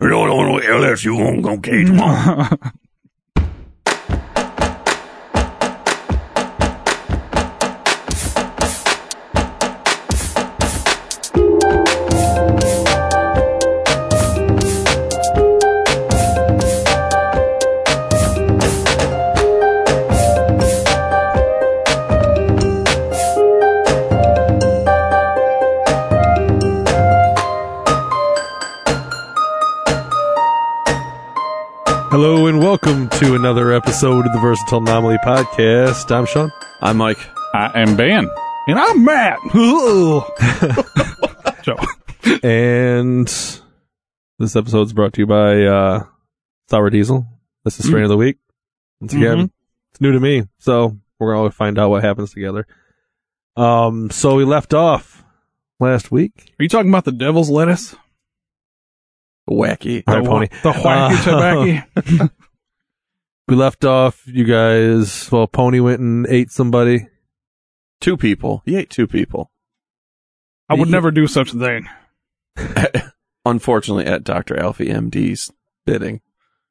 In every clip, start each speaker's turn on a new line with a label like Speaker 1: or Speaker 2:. Speaker 1: on no LSU on go cage. Come on.
Speaker 2: Hello and welcome to another episode of the Versatile Anomaly Podcast. I'm Sean.
Speaker 3: I'm Mike.
Speaker 4: I am Ben. And I'm Matt. so,
Speaker 2: And this episode's brought to you by uh Sour Diesel. That's the strain of the week. Once again,
Speaker 4: Mm-hmm.
Speaker 2: it's new to me, so we're gonna find out what happens together. Um so we left off last week.
Speaker 4: are you talking about the devil's lettuce?
Speaker 3: Wacky.
Speaker 2: All right,
Speaker 4: the,
Speaker 2: pony.
Speaker 4: The wacky
Speaker 2: Uh,
Speaker 4: tobacco?
Speaker 2: We left off you guys well Pony went and ate somebody.
Speaker 3: Two people. He ate two people.
Speaker 4: I would never do such a thing.
Speaker 3: Unfortunately, at Dr. Alfie MD's bidding.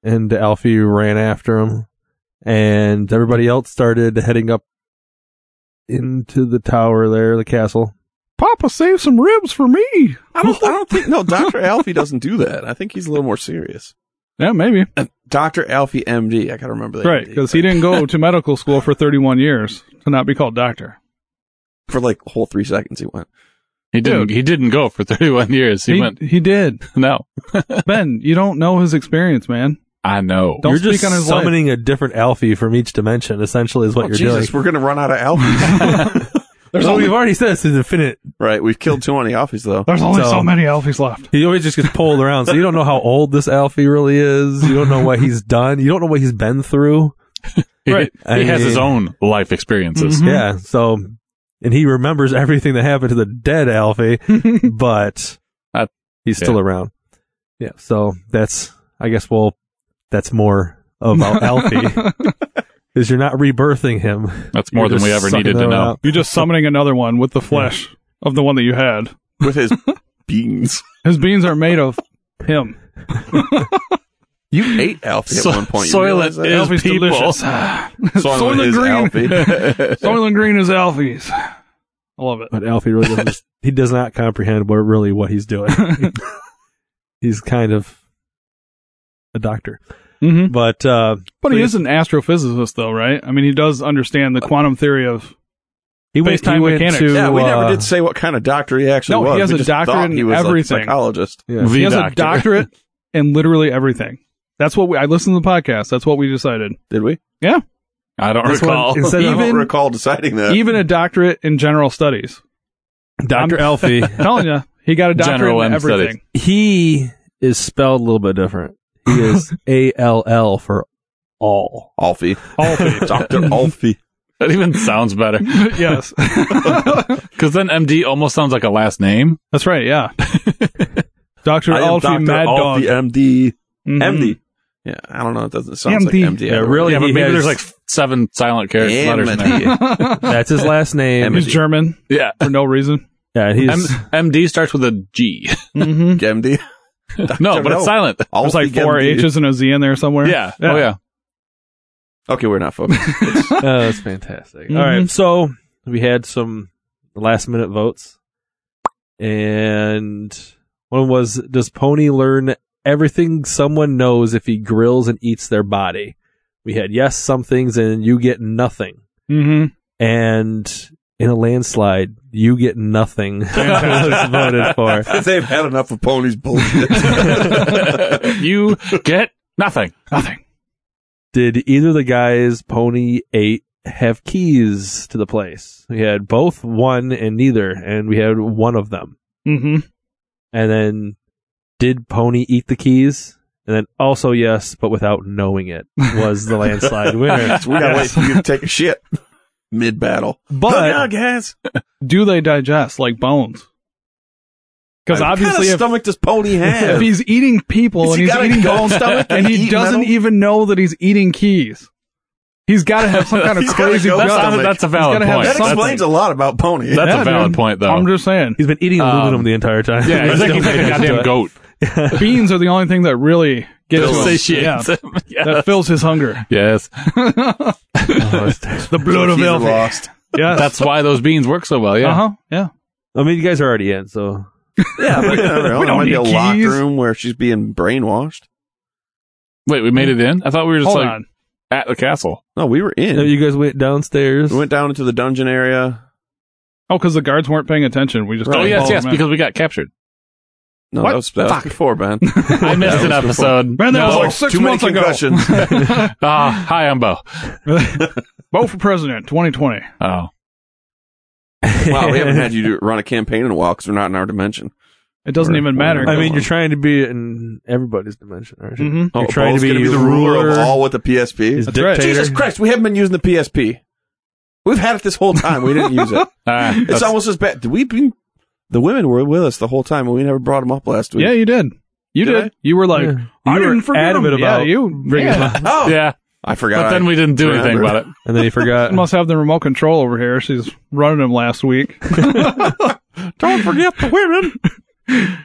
Speaker 2: and Alfie ran after him, and everybody else started heading up into the tower there, the castle.
Speaker 4: Papa saved some ribs for me.
Speaker 3: I don't, I don't think, no, Dr. Alfie doesn't do that. I think he's a little more serious.
Speaker 4: Yeah, maybe.
Speaker 3: Uh, Dr. Alfie MD. I gotta remember that.
Speaker 4: Right, because he didn't go to medical school for 31 years to not be called doctor.
Speaker 3: For like a whole three seconds he went.
Speaker 5: He didn't.
Speaker 4: Dude.
Speaker 5: He didn't go for 31 years. He, went.
Speaker 4: he did.
Speaker 5: No,
Speaker 4: ben, you don't know his experience, man.
Speaker 5: I know.
Speaker 4: Don't
Speaker 2: you're
Speaker 4: speak
Speaker 2: just
Speaker 4: on his life.
Speaker 2: summoning a different Alfie from each dimension. Essentially, is what
Speaker 3: oh,
Speaker 2: you're
Speaker 3: Jesus,
Speaker 2: doing.
Speaker 3: we're gonna run out of Alfies.
Speaker 4: There's
Speaker 2: well,
Speaker 4: only
Speaker 5: Oh.
Speaker 2: we've already said this is infinite.
Speaker 3: right, we've killed too many Alfies though.
Speaker 4: there's only
Speaker 2: So-
Speaker 4: so, many Alfies left.
Speaker 2: He always just gets pulled around, so you don't know how old this Alfie really is. You don't know what he's done. You don't know what he's been through.
Speaker 5: He,
Speaker 4: Right.
Speaker 5: he has his
Speaker 2: I-
Speaker 5: own life experiences.
Speaker 4: Mhm.
Speaker 2: Yeah. So, and he remembers everything that happened to the dead Alfie, but
Speaker 5: I-
Speaker 2: he's still
Speaker 5: yeah.
Speaker 2: around. Yeah. So that's, I guess, well, that's more about Alfie is you're not rebirthing him.
Speaker 5: That's more
Speaker 2: You're
Speaker 5: than we
Speaker 2: just
Speaker 5: ever
Speaker 2: sucking
Speaker 5: needed to
Speaker 2: them
Speaker 5: know.
Speaker 2: out.
Speaker 4: You're just summoning another one with the flesh of the one that you had.
Speaker 3: With his beans.
Speaker 4: His beans are made of him.
Speaker 3: You ate Alfie at
Speaker 5: So-
Speaker 3: one point. You
Speaker 5: Soylent
Speaker 3: realize that?
Speaker 5: is
Speaker 4: Alfie's
Speaker 5: people.
Speaker 4: delicious.
Speaker 3: Soylent
Speaker 4: Soylent
Speaker 3: is
Speaker 4: Green.
Speaker 3: Alfie.
Speaker 4: Soylent Green is Alfie's. I love it.
Speaker 2: But Alfie really doesn't, just- he does not comprehend what really what he's doing. he's kind of a doctor,
Speaker 4: Mm-hmm.
Speaker 2: but, uh,
Speaker 4: But he
Speaker 2: Please.
Speaker 4: is an astrophysicist, though, right? I mean, he does understand
Speaker 3: Uh,
Speaker 4: the quantum theory of.
Speaker 2: he went, he
Speaker 4: Space-time
Speaker 2: went
Speaker 4: mechanics.
Speaker 2: to,
Speaker 3: Yeah, we never
Speaker 2: uh,
Speaker 3: did say what kind of doctor he actually
Speaker 4: No, he
Speaker 3: was.
Speaker 4: has
Speaker 3: We
Speaker 4: a
Speaker 3: just
Speaker 4: doctorate
Speaker 3: thought
Speaker 4: in
Speaker 3: he was
Speaker 4: everything.
Speaker 3: A psychologist.
Speaker 2: yeah.
Speaker 5: The
Speaker 4: he has a
Speaker 5: doctor.
Speaker 4: doctorate in literally everything. That's what we. I listened to the podcast. That's what we decided.
Speaker 3: Did we?
Speaker 5: I don't
Speaker 2: That's
Speaker 5: recall.
Speaker 2: when- instead
Speaker 3: I
Speaker 2: of
Speaker 3: don't
Speaker 4: Even-
Speaker 3: recall deciding that.
Speaker 4: Even a doctorate in general studies.
Speaker 2: Dr. Alfie,
Speaker 4: telling you, he got a doctorate
Speaker 5: General
Speaker 4: in
Speaker 5: M
Speaker 4: everything.
Speaker 2: he is spelled a little bit different. He is A L L for all.
Speaker 3: Alfie.
Speaker 4: Alfie.
Speaker 3: Dr. Alfie.
Speaker 5: that even sounds better.
Speaker 4: yes,
Speaker 5: Because then MD almost sounds like a last name.
Speaker 4: that's right. Yeah, Doctor
Speaker 3: I am
Speaker 4: Alfie
Speaker 3: Dr.
Speaker 4: Mad
Speaker 3: Alfie
Speaker 4: Dog.
Speaker 3: MD.
Speaker 4: Mhm.
Speaker 3: MD. Yeah, I don't know. It doesn't sound like
Speaker 4: MD.
Speaker 3: MD.
Speaker 2: Yeah, really,
Speaker 5: yeah, but
Speaker 2: he
Speaker 5: maybe
Speaker 2: has-
Speaker 5: there's like seven silent characters letters in there.
Speaker 3: MD.
Speaker 2: That's his last name.
Speaker 4: He's Mm-hmm. German
Speaker 5: Yeah.
Speaker 4: for no reason.
Speaker 2: yeah, he's
Speaker 5: M- MD starts with a G.
Speaker 4: Mm-hmm.
Speaker 3: MD. Dr.
Speaker 5: no, but it's silent.
Speaker 4: There's like
Speaker 3: Alfie
Speaker 4: four
Speaker 3: MD.
Speaker 4: H's and a Z in there somewhere.
Speaker 5: Yeah. Oh, yeah.
Speaker 3: Okay, we're not focused.
Speaker 2: uh, mm-hmm. that's fantastic. All right,
Speaker 4: Mhm.
Speaker 2: so we had some last minute votes, and one was: Does Pony learn everything someone knows if he grills and eats their body? We had yes, some things, and you get nothing.
Speaker 4: Mm-hmm.
Speaker 2: And in a landslide, you get nothing. was voted for.
Speaker 3: They've had enough of ponies bullshit.
Speaker 5: you get nothing.
Speaker 4: Nothing.
Speaker 2: did either of the guys pony eight have keys to the place we had both one and neither and we had one of them
Speaker 4: Mm-hmm.
Speaker 2: and then did pony eat the keys and then also yes but without knowing it was the landslide winner
Speaker 3: we gotta wait for you to take a shit mid battle.
Speaker 2: but
Speaker 3: guys,
Speaker 4: do they digest like bones? Because
Speaker 3: what
Speaker 4: obviously,
Speaker 3: kind of
Speaker 4: if,
Speaker 3: stomach does pony
Speaker 4: if
Speaker 3: have?
Speaker 4: he's eating people and
Speaker 3: Has he
Speaker 4: he's
Speaker 3: got a
Speaker 4: eating
Speaker 3: gall
Speaker 4: bones
Speaker 3: stomach
Speaker 4: and
Speaker 3: and
Speaker 4: he
Speaker 3: eat
Speaker 4: doesn't
Speaker 3: metal?
Speaker 4: even know that he's eating keys, he's got to have some kind of
Speaker 3: He's gotta
Speaker 4: crazy
Speaker 3: go
Speaker 4: gut.
Speaker 5: That's,
Speaker 3: stomach.
Speaker 5: that's a valid
Speaker 4: gotta have
Speaker 5: point.
Speaker 3: that
Speaker 4: that's
Speaker 5: That's,
Speaker 3: explains a lot about pony.
Speaker 5: that's
Speaker 4: Yeah,
Speaker 5: a valid
Speaker 4: dude.
Speaker 5: point, though.
Speaker 4: I'm just saying.
Speaker 2: he's been eating aluminum the entire time
Speaker 5: Yeah, he's like,
Speaker 2: Still
Speaker 5: he's like a
Speaker 2: managed to do
Speaker 5: goddamn
Speaker 2: it.
Speaker 5: goat.
Speaker 4: Beans are the only thing that really gets
Speaker 5: It'll
Speaker 4: to him.
Speaker 5: satiate
Speaker 4: Yeah,
Speaker 5: him. Yes.
Speaker 4: that fills his hunger.
Speaker 5: yes.
Speaker 2: Oh,
Speaker 4: The blood
Speaker 3: Keys are lost.
Speaker 4: Yeah,
Speaker 5: That's why those beans work so well.
Speaker 4: Uh
Speaker 5: Yeah.
Speaker 4: huh. Yeah.
Speaker 2: I mean, you guys are already in, so
Speaker 3: Yeah, but I don't know.
Speaker 4: We
Speaker 3: There
Speaker 4: don't
Speaker 3: might be a
Speaker 4: need
Speaker 3: locked
Speaker 4: keys.
Speaker 3: room where she's being brainwashed.
Speaker 5: Wait, we made it in? I thought we were just
Speaker 4: Hold
Speaker 5: like
Speaker 4: on.
Speaker 5: at the castle.
Speaker 3: No, we were in.
Speaker 2: No, you guys went downstairs.
Speaker 3: we went down into the dungeon area.
Speaker 4: Oh, because the guards weren't paying attention. We just
Speaker 5: Oh,
Speaker 4: kinda
Speaker 5: yes,
Speaker 4: followed
Speaker 5: yes,
Speaker 4: him in.
Speaker 5: because we got captured.
Speaker 3: No,
Speaker 4: What?
Speaker 3: that was, that was
Speaker 5: Fuck.
Speaker 3: before, Ben.
Speaker 5: I missed an episode.
Speaker 4: Man, that was
Speaker 5: No.
Speaker 4: like six
Speaker 3: Too many
Speaker 4: months ago.
Speaker 3: concussions.
Speaker 5: Ah, hi, I'm Bo.
Speaker 4: Vote for president, 2020.
Speaker 5: Oh,
Speaker 3: wow, we haven't had you do, run a campaign in a while because we're not in our dimension.
Speaker 4: It doesn't
Speaker 3: Or-
Speaker 4: even matter.
Speaker 2: I mean, you're trying to be in everybody's dimension, aren't you?
Speaker 4: Mhm.
Speaker 2: You're
Speaker 3: Oh,
Speaker 2: trying
Speaker 3: Paul's
Speaker 2: to
Speaker 3: gonna
Speaker 2: be
Speaker 3: the ruler of all with the PSP.
Speaker 2: Is
Speaker 4: That's right.
Speaker 2: dictator.
Speaker 3: Uh, Jesus Christ, we haven't been using the PSP. We've had it this whole time. We didn't use it.
Speaker 5: Ah,
Speaker 3: It's
Speaker 5: that's-
Speaker 3: almost as bad. We've been. The women were with us the whole time, and we never brought them up last week.
Speaker 4: yeah, you did. You
Speaker 3: Did
Speaker 4: did.
Speaker 3: I?
Speaker 4: You were like,
Speaker 2: Yeah.
Speaker 4: I
Speaker 2: You were
Speaker 4: didn't forget
Speaker 2: adamant
Speaker 4: him.
Speaker 2: about
Speaker 4: yeah, you
Speaker 2: bringing him
Speaker 4: yeah.
Speaker 3: Oh,
Speaker 5: yeah.
Speaker 3: I forgot.
Speaker 5: But then we didn't do anything
Speaker 3: remember.
Speaker 5: about it.
Speaker 2: And then he forgot.
Speaker 4: I must have the remote control over here. She's running him last week.
Speaker 3: don't forget the women.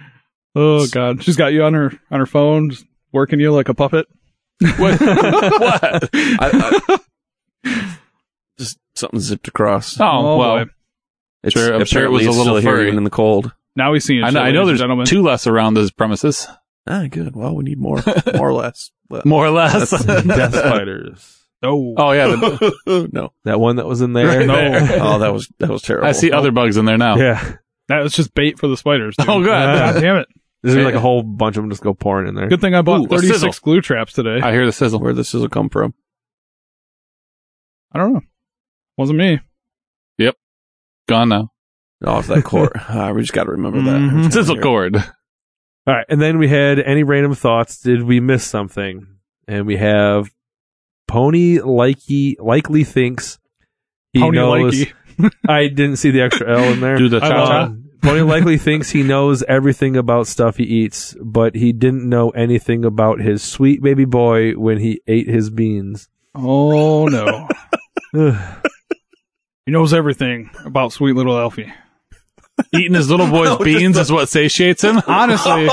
Speaker 4: Oh God, she's got you on her on her phone, just working you like a puppet.
Speaker 5: What? what?
Speaker 3: I, I, just something zipped across.
Speaker 5: Oh, well,
Speaker 4: boy.
Speaker 3: It's,
Speaker 5: sure- I'm sure it was
Speaker 3: apparently
Speaker 5: a
Speaker 3: it's
Speaker 5: little
Speaker 3: still here
Speaker 5: furry.
Speaker 3: even in the cold.
Speaker 4: now we see it.
Speaker 5: I know, I know there's
Speaker 4: gentlemen.
Speaker 5: two less around this premises,
Speaker 3: Ah, good. Well, we need more, more or less.
Speaker 5: more or less.
Speaker 2: Death Spiders.
Speaker 4: Oh,
Speaker 5: oh, yeah. the-
Speaker 3: uh, no.
Speaker 2: That one that was in there.
Speaker 5: Right
Speaker 2: no.
Speaker 5: there.
Speaker 3: Oh, that was that was terrible.
Speaker 5: I see other bugs in there now.
Speaker 2: Yeah.
Speaker 4: that was just bait for the spiders. dude.
Speaker 5: Oh, God.
Speaker 4: God damn it!
Speaker 2: There's like a whole bunch of them just go pouring in there.
Speaker 4: Good thing I bought
Speaker 5: Ooh, a
Speaker 4: 36
Speaker 5: sizzle.
Speaker 4: glue traps today. I,
Speaker 5: I hear the sizzle.
Speaker 3: where the sizzle come from.
Speaker 4: don't know. Wasn't me.
Speaker 5: Gone now.
Speaker 3: Off that court. Ah, we just got to remember that. every
Speaker 4: Mhm.
Speaker 3: time
Speaker 5: Mm-hmm. Sizzle
Speaker 3: here.
Speaker 5: cord.
Speaker 2: All right. And then we had any random thoughts. Did we miss something? And we have Pony Likey likely thinks he
Speaker 4: Pony
Speaker 2: knows.
Speaker 4: likey.
Speaker 2: I didn't see the extra L in there.
Speaker 5: Do the
Speaker 4: I
Speaker 5: cha cha.
Speaker 4: love
Speaker 2: Um, Pony likely thinks he knows everything about stuff he eats, but he didn't know anything about his sweet baby boy when he ate his beans.
Speaker 4: Oh no,
Speaker 2: Ugh.
Speaker 4: he knows everything about sweet little Elfie.
Speaker 5: Eating his little boy's beans is what satiates him.
Speaker 4: Honestly,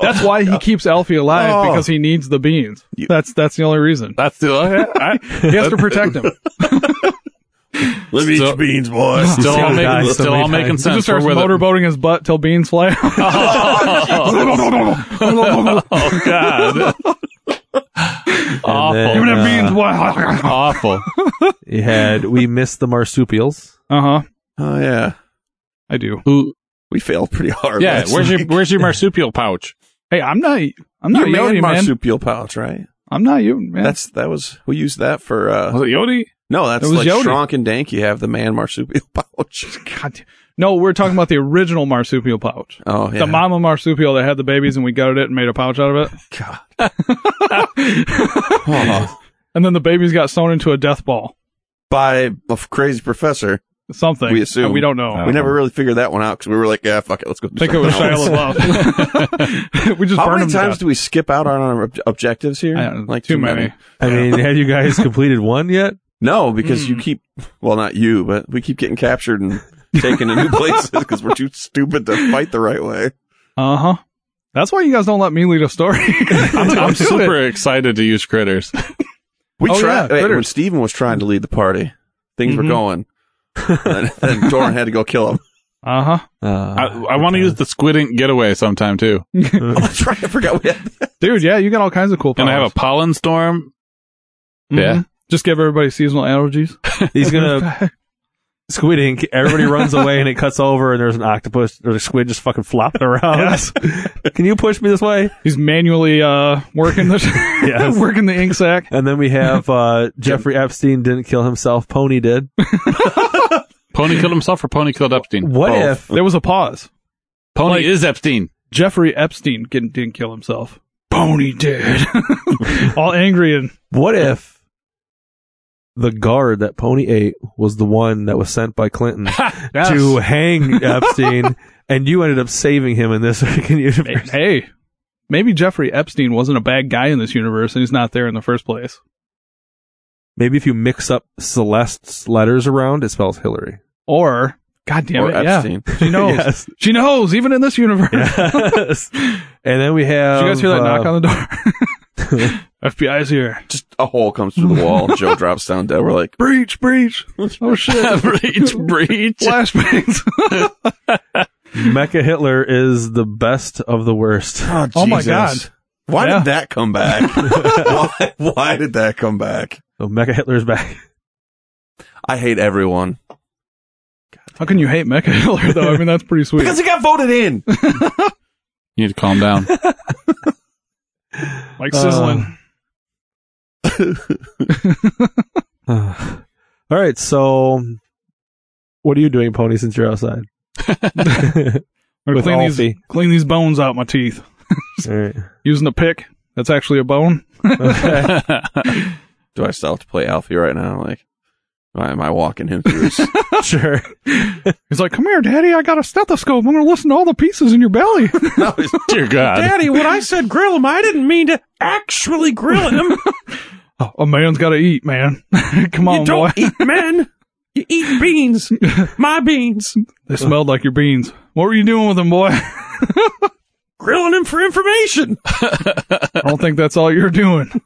Speaker 4: that's why he keeps Elfie alive
Speaker 3: Oh.
Speaker 4: because he needs the beans. That's that's the only reason.
Speaker 5: That's the oh,
Speaker 4: He has to protect him.
Speaker 1: Let me eat
Speaker 5: So-
Speaker 1: your beans, boy.
Speaker 5: still all
Speaker 2: He's gonna die
Speaker 5: making
Speaker 2: so
Speaker 5: still
Speaker 2: many
Speaker 5: all making
Speaker 2: times.
Speaker 4: He just
Speaker 5: sense.
Speaker 4: starts
Speaker 5: We're with it.
Speaker 4: motorboating his butt till beans fly out.
Speaker 5: oh God!
Speaker 2: then-
Speaker 5: awful,
Speaker 4: Even if
Speaker 2: Uh,
Speaker 3: Oh,
Speaker 4: beans, uh
Speaker 5: awful.
Speaker 2: He had we missed the marsupials.
Speaker 4: huh.
Speaker 3: Oh yeah,
Speaker 4: Uh-huh. I do.
Speaker 5: Who?
Speaker 3: we failed pretty hard.
Speaker 5: Yeah.
Speaker 3: last
Speaker 5: Where's your
Speaker 3: week.
Speaker 5: Where's your marsupial pouch?
Speaker 4: Hey, I'm not. I'm not
Speaker 3: Your man
Speaker 4: Yodi, man.
Speaker 3: marsupial pouch, right?
Speaker 4: I'm not you, man.
Speaker 3: That's that was we used that for. uh
Speaker 5: Was it Yodi?
Speaker 3: No, that's
Speaker 4: It was
Speaker 3: like
Speaker 4: Yodi.
Speaker 3: Stronk and Dank. You have the man marsupial pouch.
Speaker 4: God. damn- No, we're talking about the original marsupial pouch.
Speaker 3: Oh yeah,
Speaker 4: The mama marsupial that had the babies and we gutted it and made a pouch out of it.
Speaker 3: God.
Speaker 4: And then the babies got sewn into a death ball.
Speaker 3: By a f- crazy professor.
Speaker 4: Something.
Speaker 3: We assume.
Speaker 4: And we don't know.
Speaker 5: Uh,
Speaker 4: I
Speaker 3: We never really figured that one out because we were like, yeah, fuck it, let's go. Do
Speaker 4: think it was
Speaker 3: something
Speaker 4: Shia
Speaker 3: else.
Speaker 4: LaBeouf. we just
Speaker 3: How
Speaker 4: burned
Speaker 3: many
Speaker 4: him
Speaker 3: times do we skip out on our ob- objectives here?
Speaker 4: I don't-
Speaker 3: like
Speaker 4: too many.
Speaker 2: I mean, have you guys completed one yet?
Speaker 3: No, because you
Speaker 4: Hmm.
Speaker 3: keep, well, not you, but we keep getting captured and taken to new places because we're too stupid to fight the right way.
Speaker 4: Uh huh. That's why you guys don't let me lead a story.
Speaker 5: I'm, I'm super excited to use critters.
Speaker 3: We
Speaker 4: Oh, yeah,
Speaker 3: tried, hey, when
Speaker 4: critters.
Speaker 3: Steven was trying to lead the party, things
Speaker 4: Mhm.
Speaker 3: were going. and then, then Doran had to go kill him.
Speaker 4: Uh huh.
Speaker 2: Uh,
Speaker 5: I, I want to use the squid ink getaway sometime too.
Speaker 3: Oh, that's right. I forgot we had
Speaker 4: Dude, yeah, you got all kinds of cool powers. Mm-hmm.
Speaker 5: And I have a pollen storm. Yeah.
Speaker 4: Just give everybody seasonal allergies.
Speaker 2: He's gonna squid ink. Everybody runs away, and it cuts over, and there's an octopus or a squid just fucking flopping around.
Speaker 4: Yes.
Speaker 2: Can you push me this way?
Speaker 4: He's manually uh, working the
Speaker 2: Yes.
Speaker 4: working the ink sack.
Speaker 2: And then we have uh, Jeffrey Epstein didn't kill himself. Pony did.
Speaker 5: Pony killed himself or Pony killed Epstein?
Speaker 2: What
Speaker 3: Both.
Speaker 2: if
Speaker 4: There was a pause.
Speaker 5: Pony
Speaker 4: Like-
Speaker 5: is Epstein.
Speaker 4: Jeffrey Epstein didn't, didn't kill himself. Pony did. all angry and
Speaker 2: What if the guard that Pony ate was the one that was sent by Clinton to hang Epstein, and you ended up saving him in this freaking universe?
Speaker 4: hey, maybe Jeffrey Epstein wasn't a bad guy in this universe, and he's not there in the first place.
Speaker 2: Maybe if you mix up Celeste's letters around, it spells Hillary.
Speaker 4: Or God damn
Speaker 3: or
Speaker 4: it. Yeah.
Speaker 3: Epstein.
Speaker 4: She knows.
Speaker 2: Yes.
Speaker 4: She knows, even in this universe.
Speaker 2: Oh, Yes. and then we have.
Speaker 4: Did you guys hear that
Speaker 2: uh,
Speaker 4: knock on the door? FBI's here.
Speaker 3: Just a hole comes through the wall. Joe drops down dead. We're like,
Speaker 4: Breach, breach. Oh shit.
Speaker 5: breach, breach.
Speaker 4: Flashbangs.
Speaker 2: Mecha Hitler is the best of the worst.
Speaker 3: oh,
Speaker 4: Oh, my
Speaker 3: Jesus. Why
Speaker 4: Yeah.
Speaker 3: did that come back? why, why did that come back?
Speaker 2: So Mecha Hitler's back.
Speaker 3: I hate everyone
Speaker 4: How can you hate Mecha Hitler though? I mean, that's pretty sweet.
Speaker 3: because he got voted in.
Speaker 5: You need to calm down.
Speaker 4: like sizzling.
Speaker 2: All right, so what are you doing, Pony? Since you're outside,
Speaker 4: Or
Speaker 2: with
Speaker 4: clean these,
Speaker 2: Alfie.
Speaker 4: clean these bones out my teeth
Speaker 2: All right.
Speaker 4: using a pick. That's actually a bone.
Speaker 2: Okay.
Speaker 3: Do I still have to play Alfie right now? Like, why am I walking him through? his-
Speaker 2: sure.
Speaker 4: He's like, "Come here, Daddy. I got a stethoscope. I'm gonna listen to all the pieces in your belly."
Speaker 3: no, he's-
Speaker 5: Dear God.
Speaker 1: Daddy, when I said grill him, I didn't mean to actually grill him.
Speaker 4: a man's got to eat, man. Come on,
Speaker 1: you
Speaker 4: boy.
Speaker 1: don't eat men. You eat beans. My beans.
Speaker 4: They smelled like your beans. What were you doing with them, boy? I
Speaker 1: Grilling him for information.
Speaker 4: don't think that's all you're doing.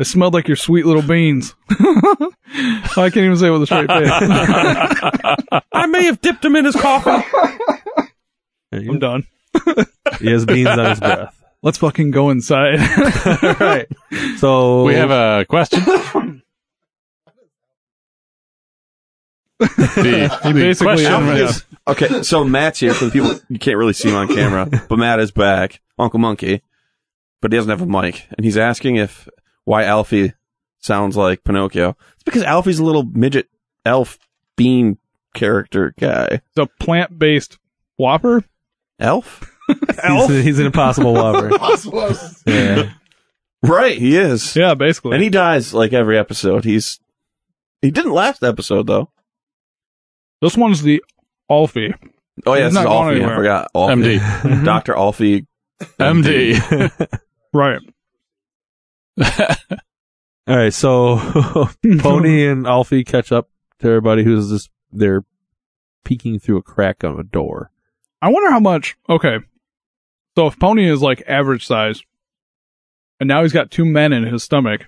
Speaker 4: They smelled like your sweet little beans. I can't even say it with a straight face.
Speaker 1: I may have dipped him in his coffee.
Speaker 2: There you
Speaker 4: I'm
Speaker 2: go.
Speaker 4: done.
Speaker 2: He has beans on his breath.
Speaker 4: Let's fucking go inside.
Speaker 2: All right. So
Speaker 5: We have a question. the
Speaker 4: He basically
Speaker 5: question
Speaker 3: Alfie
Speaker 5: Yeah.
Speaker 3: is- okay, so Matt's here for the people you can't really see him on camera, but Matt is back, Uncle Monkey, but he doesn't have a mic, and he's asking if why Alfie sounds like Pinocchio. It's because Alfie's a little midget elf bean character guy.
Speaker 4: It's a plant-based Whopper.
Speaker 3: Elf?
Speaker 2: he's, he's an impossible lover. yeah.
Speaker 3: Right, he is.
Speaker 4: Yeah, basically.
Speaker 3: And he dies like every episode. He's he didn't last episode though.
Speaker 4: this one's the Alfie.
Speaker 3: Oh yeah,
Speaker 4: He's
Speaker 3: this is
Speaker 4: not going
Speaker 3: Alfie. I
Speaker 4: anywhere.
Speaker 3: forgot. Alfie.
Speaker 5: MD.
Speaker 3: Doctor Alfie.
Speaker 5: MD.
Speaker 4: Right.
Speaker 2: All right. So Pony and Alfie catch up to everybody who's just they're peeking through a crack on a door.
Speaker 4: I wonder how much. Okay. So if Pony is like average size, and now he's got two men in his stomach,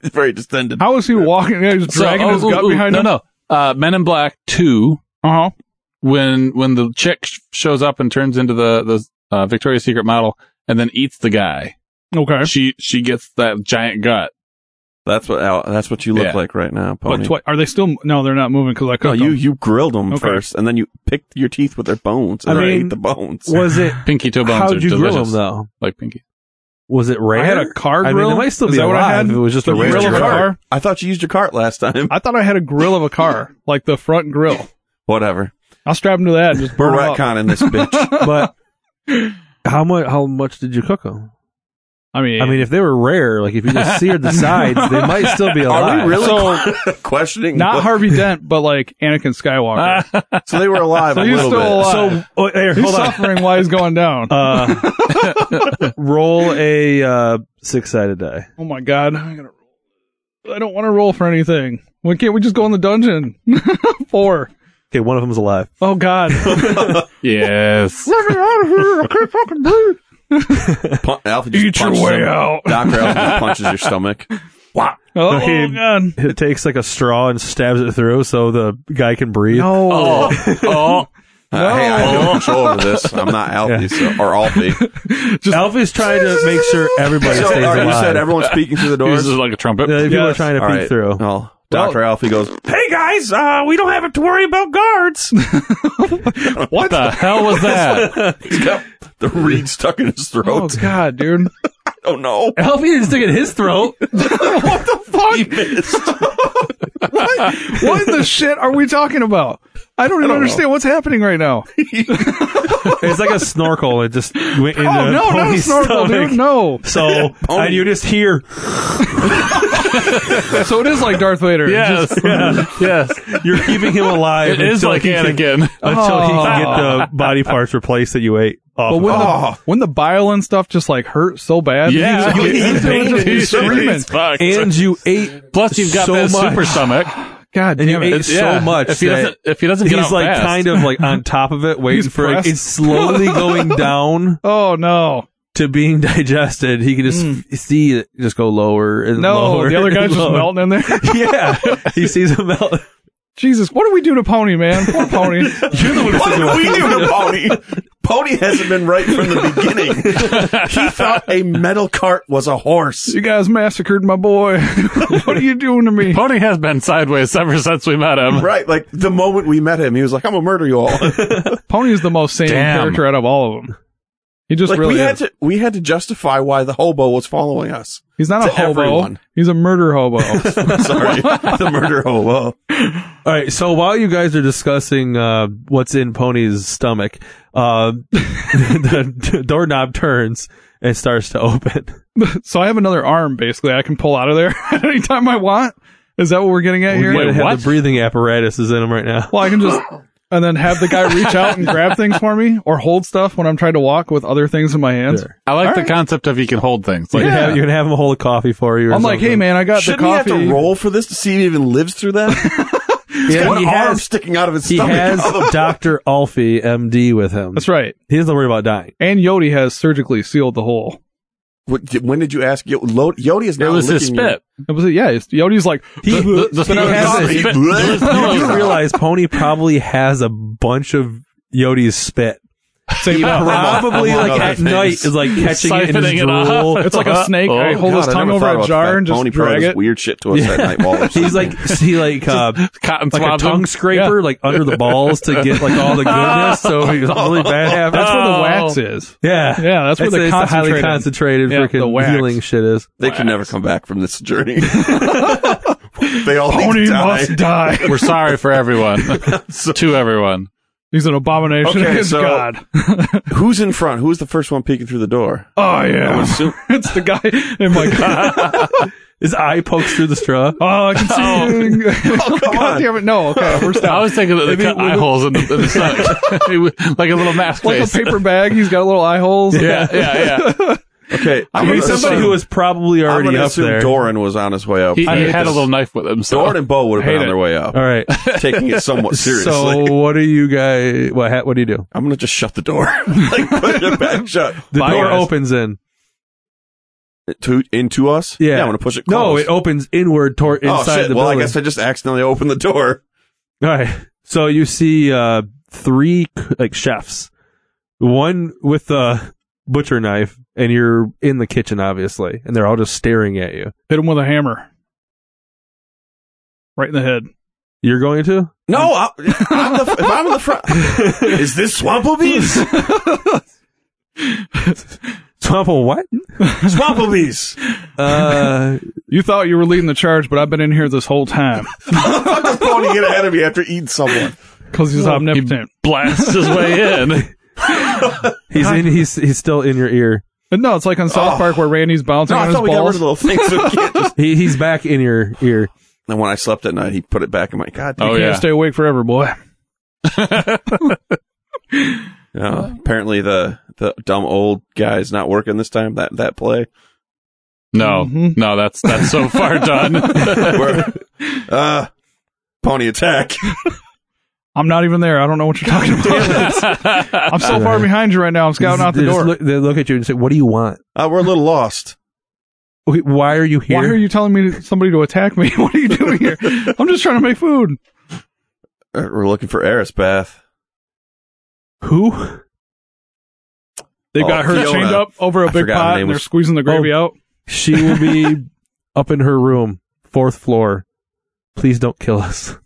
Speaker 3: Very distended.
Speaker 4: how is he walking? Yeah, he's
Speaker 5: So-
Speaker 4: dragging
Speaker 5: oh,
Speaker 4: his
Speaker 5: ooh,
Speaker 4: gut
Speaker 5: ooh,
Speaker 4: behind
Speaker 5: no,
Speaker 4: him.
Speaker 5: No, Uh, Men in Black 2,
Speaker 4: Uh huh.
Speaker 5: when when the chick sh- shows up and turns into the, the uh, Victoria's Secret model and then eats the guy,
Speaker 4: Okay.
Speaker 5: she she gets that giant gut.
Speaker 3: That's what Al, that's what you look
Speaker 5: Yeah.
Speaker 3: like right now, Pony.
Speaker 4: But twi- are they still? No, they're not moving because I
Speaker 3: No,
Speaker 4: cooked
Speaker 3: you
Speaker 4: them.
Speaker 3: you grilled them
Speaker 4: Okay.
Speaker 3: first, and then you picked your teeth with their bones, and
Speaker 2: I
Speaker 3: I
Speaker 2: mean,
Speaker 3: ate the bones.
Speaker 2: Was it?
Speaker 5: Pinky toe bones
Speaker 2: How'd
Speaker 5: are
Speaker 2: you
Speaker 5: delicious.
Speaker 2: grill him though?
Speaker 5: Like pinky.
Speaker 2: Was it rare?
Speaker 4: I had a car
Speaker 2: I
Speaker 4: grill.
Speaker 2: mean, it might still
Speaker 4: Is
Speaker 2: be
Speaker 4: that
Speaker 2: alive.
Speaker 4: what I had?
Speaker 2: If it was just
Speaker 4: The
Speaker 2: a
Speaker 4: grill
Speaker 2: rare
Speaker 4: of a
Speaker 2: car.
Speaker 4: car.
Speaker 3: I thought you used your cart last time.
Speaker 4: I thought I had a grill of a car, like the front grill.
Speaker 3: Whatever.
Speaker 4: I'll strap him to that and just
Speaker 3: We're
Speaker 4: burn it up.
Speaker 3: retconning this bitch.
Speaker 2: But how much? How much did you cook them?
Speaker 4: I mean,
Speaker 2: I mean, if they were rare, like if you just seared the sides, they might still be alive.
Speaker 3: Are we really
Speaker 4: So-
Speaker 3: questioning?
Speaker 4: not
Speaker 3: what-
Speaker 4: Harvey Dent, but like Anakin Skywalker.
Speaker 3: So they were alive
Speaker 4: so
Speaker 3: a
Speaker 4: he's
Speaker 3: little
Speaker 4: still uh,
Speaker 3: bit.
Speaker 4: alive.
Speaker 2: Oh, here,
Speaker 4: he's
Speaker 2: hold on.
Speaker 4: suffering while he's going down.
Speaker 2: Uh, roll a uh, six-sided die.
Speaker 4: oh my god, I gotta roll. I don't want to roll for anything. Why can't we just go in the dungeon? Four.
Speaker 2: Okay, one of them's alive.
Speaker 4: Oh god.
Speaker 5: Yes.
Speaker 3: Pu- Alpha just
Speaker 4: Eat your
Speaker 3: punches
Speaker 4: way
Speaker 3: him.
Speaker 4: out.
Speaker 3: Doctor Alpha just punches your stomach. Uh,
Speaker 4: Oh,
Speaker 2: Okay.
Speaker 4: god.
Speaker 2: It takes like a straw and stabs it through, so the guy can breathe.
Speaker 5: Oh, oh,
Speaker 3: Uh, hey, I have no control over this. I'm not Alfie so, or Alfie. So,
Speaker 2: Alfie's trying to make sure everybody stays
Speaker 3: all right,
Speaker 2: alive.
Speaker 3: you said everyone's speaking through the
Speaker 5: he
Speaker 3: doors.
Speaker 5: uses it like a trumpet.
Speaker 2: Yeah, people are
Speaker 4: Yes.
Speaker 2: trying to
Speaker 3: All
Speaker 2: peek
Speaker 3: right.
Speaker 2: through.
Speaker 3: Well, Doctor Alfie goes.
Speaker 1: Hey guys, uh, we don't have to worry about guards.
Speaker 5: what the hell was that?
Speaker 3: He's got the reed stuck in his
Speaker 4: Oh
Speaker 3: throat.
Speaker 4: god, dude.
Speaker 3: Oh, no!
Speaker 2: Alfie is sticking his throat.
Speaker 3: He missed.
Speaker 4: What in the shit are we talking about? I don't even understand what's happening right now.
Speaker 2: it's like a snorkel. It just went in
Speaker 4: Oh
Speaker 2: the
Speaker 4: no, not a
Speaker 2: pony's
Speaker 4: snorkel,
Speaker 2: stomach.
Speaker 4: dude. No.
Speaker 2: So and you just hear
Speaker 4: So it is like Darth Vader.
Speaker 5: yes,
Speaker 4: Just-
Speaker 5: yes.
Speaker 2: you're keeping him alive.
Speaker 5: It is
Speaker 2: until
Speaker 5: like
Speaker 2: he can- Uh-huh.
Speaker 5: Anakin.
Speaker 2: until he can
Speaker 4: Oh.
Speaker 2: get the body parts replaced that you ate off.
Speaker 4: but
Speaker 2: Of.
Speaker 4: when,
Speaker 3: Oh.
Speaker 4: the, when the bile and stuff just like hurt so bad,
Speaker 5: Yeah,
Speaker 4: he's, he's,
Speaker 5: he's
Speaker 4: he's,
Speaker 5: he's
Speaker 4: screaming.
Speaker 5: fucked.
Speaker 2: And you ate
Speaker 5: Plus, you've got
Speaker 2: so
Speaker 5: that
Speaker 2: much.
Speaker 5: super stomach.
Speaker 4: God
Speaker 2: And you
Speaker 4: damn it.
Speaker 2: ate so much
Speaker 5: If he
Speaker 2: that-
Speaker 5: doesn't, if he doesn't get
Speaker 2: He's like kind of like on top of it, waiting
Speaker 4: He's
Speaker 2: for it.
Speaker 4: pressed.
Speaker 2: It's slowly going down
Speaker 4: Oh no.
Speaker 2: to being digested. He can just
Speaker 4: Mm.
Speaker 2: f- see it just go lower and
Speaker 4: No,
Speaker 2: lower
Speaker 4: the other
Speaker 2: and
Speaker 4: guy's just
Speaker 2: lower.
Speaker 4: melting in there.
Speaker 2: Yeah, he sees him melt.
Speaker 4: Jesus, what do we do to Pony, man? Poor Pony.
Speaker 2: You're the one
Speaker 3: What did we do to Pony? Pony hasn't been right from the beginning. He thought a metal cart was a horse.
Speaker 4: You guys massacred my boy. what are you doing to me?
Speaker 5: Pony has been sideways ever since we met him.
Speaker 3: Right, like the moment we met him, he was like, "I'm gonna murder you all."
Speaker 4: Pony is the most sane
Speaker 5: Damn.
Speaker 4: character out of all of them. He just
Speaker 3: Like
Speaker 4: really
Speaker 3: we had
Speaker 4: is.
Speaker 3: to, we had to justify why the hobo was following us.
Speaker 4: He's not a
Speaker 3: to
Speaker 4: hobo.
Speaker 3: everyone.
Speaker 4: He's a murder hobo.
Speaker 3: Sorry, the murder hobo.
Speaker 2: All right. So while you guys are discussing uh, what's in Pony's stomach, uh, the, the doorknob turns and starts to open.
Speaker 4: so I have another arm basically I can pull out of there at any time I want. Is that what we're getting at here?
Speaker 2: Might have
Speaker 5: what?
Speaker 2: The breathing apparatus is in him right now.
Speaker 4: Well, I can just and then have the guy reach out and grab things for me or hold stuff when I'm trying to walk with other things in my hands.
Speaker 2: Sure.
Speaker 5: I like
Speaker 4: All
Speaker 5: the
Speaker 4: right.
Speaker 5: concept of you can hold things.
Speaker 2: You
Speaker 5: Like,
Speaker 2: can
Speaker 4: Yeah.
Speaker 2: have, you can have him hold a coffee for you. Or
Speaker 4: I'm like, hey
Speaker 2: something.
Speaker 4: man, I got
Speaker 3: Shouldn't
Speaker 4: the
Speaker 3: he have
Speaker 4: coffee.
Speaker 3: to roll for this to see if he even lives through that? He's
Speaker 2: Yeah,
Speaker 3: got
Speaker 2: he
Speaker 3: an arm
Speaker 2: has-
Speaker 3: sticking out of his
Speaker 2: He
Speaker 3: stomach.
Speaker 2: has Doctor Alfie, MD, with him.
Speaker 4: That's right.
Speaker 2: He doesn't worry about dying.
Speaker 4: And Yodi has surgically sealed the hole.
Speaker 3: What, did- when did you ask? Yo- Lo- Yodi is
Speaker 5: it
Speaker 3: now
Speaker 5: was his
Speaker 3: licking you.
Speaker 5: spit.
Speaker 4: It was yeah. it's- Yodi's like
Speaker 2: He,
Speaker 5: The- the- the
Speaker 2: he
Speaker 5: spit
Speaker 2: has
Speaker 5: was
Speaker 2: a-
Speaker 3: coffee.
Speaker 5: spit.
Speaker 3: You
Speaker 5: There was
Speaker 2: you do
Speaker 5: no-
Speaker 2: realize Pony probably has a bunch of Yodi's spit.
Speaker 4: save it up.
Speaker 2: Probably
Speaker 3: Among
Speaker 2: like
Speaker 3: other
Speaker 2: at
Speaker 3: things.
Speaker 2: night is like catching it in his
Speaker 5: Siphoning it off.
Speaker 2: drool.
Speaker 4: It's like a snake.
Speaker 5: Oh,
Speaker 4: I hold his
Speaker 3: Uh-huh. God, I
Speaker 4: tongue
Speaker 3: never
Speaker 4: over
Speaker 3: thought
Speaker 4: a
Speaker 3: about the
Speaker 4: jar
Speaker 3: fact
Speaker 4: and just
Speaker 3: Pony Pro
Speaker 4: drag
Speaker 3: does
Speaker 4: it.
Speaker 3: weird shit to us that night while we're
Speaker 2: He's like he like uh,
Speaker 5: Cotton
Speaker 2: like a
Speaker 5: swabs
Speaker 2: tongue
Speaker 5: him.
Speaker 2: scraper like under the balls to get like all the goodness. So he's really bad. habit.
Speaker 4: That's where the
Speaker 5: Oh.
Speaker 4: wax is.
Speaker 2: Yeah,
Speaker 4: Yeah, that's where
Speaker 2: It's-
Speaker 4: the
Speaker 2: it's highly
Speaker 4: concentrated.
Speaker 2: concentrated
Speaker 4: Yeah, the
Speaker 2: freaking
Speaker 4: wax.
Speaker 2: healing shit is.
Speaker 3: They can never come back from this journey. they all need
Speaker 4: Pony
Speaker 3: to die.
Speaker 4: must die.
Speaker 5: We're sorry for everyone. to everyone.
Speaker 4: He's an abomination
Speaker 3: Okay,
Speaker 4: against
Speaker 3: so-
Speaker 4: God.
Speaker 3: Who's in front? Who's the first one peeking through the door?
Speaker 4: Oh
Speaker 3: I would
Speaker 4: yeah,
Speaker 3: assume-
Speaker 4: it's the guy. And my God,
Speaker 2: His eye pokes through the straw.
Speaker 4: oh, I can see.
Speaker 3: Oh, come
Speaker 4: God
Speaker 3: on.
Speaker 4: damn it! No, okay, we're
Speaker 5: I
Speaker 4: stopped.
Speaker 5: was thinking of the cut eye holes in the, in the stomach. He would- like a little mask
Speaker 4: Like a
Speaker 5: face.
Speaker 4: paper bag. He's got little eye holes.
Speaker 5: yeah, yeah, yeah.
Speaker 3: Okay,
Speaker 2: I mean,
Speaker 3: gonna
Speaker 2: somebody
Speaker 3: assume-
Speaker 2: who was probably
Speaker 3: I'm
Speaker 2: already
Speaker 3: gonna
Speaker 2: up
Speaker 3: assume
Speaker 2: there.
Speaker 3: Doran was on his way up.
Speaker 5: He,
Speaker 3: I
Speaker 5: he
Speaker 3: hate
Speaker 5: had a
Speaker 3: this.
Speaker 5: little knife with him. So.
Speaker 3: Doran and Bo would have
Speaker 4: Hate
Speaker 3: been on
Speaker 4: it.
Speaker 3: their way up,
Speaker 2: All right.
Speaker 3: taking it somewhat seriously.
Speaker 2: So what are you guys? What ha- what do you do?
Speaker 3: I'm gonna just shut the door, like put it back shut.
Speaker 2: The
Speaker 4: Bye,
Speaker 2: door
Speaker 4: guys.
Speaker 2: opens in.
Speaker 3: To, into us?
Speaker 2: Yeah.
Speaker 3: I'm gonna push it.
Speaker 2: No,
Speaker 3: Closed.
Speaker 2: it opens inward toward
Speaker 3: oh
Speaker 2: inside
Speaker 3: shit!
Speaker 2: the
Speaker 3: well,
Speaker 2: building.
Speaker 3: I guess I just accidentally opened the door.
Speaker 2: All right. So you see uh, three c- like chefs, one with the butcher knife, and you're in the kitchen, obviously, and they're all just staring at you.
Speaker 4: Hit him with a hammer. Right in the head.
Speaker 2: You're going to?
Speaker 3: No, I, I'm the, if I'm in the front, is this Swamplebees?
Speaker 2: Swample what?
Speaker 3: Swamplebees.
Speaker 2: Uh,
Speaker 4: You thought you were leading the charge, but I've been in here this whole time
Speaker 3: How does Pony get ahead of me after eating someone?
Speaker 4: because he's omnipotent.
Speaker 5: blasts his way in.
Speaker 2: he's in. He's he's still in your ear.
Speaker 4: And no, it's like on South
Speaker 3: Oh.
Speaker 4: Park where Randy's bouncing
Speaker 3: No,
Speaker 4: on
Speaker 3: I
Speaker 4: his
Speaker 3: thought we got rid
Speaker 4: balls.
Speaker 3: of the little thing. So we can't just...
Speaker 2: He, he's back in your ear.
Speaker 3: And when I slept at night, he put it back in my god.
Speaker 5: Oh,
Speaker 4: you can't
Speaker 5: yeah.
Speaker 4: stay awake forever, boy.
Speaker 3: Uh, apparently the the dumb old guy's not working this time. That that play.
Speaker 5: No,
Speaker 4: Mhm.
Speaker 5: no, that's that's so far done.
Speaker 3: Where, uh, pony attack.
Speaker 4: I'm not even there. I don't know what you're talking about. I'm so far behind you right now. I'm scouting out the
Speaker 2: They just
Speaker 4: door.
Speaker 2: Look, they look at you and say, "What do you want?
Speaker 3: Uh, we're a little lost.
Speaker 2: Okay, Why are you here?"
Speaker 4: Why are you telling me to- somebody to attack me? What are you doing here? I'm just trying to make food.
Speaker 3: Uh, we're looking for Eris Bath.
Speaker 2: Who?
Speaker 4: They've
Speaker 3: Oh,
Speaker 4: got her
Speaker 3: Fiona.
Speaker 4: chained up over a
Speaker 3: I
Speaker 4: big
Speaker 3: forgot her
Speaker 4: pot
Speaker 3: name
Speaker 4: and they're
Speaker 3: was- Oh.
Speaker 4: squeezing the gravy out.
Speaker 2: She will be up in her room, fourth floor. Please don't kill us.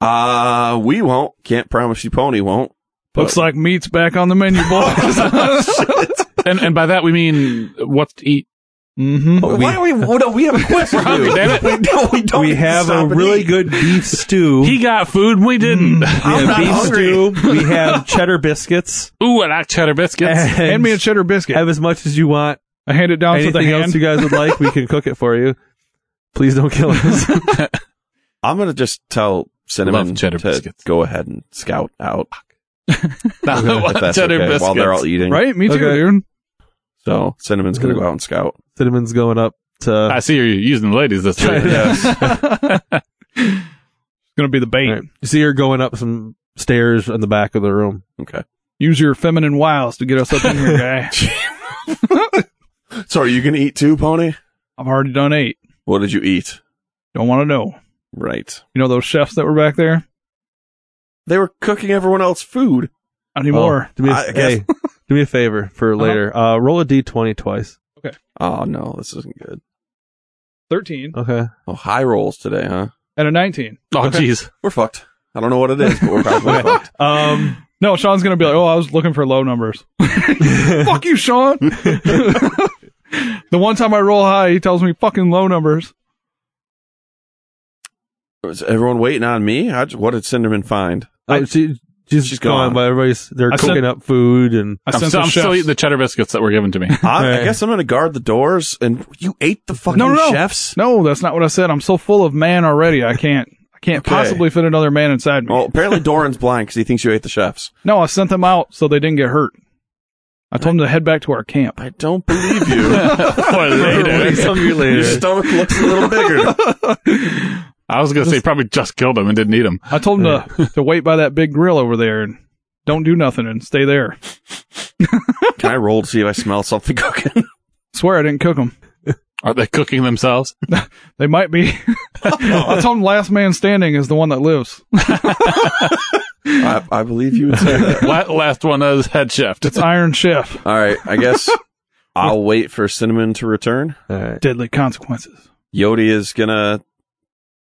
Speaker 3: Uh, we won't. Can't promise you Pony won't.
Speaker 4: Looks
Speaker 3: Oh.
Speaker 4: like meat's back on the menu, boys.
Speaker 5: and and by that we mean what to eat.
Speaker 4: hmm
Speaker 3: Why are we? Well, no, we have a question.
Speaker 5: We're hungry,
Speaker 3: dude.
Speaker 5: damn it.
Speaker 3: We, no, we don't.
Speaker 2: we
Speaker 3: need to
Speaker 2: have a
Speaker 3: stop and
Speaker 2: really
Speaker 3: eat.
Speaker 2: good beef stew.
Speaker 5: He got food and we didn't.
Speaker 2: we have
Speaker 3: I'm not
Speaker 2: beef
Speaker 3: hungry.
Speaker 2: stew. We have cheddar biscuits.
Speaker 5: Ooh, I like cheddar biscuits.
Speaker 2: And
Speaker 4: Hand me a cheddar biscuit.
Speaker 2: have as much as you want.
Speaker 4: I hand it down to the
Speaker 2: Anything
Speaker 4: hand.
Speaker 2: else you guys would like, we can cook it for you. Please don't kill us.
Speaker 3: I'm gonna just tell cinnamon
Speaker 5: Love cheddar
Speaker 3: to
Speaker 5: biscuits.
Speaker 3: go ahead and scout out
Speaker 5: Not
Speaker 3: if that's
Speaker 5: cheddar
Speaker 3: okay,
Speaker 5: biscuits.
Speaker 3: while they're all eating.
Speaker 4: right? Me too,
Speaker 2: Okay.
Speaker 4: dude.
Speaker 3: So cinnamon's gonna go out and scout.
Speaker 2: Cinnamon's going up to.
Speaker 5: I see you're using the ladies this way.
Speaker 2: Yes.
Speaker 4: going to be the bait.
Speaker 2: All right. You see her going up some stairs in the back of the room.
Speaker 3: Okay.
Speaker 4: Use your feminine wiles to get us up in here, guy.
Speaker 3: So are you going to eat too, Pony?
Speaker 4: I've already done eight.
Speaker 3: What did you eat?
Speaker 4: Don't want to know.
Speaker 3: Right.
Speaker 4: You know those chefs that were back there?
Speaker 3: They were cooking everyone else food.
Speaker 4: Not anymore.
Speaker 2: Oh, do me a,
Speaker 3: I guess.
Speaker 2: hey, do me a favor for
Speaker 4: Uh-huh.
Speaker 2: later. Uh, roll a d20 twice.
Speaker 3: Oh, no, this isn't good.
Speaker 4: 13
Speaker 2: Okay.
Speaker 3: Oh, high rolls today, huh?
Speaker 4: and a 19.
Speaker 5: Oh, jeez.
Speaker 3: We're fucked. I don't know what it is, but we're probably fucked.
Speaker 4: Um, no, Sean's going to be like, oh, I was looking for low numbers. Fuck you, Sean. the one time I roll high, he tells me fucking low numbers.
Speaker 3: Was everyone waiting on me? How, what did Cinderman find?
Speaker 2: Oh, she, she's,
Speaker 3: She's
Speaker 2: gone,
Speaker 3: gone.
Speaker 2: but everybody's they're
Speaker 4: I
Speaker 2: cooking
Speaker 4: said-
Speaker 2: up food and
Speaker 4: I
Speaker 5: I'm,
Speaker 4: sense
Speaker 5: still,
Speaker 4: the
Speaker 5: I'm still
Speaker 4: chefs.
Speaker 5: eating the cheddar biscuits that were given to me.
Speaker 3: I, I
Speaker 2: Hey.
Speaker 3: guess I'm going to guard the doors. And you ate the fucking
Speaker 4: No, no, no.
Speaker 3: chefs?
Speaker 4: No, that's not what I said. I'm so full of man already. I can't. I can't
Speaker 3: Okay.
Speaker 4: possibly fit another man inside me.
Speaker 3: Well, Oh, apparently Doran's blind because he thinks you ate the chefs.
Speaker 4: No, I sent them out so they didn't get hurt. I told them to head back to our camp.
Speaker 3: I don't believe you.
Speaker 5: Or later.
Speaker 2: Some year
Speaker 3: Your
Speaker 2: later.
Speaker 3: stomach looks a little bigger.
Speaker 5: I was going to say probably just killed him and didn't need him.
Speaker 4: I told them to, to wait by that big grill over there and don't do nothing and stay there.
Speaker 3: Can I roll to see if I smell something cooking?
Speaker 4: Swear I didn't cook them.
Speaker 5: Are they cooking themselves?
Speaker 4: They might be. I told them last man standing is the one that lives.
Speaker 3: I, I believe you would say that.
Speaker 5: La- last one is head chef.
Speaker 4: It's Iron Chef.
Speaker 3: All right, I guess I'll wait for Cinnamon to return.
Speaker 2: All right.
Speaker 4: Deadly consequences.
Speaker 3: Yodi is gonna.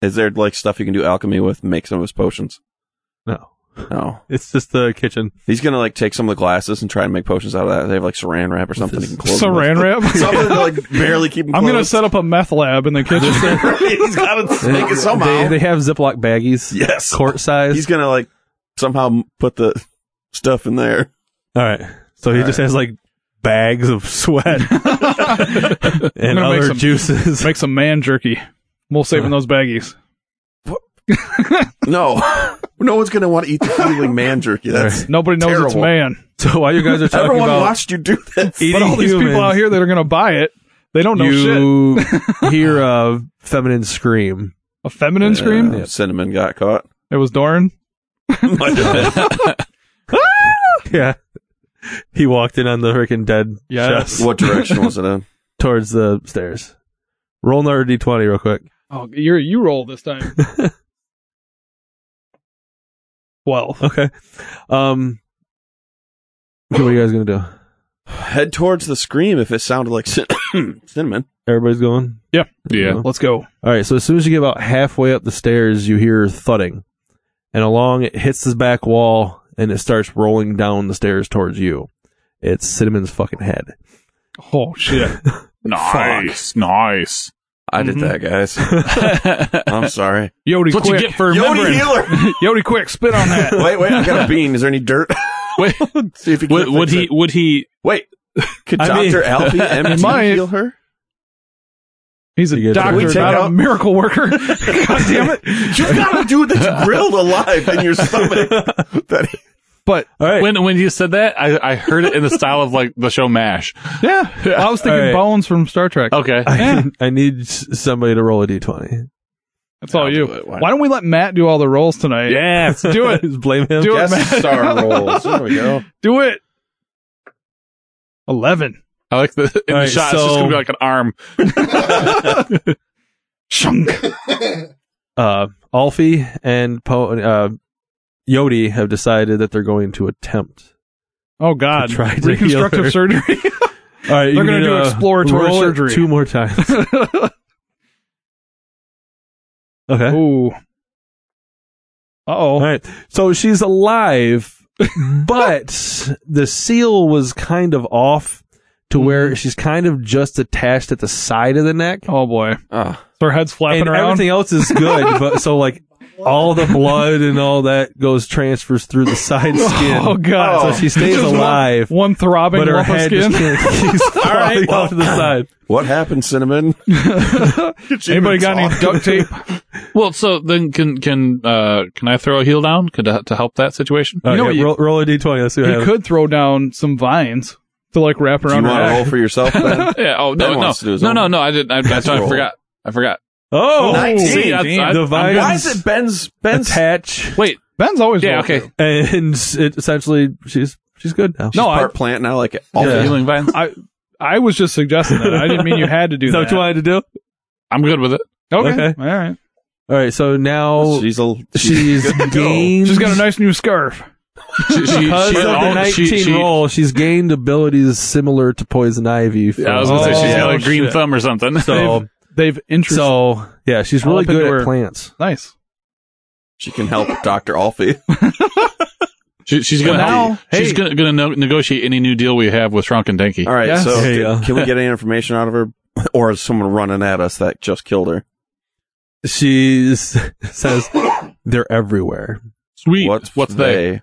Speaker 3: Is there like stuff you can do alchemy with? Make some of his potions.
Speaker 2: No,
Speaker 3: No,
Speaker 2: it's just the kitchen.
Speaker 3: he's gonna like take some of the glasses and try and make potions out of that. They have like saran wrap or something. He can close them with.
Speaker 4: Saran wrap.
Speaker 3: Something to like barely keep. Them
Speaker 4: I'm gonna
Speaker 3: closed.
Speaker 4: set up a meth lab in the kitchen.
Speaker 3: he's gotta make it somehow.
Speaker 2: They, they have Ziploc baggies,
Speaker 3: yes,
Speaker 2: quart size.
Speaker 3: he's gonna like somehow m- put the stuff in there.
Speaker 2: All right. So he
Speaker 3: All
Speaker 2: just has like bags of sweat and
Speaker 4: gonna make
Speaker 2: other
Speaker 4: some-
Speaker 2: juices.
Speaker 4: Make some man jerky. We'll save
Speaker 2: Uh.
Speaker 4: in those baggies.
Speaker 3: No, no one's gonna want to eat the feeling man jerky. That's
Speaker 4: Nobody knows it's
Speaker 3: Terrible.
Speaker 4: man.
Speaker 2: so while you guys are talking
Speaker 3: everyone
Speaker 2: about
Speaker 3: watched you do that.
Speaker 2: eating
Speaker 4: But all these
Speaker 2: humans,
Speaker 4: people out here that are going to buy it, they don't know shit.
Speaker 2: you hear a feminine scream.
Speaker 4: A feminine scream?
Speaker 3: Yeah, Cinnamon got caught.
Speaker 4: It was Doran.
Speaker 2: Yeah. He walked in on the freaking dead
Speaker 4: Yes.
Speaker 2: chest
Speaker 3: what direction was it in?
Speaker 2: towards the stairs. Roll another d20 real quick.
Speaker 4: Oh, you you roll this time. Twelve.
Speaker 2: Okay. Um, what are you guys going to do?
Speaker 3: head towards the scream if it sounded like cin- cinnamon.
Speaker 2: Everybody's going?
Speaker 5: Yeah.
Speaker 4: Let's go.
Speaker 2: All right. So as soon as you get about halfway up the stairs, you hear thudding. And along it hits this back wall and it starts rolling down the stairs towards you. It's Cinnamon's fucking head.
Speaker 4: Oh shit.
Speaker 5: Nice. Nice.
Speaker 3: I did that, guys. I'm sorry.
Speaker 4: Yodi
Speaker 5: That's what you
Speaker 4: quick.
Speaker 5: get for
Speaker 3: Yodi
Speaker 5: remembering.
Speaker 3: Healer.
Speaker 4: Yodi quick, spit on that.
Speaker 3: wait, wait. I got a bean. Is there any dirt?
Speaker 5: Wait,
Speaker 3: See if you
Speaker 5: would, would he? Would he?
Speaker 3: Wait. Could
Speaker 2: I mean-
Speaker 3: Doctor Alfie MT
Speaker 4: might.
Speaker 3: heal her?
Speaker 4: He's
Speaker 2: You
Speaker 4: a
Speaker 2: get
Speaker 3: it. We
Speaker 4: doctor,
Speaker 3: take
Speaker 4: not a
Speaker 3: out-
Speaker 4: miracle worker. God damn it.
Speaker 3: You've got a dude that's grilled alive in your stomach. That
Speaker 4: But
Speaker 2: All right.
Speaker 5: When when you said that, I, I heard it in the style of like the show Mash.
Speaker 4: yeah, I was thinking
Speaker 2: All right.
Speaker 4: bones from Star Trek.
Speaker 5: Okay.
Speaker 2: I, I need s- somebody to roll a d20.
Speaker 4: That's all
Speaker 3: I'll
Speaker 4: Oh, you.
Speaker 3: do it. Why
Speaker 4: Why don't we let Matt do all the rolls tonight?
Speaker 2: Yeah.
Speaker 4: do it.
Speaker 2: Just blame him.
Speaker 4: Do it, Matt.
Speaker 3: guest star roles. There we go.
Speaker 4: Do it. Eleven.
Speaker 5: I like the in
Speaker 2: All
Speaker 5: the
Speaker 2: right,
Speaker 5: shot.
Speaker 2: so-
Speaker 5: it's just gonna be like an arm.
Speaker 4: Shunk.
Speaker 2: uh, Alfie and po- uh, Yodi have decided that they're going to attempt.
Speaker 4: Oh God.
Speaker 2: I tried to heal
Speaker 4: Reconstructive
Speaker 2: her.
Speaker 4: surgery.
Speaker 2: All right,
Speaker 4: They're gonna do exploratory surgery.
Speaker 2: uh, two more times. okay.
Speaker 4: Ooh. Uh
Speaker 2: All
Speaker 4: oh.
Speaker 2: right. So she's alive, but the seal was kind of off to where she's kind of just attached at the side of the neck,
Speaker 4: Mm-hmm. Oh boy.
Speaker 3: Ah,
Speaker 4: So her head's flapping
Speaker 2: and
Speaker 4: around.
Speaker 2: everything else is good. but so like all the blood and all that goes transfers through the side skin.
Speaker 4: Oh god.
Speaker 3: Oh.
Speaker 2: So she stays
Speaker 4: Just one-
Speaker 2: alive.
Speaker 4: One throbbing
Speaker 2: but her
Speaker 4: lump of
Speaker 2: head
Speaker 4: skin.
Speaker 2: just can't, she's falling off to the side.
Speaker 3: what happened, Cinnamon?
Speaker 4: Anybody got any duct tape?
Speaker 5: Well, so then can can uh can I throw a heel down could, uh, to help that situation? Oh,
Speaker 2: All right,
Speaker 4: know what
Speaker 2: yeah,
Speaker 4: you-
Speaker 2: roll, roll a d20. Let's see what
Speaker 4: You
Speaker 2: happens.
Speaker 4: could throw down some vines to like wrap
Speaker 3: Do you
Speaker 4: around her
Speaker 3: want to
Speaker 4: neck.
Speaker 3: roll for yourself, Ben?
Speaker 5: Yeah. Oh
Speaker 3: Ben
Speaker 5: no no
Speaker 3: wants to do his
Speaker 5: no
Speaker 3: own.
Speaker 5: no no. I didn't. I, I, I
Speaker 3: roll.
Speaker 5: forgot. I forgot.
Speaker 2: Oh,
Speaker 3: Nice.
Speaker 5: See, that's-
Speaker 4: Damn.
Speaker 5: I-
Speaker 2: the
Speaker 5: I'm
Speaker 2: vines
Speaker 5: glad-
Speaker 3: Why is it Ben's Ben's
Speaker 2: attach,
Speaker 5: Wait,
Speaker 4: Ben's always
Speaker 5: yeah,
Speaker 4: rolled
Speaker 5: okay.
Speaker 4: through.
Speaker 2: and it, essentially she's she's good now.
Speaker 3: She's
Speaker 4: No, I-
Speaker 3: part plant now? Like all
Speaker 5: All
Speaker 2: Yeah.
Speaker 5: the
Speaker 3: the-
Speaker 5: healing vines.
Speaker 4: I I was just suggesting that. I didn't mean you had to do
Speaker 2: is that what you wanted to do?
Speaker 5: I'm good with it.
Speaker 4: Okay.
Speaker 2: Okay.
Speaker 4: All right.
Speaker 2: All right, so now
Speaker 3: she's a
Speaker 2: she's gained.
Speaker 4: She's got a nice new scarf.
Speaker 5: She, she, she,
Speaker 2: because of the
Speaker 5: all-
Speaker 2: 19
Speaker 5: she- she-
Speaker 2: roll, she's gained abilities similar to Poison Ivy. From,
Speaker 5: Yeah, I was gonna say she's
Speaker 4: Oh,
Speaker 5: got a green
Speaker 4: shit.
Speaker 5: thumb or something.
Speaker 2: so,
Speaker 4: They've interest.
Speaker 2: so yeah, she's
Speaker 4: All
Speaker 2: really
Speaker 4: up into
Speaker 2: good
Speaker 4: her-
Speaker 2: at plants.
Speaker 4: nice.
Speaker 3: she can help Doctor Alfie.
Speaker 5: she, she's gonna
Speaker 4: Well,
Speaker 5: help.
Speaker 4: now-
Speaker 5: she's
Speaker 4: hey.
Speaker 5: gonna, gonna no- negotiate any new deal we have with Shrunk and Denki.
Speaker 3: All right,
Speaker 4: Yes.
Speaker 3: so
Speaker 2: There you
Speaker 3: can,
Speaker 2: go.
Speaker 3: can we get any information out of her, or is someone running at us that just killed her?
Speaker 2: She says they're everywhere,
Speaker 5: Sweet. What's, what's they?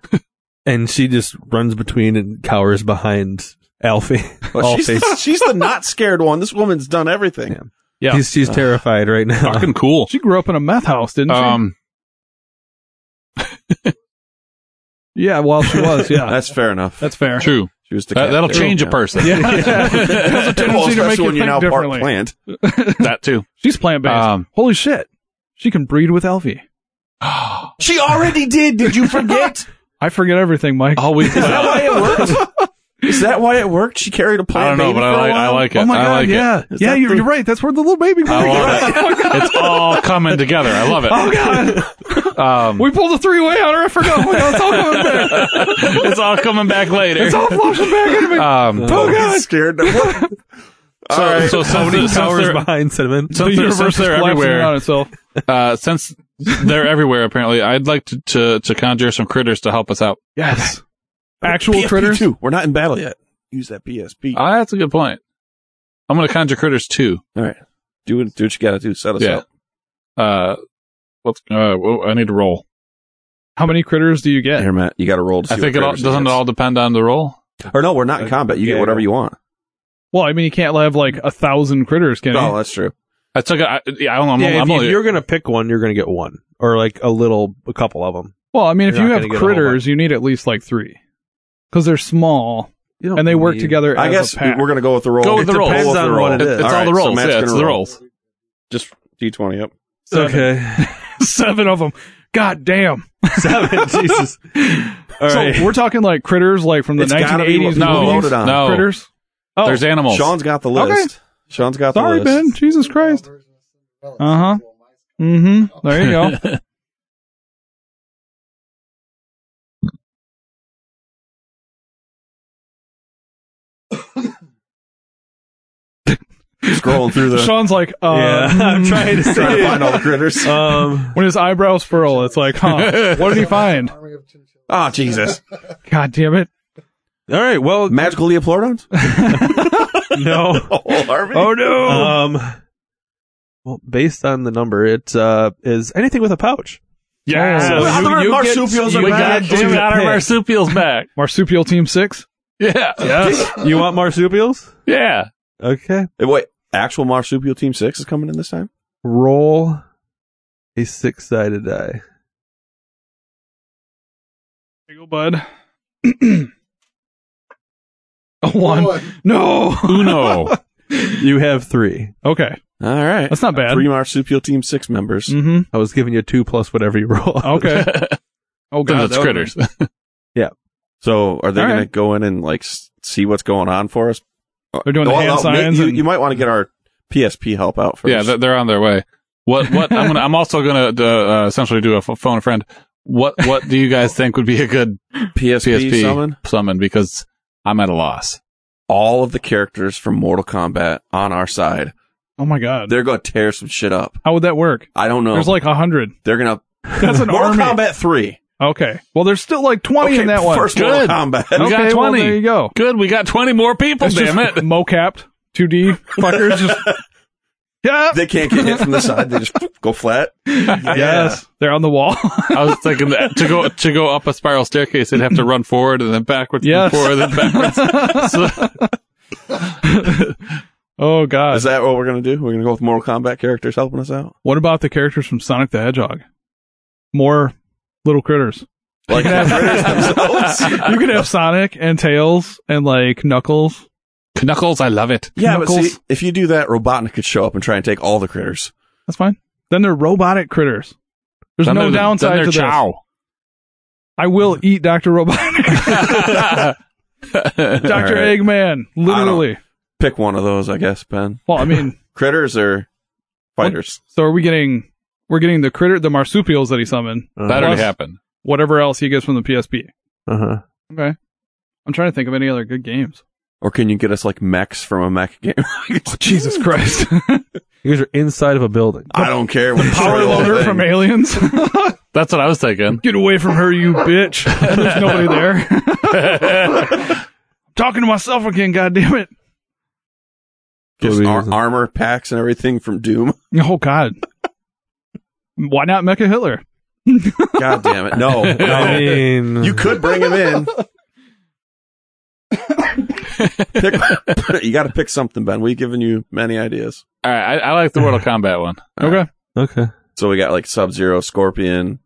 Speaker 2: and she just runs between and cowers behind Alfie.
Speaker 3: Well,
Speaker 2: Alfie.
Speaker 3: she's, she's the not scared one. This woman's done everything.
Speaker 2: Yeah. She's, she's terrified right now.
Speaker 5: Fucking cool.
Speaker 4: She grew up in a meth house, didn't she?
Speaker 5: Um,
Speaker 4: yeah, well, she was. Yeah.
Speaker 3: That's fair enough.
Speaker 4: That's fair.
Speaker 5: true.
Speaker 3: she was
Speaker 5: That, that'll
Speaker 3: decapitated.
Speaker 5: change a
Speaker 3: Yeah.
Speaker 5: person.
Speaker 4: Yeah. Has a tendency
Speaker 3: Well,
Speaker 4: to
Speaker 3: especially
Speaker 4: make you
Speaker 3: when
Speaker 4: think
Speaker 3: you're now part
Speaker 4: differently.
Speaker 3: plant.
Speaker 5: that too.
Speaker 4: She's plant based.
Speaker 5: Um,
Speaker 4: Holy shit. She can breed with Elfie.
Speaker 3: She already did. Did you forget?
Speaker 4: I forget Oh, everything, Mike.
Speaker 5: Always.
Speaker 3: Is that why it worked? Is that why it worked? She carried a
Speaker 5: I
Speaker 3: plant.
Speaker 5: don't know,
Speaker 3: baby
Speaker 5: but
Speaker 3: for
Speaker 5: I
Speaker 3: a
Speaker 5: like, I
Speaker 3: while?
Speaker 5: like it.
Speaker 4: oh my
Speaker 5: I
Speaker 4: god,
Speaker 5: like
Speaker 4: yeah. Oh
Speaker 5: it.
Speaker 4: yeah,
Speaker 3: that
Speaker 4: you're,
Speaker 3: the-
Speaker 4: you're right. That's where the little baby
Speaker 5: I
Speaker 4: came
Speaker 5: want it. It's all coming together. I love it.
Speaker 4: Oh god.
Speaker 5: Um,
Speaker 4: we pulled a three way on her. I forgot. Oh my god, it's all coming back.
Speaker 5: it's all coming back later.
Speaker 4: It's all flushing back into me.
Speaker 5: um,
Speaker 3: Oh,
Speaker 4: Oh,
Speaker 3: God.
Speaker 4: God.
Speaker 3: scared. What?
Speaker 5: so, so since,
Speaker 2: Tony
Speaker 5: since
Speaker 2: cowers
Speaker 5: they're,
Speaker 2: behind Cinnamon.
Speaker 5: since they're- since they're
Speaker 4: collapsing in
Speaker 5: everywhere,
Speaker 4: on itself.
Speaker 5: uh, since they're everywhere, apparently, I'd like to, to, to conjure some critters to help us out.
Speaker 4: Yes. Actual
Speaker 3: PSP
Speaker 4: critters.
Speaker 3: Two. We're not in battle yet. Use that PSP.
Speaker 5: Ah, that's a good point. I'm going to conjure critters too.
Speaker 3: All right. Do what, do what you got to do. Set us
Speaker 5: Yeah.
Speaker 3: up.
Speaker 5: Uh, let's. Uh, whoa, I need to roll.
Speaker 4: How many critters do you get?
Speaker 3: Here, Matt. You got to roll. To
Speaker 5: I
Speaker 3: see
Speaker 5: think
Speaker 3: what
Speaker 5: it all,
Speaker 3: critters
Speaker 5: doesn't Uh,
Speaker 3: gets.
Speaker 5: it all depend on the roll.
Speaker 3: Or no, we're not in combat. You
Speaker 2: Yeah.
Speaker 3: get whatever you want.
Speaker 4: Well, I mean, you can't have like a thousand critters, can you?
Speaker 3: Oh, that's true.
Speaker 5: I took. A, I, yeah, I don't know. I'm,
Speaker 2: yeah, if,
Speaker 5: I'm
Speaker 2: you-
Speaker 5: only,
Speaker 2: if you're gonna pick one, you're gonna get one or like a little, a couple of them.
Speaker 4: Well, I mean, if
Speaker 2: You're
Speaker 4: you
Speaker 2: not
Speaker 4: have
Speaker 2: gonna get a whole
Speaker 4: critters, you need at least like three because they're small and they work together.
Speaker 3: I
Speaker 4: as
Speaker 3: guess
Speaker 4: a pack.
Speaker 3: we're gonna go with the roll.
Speaker 5: Go with
Speaker 3: It
Speaker 5: the roll.
Speaker 3: depends
Speaker 5: Go with
Speaker 2: the roll. It
Speaker 5: It- it's
Speaker 2: is.
Speaker 5: all,
Speaker 3: Alright,
Speaker 5: the
Speaker 3: so
Speaker 5: rolls.
Speaker 3: Matt's
Speaker 5: yeah,
Speaker 3: gonna
Speaker 5: it's the
Speaker 3: roll.
Speaker 5: rolls.
Speaker 3: Just D twenty up.
Speaker 2: Okay,
Speaker 4: seven of them. God damn!
Speaker 2: seven. Jesus. All
Speaker 4: so
Speaker 2: right.
Speaker 4: we're talking like critters, like from the
Speaker 3: It's gotta be
Speaker 4: 1980s.
Speaker 3: what we
Speaker 5: No,
Speaker 4: movies?
Speaker 3: voted on.
Speaker 5: no.
Speaker 4: critters. Oh,
Speaker 5: There's animals.
Speaker 3: Sean's got the
Speaker 4: Okay.
Speaker 3: list. Sean's got
Speaker 4: sorry,
Speaker 3: the list.
Speaker 4: Ben. Jesus Christ. Uh huh. Mm-hmm. There you go.
Speaker 3: Scrolling through the
Speaker 4: Sean's like, uh,
Speaker 2: yeah, Um, I'm
Speaker 4: mm.
Speaker 2: trying to
Speaker 3: trying
Speaker 2: say.
Speaker 3: to find all the critters.
Speaker 2: um,
Speaker 4: When his eyebrows furl, it's like, huh? what did he find?
Speaker 3: Ah, Jesus!
Speaker 4: God damn it!
Speaker 2: all right. Well,
Speaker 3: Magical Leoplodons.
Speaker 2: no.
Speaker 3: Oh, Harvey.
Speaker 4: Oh no!
Speaker 2: Um, well, based on the number, it uh, is anything with a pouch.
Speaker 5: yeah.
Speaker 4: Oh,
Speaker 5: So
Speaker 4: well,
Speaker 5: you-
Speaker 4: you- you get-
Speaker 3: marsupials
Speaker 5: you
Speaker 3: are
Speaker 5: got,
Speaker 3: back.
Speaker 5: you got our marsupials back.
Speaker 4: Marsupial Team Six.
Speaker 5: Yeah.
Speaker 4: Yes.
Speaker 2: You want marsupials?
Speaker 5: Yeah.
Speaker 2: Okay.
Speaker 3: Eh, Wait, actual marsupial team six is coming in this time.
Speaker 2: Roll a six-sided die.
Speaker 4: There you go, bud. A one. No.
Speaker 5: Uno.
Speaker 2: You have three.
Speaker 4: Okay,
Speaker 3: All right,
Speaker 4: that's not bad.
Speaker 3: three marsupial team six members.
Speaker 4: Mm-hmm.
Speaker 2: I was giving you two plus whatever you roll.
Speaker 4: Okay. Oh god,
Speaker 5: Since it's
Speaker 4: that would've
Speaker 5: critters.
Speaker 3: So, are they
Speaker 4: All
Speaker 3: going to
Speaker 4: right.
Speaker 3: go in and like s- see what's going on for us?
Speaker 4: They're doing the
Speaker 3: Well,
Speaker 4: hand
Speaker 3: no, may-
Speaker 4: signs
Speaker 3: You,
Speaker 4: and-
Speaker 3: you might want to get our PSP help out first.
Speaker 5: Yeah, they're, they're on their way. What? What? I'm gonna. I'm also gonna uh, uh, essentially do a ph- phone a friend. What? What do you guys think would be a good
Speaker 3: PSP,
Speaker 5: PSP
Speaker 3: summon
Speaker 5: summon? Because I'm at a loss.
Speaker 3: all of the characters from Mortal Kombat on our side.
Speaker 4: been- oh my god,
Speaker 3: They're going to tear some shit up.
Speaker 4: how would that work?
Speaker 3: I don't know.
Speaker 4: There's like a hundred.
Speaker 3: they're going to
Speaker 4: That's an
Speaker 3: Mortal
Speaker 4: army.
Speaker 3: Kombat three.
Speaker 4: Okay. Well, there's still like twenty in that one.
Speaker 3: First Mortal
Speaker 5: Good.
Speaker 3: Kombat.
Speaker 5: We
Speaker 4: okay,
Speaker 5: got
Speaker 4: well,
Speaker 5: 20.
Speaker 4: there you go.
Speaker 5: Good. We got 20 more people.
Speaker 4: It's
Speaker 5: damn
Speaker 4: just
Speaker 5: it.
Speaker 4: mocapped, 2D fuckers. Just yeah.
Speaker 3: They can't get hit from the side. They just go flat.
Speaker 4: yes, they're on the wall.
Speaker 5: I was thinking that to go to go up a spiral staircase, they'd have to run forward and then backwards,
Speaker 4: Yes.
Speaker 5: and forward and backwards. So-
Speaker 4: oh god.
Speaker 3: Is that what we're going to do? We're going to go with Mortal Kombat characters helping us out?
Speaker 4: what about the characters from Sonic the Hedgehog? More little critters.
Speaker 3: Like the critters themselves?
Speaker 4: you can have Sonic and Tails and like Knuckles.
Speaker 5: Knuckles, I love it.
Speaker 3: Yeah, but see,
Speaker 4: Knuckles.
Speaker 3: if you do that, Robotnik could show up and try and take all the critters.
Speaker 4: That's fine. Then they're robotic critters. There's
Speaker 5: Then
Speaker 4: no
Speaker 5: they're- then
Speaker 4: downside to
Speaker 5: they're
Speaker 4: this.
Speaker 5: chow.
Speaker 4: I will eat Dr. Robotic. Dr.
Speaker 3: All right.
Speaker 4: Eggman. Literally.
Speaker 3: Pick one of those, I guess, Ben.
Speaker 4: Well, I mean,
Speaker 3: Critters or fighters?
Speaker 4: so are we getting we're getting the critter the marsupials that he summoned,
Speaker 5: that
Speaker 2: Uh
Speaker 5: already happened.
Speaker 4: whatever else he gets from the PSP.
Speaker 5: Uh-huh.
Speaker 2: huh.
Speaker 4: Okay. I'm trying to think of any other good games. Oh,
Speaker 3: Or can you get us like mechs from a mech game?
Speaker 4: Jesus Christ.
Speaker 2: You guys are inside of a building.
Speaker 3: I don't care. The
Speaker 4: Power loader from aliens.
Speaker 5: That's what I was thinking.
Speaker 4: Get away from her, you bitch. There's nobody there. Talking to myself again, goddammit.
Speaker 3: Just
Speaker 2: Totally
Speaker 3: ar-
Speaker 2: isn't.
Speaker 3: armor packs and everything from Doom.
Speaker 4: Oh god. Why not Mecha Hitler?
Speaker 3: God damn it! No,
Speaker 2: I
Speaker 3: no.
Speaker 2: mean,
Speaker 3: you could bring him in. Pick- you got to pick something, Ben. We've given you many ideas.
Speaker 5: All right, I, I like the Mortal Kombat one.
Speaker 4: Okay.
Speaker 2: okay.
Speaker 3: So we got like Sub Zero, Scorpion.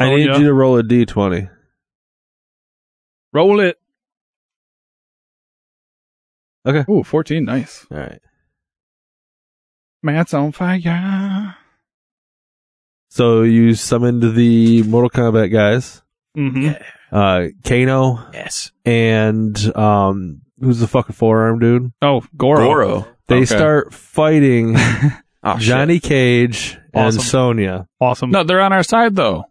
Speaker 2: I
Speaker 4: Oh,
Speaker 2: need
Speaker 4: yeah.
Speaker 2: you to roll a d twenty.
Speaker 4: Roll it.
Speaker 2: Okay.
Speaker 4: Ooh, 14. Nice.
Speaker 2: All right.
Speaker 4: Matt's on fire.
Speaker 2: So you summoned the Mortal Kombat guys,
Speaker 4: Mm-hmm.
Speaker 2: uh, Kano,
Speaker 3: Yes,
Speaker 2: and um, who's the fucking forearm dude?
Speaker 4: Oh, Goro.
Speaker 3: Goro.
Speaker 2: They
Speaker 5: Okay.
Speaker 2: start fighting
Speaker 3: Oh, shit.
Speaker 2: Johnny Cage and
Speaker 4: Ah, Awesome.
Speaker 2: Sonya.
Speaker 4: Awesome.
Speaker 5: No, they're on our side though.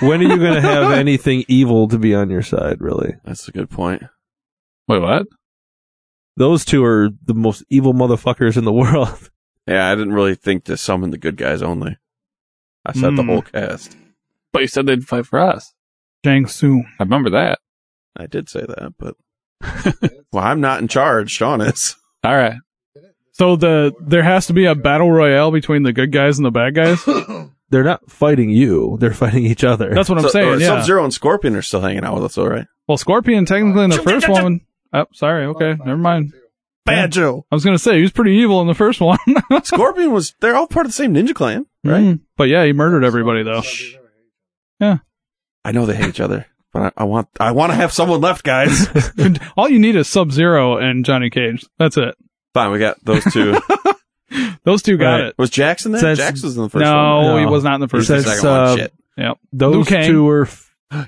Speaker 2: When are you going to have anything evil to be on your side? Really,
Speaker 3: That's a good point.
Speaker 5: Wait, what?
Speaker 2: those two are the most evil motherfuckers in the world.
Speaker 3: Yeah, I didn't really think to summon the good guys only. I said the
Speaker 4: Mm.
Speaker 3: whole cast.
Speaker 5: But you said they'd fight for us.
Speaker 4: Shang Tsung.
Speaker 5: I remember that.
Speaker 3: I did say that, but well, I'm not in charge. Sean is.
Speaker 5: All right.
Speaker 4: So the there has to be a battle royale between the good guys and the bad guys.
Speaker 2: They're not fighting you; they're fighting each other.
Speaker 4: That's what I'm
Speaker 5: uh,
Speaker 4: saying. Yeah.
Speaker 3: Sub Zero and Scorpion are still hanging out with us, all right?
Speaker 4: Well, Scorpion technically in the first one. Oh, sorry. Okay, never mind. Bad
Speaker 3: Joe.
Speaker 4: I was gonna say he was pretty evil in the first one,
Speaker 3: Scorpion was. They're all part of the same ninja clan, right?
Speaker 4: Mm. But yeah, he murdered everybody though.
Speaker 3: I know they hate each other, but I, I want. I want to have someone left, guys.
Speaker 4: All you need is Sub Zero and Johnny Cage. That's it.
Speaker 3: Fine, we got those two.
Speaker 4: Those two got
Speaker 2: Right.
Speaker 4: it.
Speaker 3: Was Jackson there?
Speaker 2: Since-
Speaker 3: Jackson was in the first
Speaker 4: No,
Speaker 3: one.
Speaker 2: one.
Speaker 4: he
Speaker 2: No.
Speaker 4: was not in the
Speaker 3: He's
Speaker 4: first.
Speaker 3: in the
Speaker 2: Since,
Speaker 4: one.
Speaker 3: second one.
Speaker 2: uh,
Speaker 3: Shit.
Speaker 2: Those
Speaker 4: Liu Kang.
Speaker 2: two are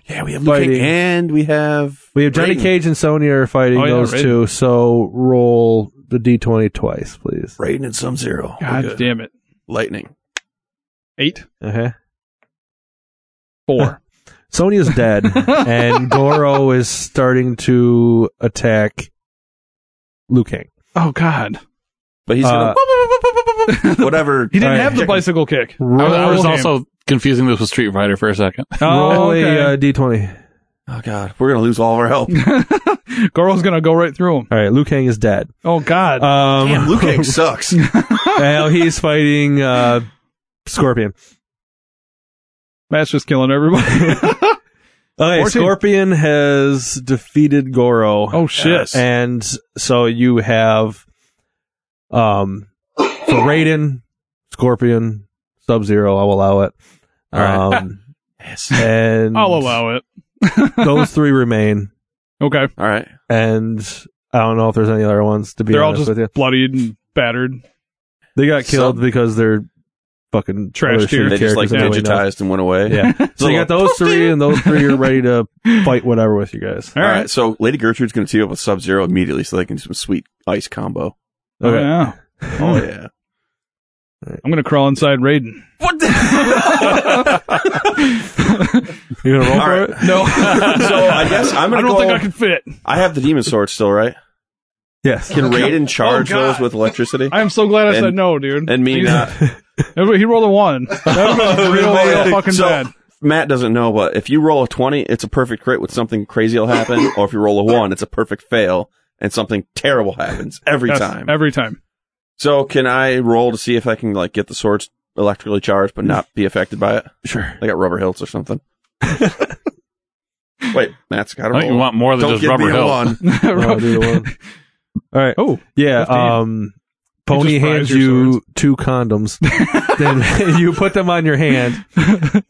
Speaker 3: Yeah, we have Liu Kang
Speaker 2: fighting.
Speaker 3: and we have
Speaker 2: We have Johnny
Speaker 3: Raiden.
Speaker 2: Cage and Sonya are fighting
Speaker 4: Oh, yeah,
Speaker 2: those
Speaker 4: Raiden.
Speaker 2: two. So roll the d20 twice, please.
Speaker 3: Raiden and Sub Zero.
Speaker 4: God damn it.
Speaker 3: Lightning.
Speaker 4: Eight.
Speaker 2: Okay.
Speaker 4: Four.
Speaker 2: Sonya's dead, and Goro is starting to attack Liu Kang.
Speaker 4: oh God.
Speaker 3: But he's
Speaker 2: Uh,
Speaker 4: Uh,
Speaker 3: gonna whatever.
Speaker 4: He didn't
Speaker 2: All right.
Speaker 4: have the bicycle kick.
Speaker 5: I, was- I was
Speaker 4: Roll game.
Speaker 5: also confusing this with Street Fighter for a second.
Speaker 4: Oh,
Speaker 2: roll
Speaker 4: okay.
Speaker 2: a uh, d20.
Speaker 3: Oh god, we're gonna lose all of our help.
Speaker 4: Goro's gonna go right through him.
Speaker 2: All right, Liu Kang is dead.
Speaker 4: Oh God.
Speaker 2: Um,
Speaker 3: Damn, Liu Kang sucks.
Speaker 2: well, he's fighting uh, Scorpion.
Speaker 4: Matt's just killing everybody.
Speaker 2: Okay,
Speaker 4: 14.
Speaker 2: Scorpion has defeated Goro.
Speaker 4: oh shit.
Speaker 3: Yes.
Speaker 2: And so you have um so Raiden, Scorpion, Sub Zero, I'll allow it.
Speaker 3: All right.
Speaker 2: Um
Speaker 3: yes.
Speaker 2: and
Speaker 4: I'll allow it.
Speaker 2: those three remain.
Speaker 4: Okay.
Speaker 3: All right.
Speaker 2: And I don't know if there's any other ones to be
Speaker 4: They're all
Speaker 2: honest
Speaker 4: just
Speaker 2: with you.
Speaker 4: bloodied and battered.
Speaker 2: They got killed
Speaker 3: Sub-
Speaker 2: because they're fucking
Speaker 4: Trash
Speaker 2: other shitty
Speaker 4: tier.
Speaker 3: They just like
Speaker 2: characters that nobody knows.
Speaker 3: digitized and went away.
Speaker 2: Yeah. so you got those three and those three are ready to fight whatever with you guys.
Speaker 4: All
Speaker 3: All
Speaker 4: right.
Speaker 3: right. So Lady Gertrude's gonna team up with Sub Zero immediately, so they can do some sweet ice combo.
Speaker 4: Oh,
Speaker 2: Okay.
Speaker 4: yeah.
Speaker 3: Oh
Speaker 4: Hmm.
Speaker 3: yeah.
Speaker 4: I'm gonna crawl inside Raiden.
Speaker 2: You gonna roll
Speaker 3: All
Speaker 2: for it?
Speaker 3: right.
Speaker 4: No.
Speaker 3: So I guess I'm
Speaker 4: I
Speaker 3: gonna
Speaker 4: don't
Speaker 3: go.
Speaker 4: think I can fit.
Speaker 3: I have the demon sword still, right?
Speaker 2: Yes.
Speaker 3: Can Raiden charge
Speaker 4: Oh, God.
Speaker 3: those with electricity?
Speaker 4: I am so glad I
Speaker 3: And-
Speaker 4: said no, dude.
Speaker 3: and me
Speaker 4: Jesus.
Speaker 3: not.
Speaker 4: Everybody- He rolled a one. That was real, real fucking
Speaker 3: So-
Speaker 4: bad.
Speaker 3: Matt doesn't know, but if you roll a 20, it's a perfect crit with something crazy will happen, or if you roll a 1, it's a perfect fail and something terrible happens every
Speaker 4: Yes,
Speaker 3: time.
Speaker 4: Every time.
Speaker 3: so can I roll to see if I can like get the swords electrically charged but not be affected by it?
Speaker 2: Sure.
Speaker 3: They got rubber hilts or something. Wait, Matt's got to
Speaker 5: I think you
Speaker 3: roll.
Speaker 5: want more than
Speaker 3: Don't
Speaker 5: just
Speaker 3: give
Speaker 5: rubber
Speaker 3: me a
Speaker 5: hill.
Speaker 3: 1.
Speaker 2: I'll do the one. All right.
Speaker 4: oh,
Speaker 2: Yeah.
Speaker 4: 15.
Speaker 2: Um, Pony
Speaker 4: just
Speaker 2: hands
Speaker 4: pries your
Speaker 2: you two condoms. then you put them on your hand,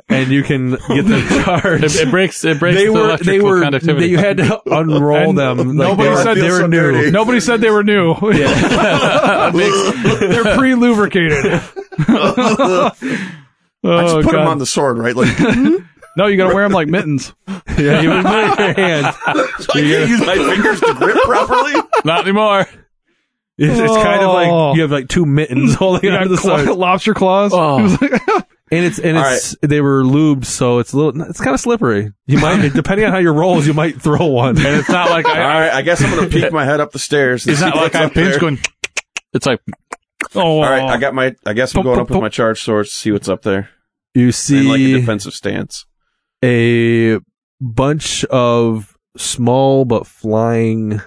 Speaker 2: and you can get them charged.
Speaker 5: It, it breaks. It breaks
Speaker 2: they
Speaker 5: the
Speaker 2: were they
Speaker 5: electrical
Speaker 2: were
Speaker 5: conductivity.
Speaker 2: you had to unroll them. Like,
Speaker 4: nobody
Speaker 2: they were-
Speaker 4: said
Speaker 2: they
Speaker 4: they
Speaker 2: were
Speaker 4: were
Speaker 2: new.
Speaker 4: Nobody said they were new. They're pre lubricated.
Speaker 3: I just
Speaker 4: Oh,
Speaker 3: put
Speaker 4: God.
Speaker 3: him on the sword, right? Like,
Speaker 4: No, you got to wear them like mittens.
Speaker 2: Yeah, you would put it in your hand.
Speaker 3: I can't use my fingers to grip properly.
Speaker 5: Not anymore.
Speaker 2: It's, it's kind of
Speaker 4: Oh.
Speaker 2: like you have like two mittens holding
Speaker 4: You
Speaker 2: on
Speaker 4: got
Speaker 2: to the Oh.
Speaker 4: claw-
Speaker 2: side,
Speaker 4: lobster claws.
Speaker 2: and it's and
Speaker 3: All
Speaker 2: it's they were lubed, so it's a little it's kind of slippery. You might depending on how your rolls, you might throw one.
Speaker 5: And it's not like
Speaker 3: All
Speaker 5: I.
Speaker 3: right, I guess I'm gonna peek my head up the stairs. and
Speaker 5: It's
Speaker 3: see
Speaker 5: not like
Speaker 3: what's
Speaker 5: I
Speaker 3: up there.
Speaker 5: pinch going. It's like
Speaker 4: Oh,
Speaker 3: All right, I got my. I guess I'm
Speaker 4: Boop,
Speaker 3: going
Speaker 4: boop,
Speaker 3: up with
Speaker 4: boop.
Speaker 3: my charged swords to see what's up there
Speaker 2: You
Speaker 3: and
Speaker 2: see
Speaker 3: like a defensive stance.
Speaker 2: a bunch of small but flying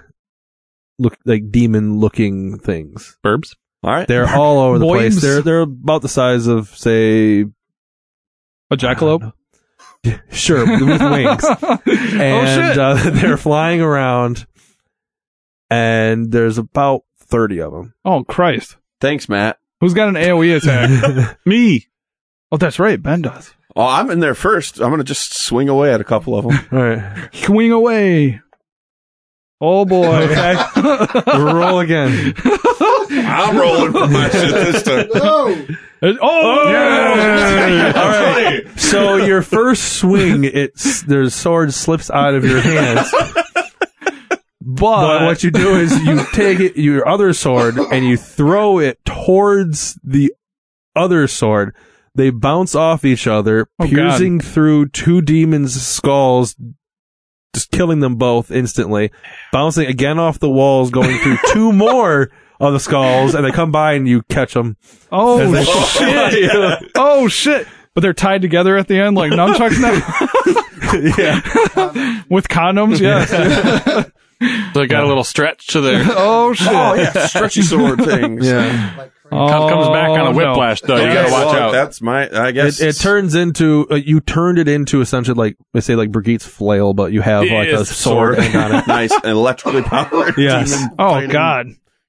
Speaker 2: look like demon looking things.
Speaker 5: burbs.
Speaker 3: All right,
Speaker 2: They're all over the place.
Speaker 4: Boings.
Speaker 2: They're they're about the size of say
Speaker 4: a jackalope.
Speaker 2: sure with wings.
Speaker 4: oh
Speaker 2: And
Speaker 4: shit!
Speaker 2: uh, they're flying around and there's about 30 of them.
Speaker 4: oh Christ!
Speaker 3: thanks, Matt.
Speaker 4: Who's got an AOE attack? Me. Oh, that's right. Ben does.
Speaker 3: Oh, I'm in there first. I'm gonna just swing away at a couple of them.
Speaker 2: All right.
Speaker 4: Swing away. Oh boy. Oh,
Speaker 2: Roll again.
Speaker 3: I'm rolling for my shit this time.
Speaker 4: oh, yeah.
Speaker 2: All right. So your first swing, it's their sword slips out of your hands. But what you do is you take it, your other sword and you throw it towards the other sword. They bounce off each other,
Speaker 4: Oh, God.
Speaker 2: piercing through two demons' skulls, just killing them both instantly. Bouncing again off the walls, going through two more of the skulls, and they come by and you catch them.
Speaker 4: Oh
Speaker 3: shit!
Speaker 4: Oh shit! But they're tied together at the end, like nunchucks now. yeah, with condoms. Yes.
Speaker 5: So it got a little stretch to their.
Speaker 4: oh shit!
Speaker 3: Oh yeah, stretchy sword things.
Speaker 5: com- comes back on
Speaker 4: Oh, no.
Speaker 5: a whiplash though. You
Speaker 3: Okay,
Speaker 5: gotta watch
Speaker 3: well,
Speaker 5: out.
Speaker 3: That's my. I
Speaker 2: It,
Speaker 3: guess
Speaker 2: it turns into uh, you turned it into essentially like I say like Brigitte's flail, but you have like a
Speaker 5: Yes,
Speaker 2: sword. hang on it.
Speaker 3: nice and electrically powered.
Speaker 2: Yes.
Speaker 4: Oh god!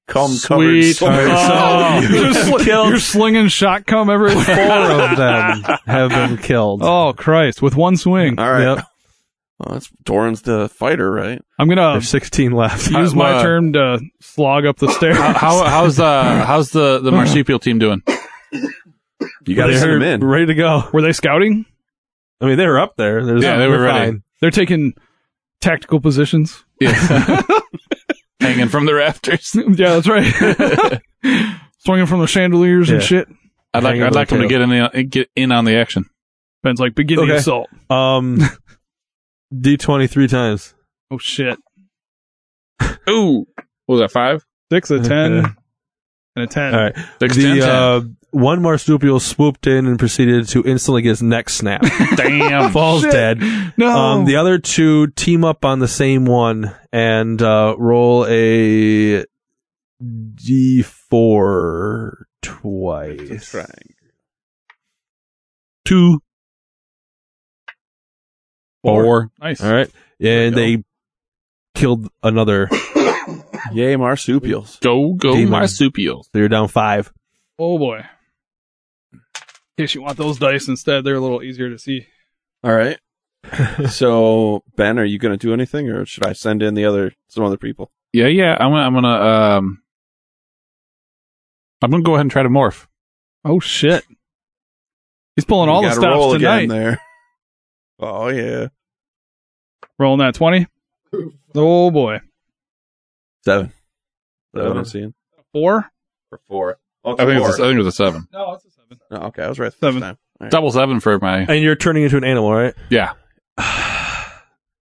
Speaker 3: Come
Speaker 5: Sweet. Oh.
Speaker 4: You're, sli- you're slinging shot cum everywhere.
Speaker 2: Four of them have been killed.
Speaker 5: Um,
Speaker 4: oh Christ! With one swing,
Speaker 3: All right.
Speaker 2: Yep.
Speaker 3: Well, that's Doran's the fighter, right?
Speaker 4: I'm gonna
Speaker 2: There's 16 left.
Speaker 4: use
Speaker 5: I'm,
Speaker 4: my
Speaker 5: uh,
Speaker 4: turn to slog up the stairs.
Speaker 5: How, how- how's uh how's the the marsupial team doing?
Speaker 3: You got to send him
Speaker 2: They're
Speaker 3: in.
Speaker 2: ready to go.
Speaker 4: Were they scouting?
Speaker 2: I mean, they were up there. There's-
Speaker 5: Yeah, they were
Speaker 2: they're
Speaker 5: ready.
Speaker 2: fine.
Speaker 4: They're taking tactical positions.
Speaker 5: Yeah. Hanging from the rafters.
Speaker 4: yeah, that's right. Swinging from the chandeliers and
Speaker 2: Yeah.
Speaker 4: shit.
Speaker 5: I'd like
Speaker 2: Hanging
Speaker 5: I'd
Speaker 2: on
Speaker 5: like
Speaker 2: the
Speaker 5: them to get in the, get in on the action.
Speaker 4: Ben's like, begin
Speaker 2: Okay.
Speaker 4: the assault.
Speaker 2: Um, D20 three times.
Speaker 4: Oh shit!
Speaker 5: Ooh, what was that five?
Speaker 4: Six a ten
Speaker 2: Okay.
Speaker 4: and a ten.
Speaker 2: All right.
Speaker 5: Six, ten,
Speaker 2: the
Speaker 5: ten.
Speaker 2: uh, one marsupial swooped in and proceeded to instantly get his neck snapped.
Speaker 5: Damn.
Speaker 2: Falls
Speaker 4: Shit.
Speaker 2: dead.
Speaker 4: No.
Speaker 2: Um, the other two team up on the same one and uh, roll a d4 twice. Two.
Speaker 5: Four.
Speaker 4: nice.
Speaker 2: All right. And
Speaker 5: There
Speaker 2: they killed another. So
Speaker 3: Yay, marsupials.
Speaker 5: Go go
Speaker 2: Demon.
Speaker 5: marsupials.
Speaker 2: you're down five.
Speaker 4: Oh boy. In case you want those dice instead, they're a little easier to see.
Speaker 3: All right. so Ben, are you going to do anything, or should I send in the other some other people?
Speaker 5: Yeah, yeah. I'm gonna I'm gonna um I'm gonna go ahead and try to morph.
Speaker 4: Oh shit. He's pulling all
Speaker 3: You
Speaker 4: the
Speaker 3: gotta
Speaker 4: stops
Speaker 3: roll
Speaker 4: tonight.
Speaker 3: again there. Oh yeah,
Speaker 4: Rolling that twenty. Oh boy.
Speaker 3: seven. Seven.
Speaker 2: Seven.
Speaker 3: I'm seeing
Speaker 4: Four?
Speaker 3: for four. Oh, it's
Speaker 5: I think it was a,
Speaker 3: four.
Speaker 5: I think it was a seven.
Speaker 4: No, that's a seven.
Speaker 3: Oh, okay, I was right. the
Speaker 4: Seven.
Speaker 3: first time. All right.
Speaker 5: Double seven for my
Speaker 2: And you're turning into an animal, right?
Speaker 5: yeah.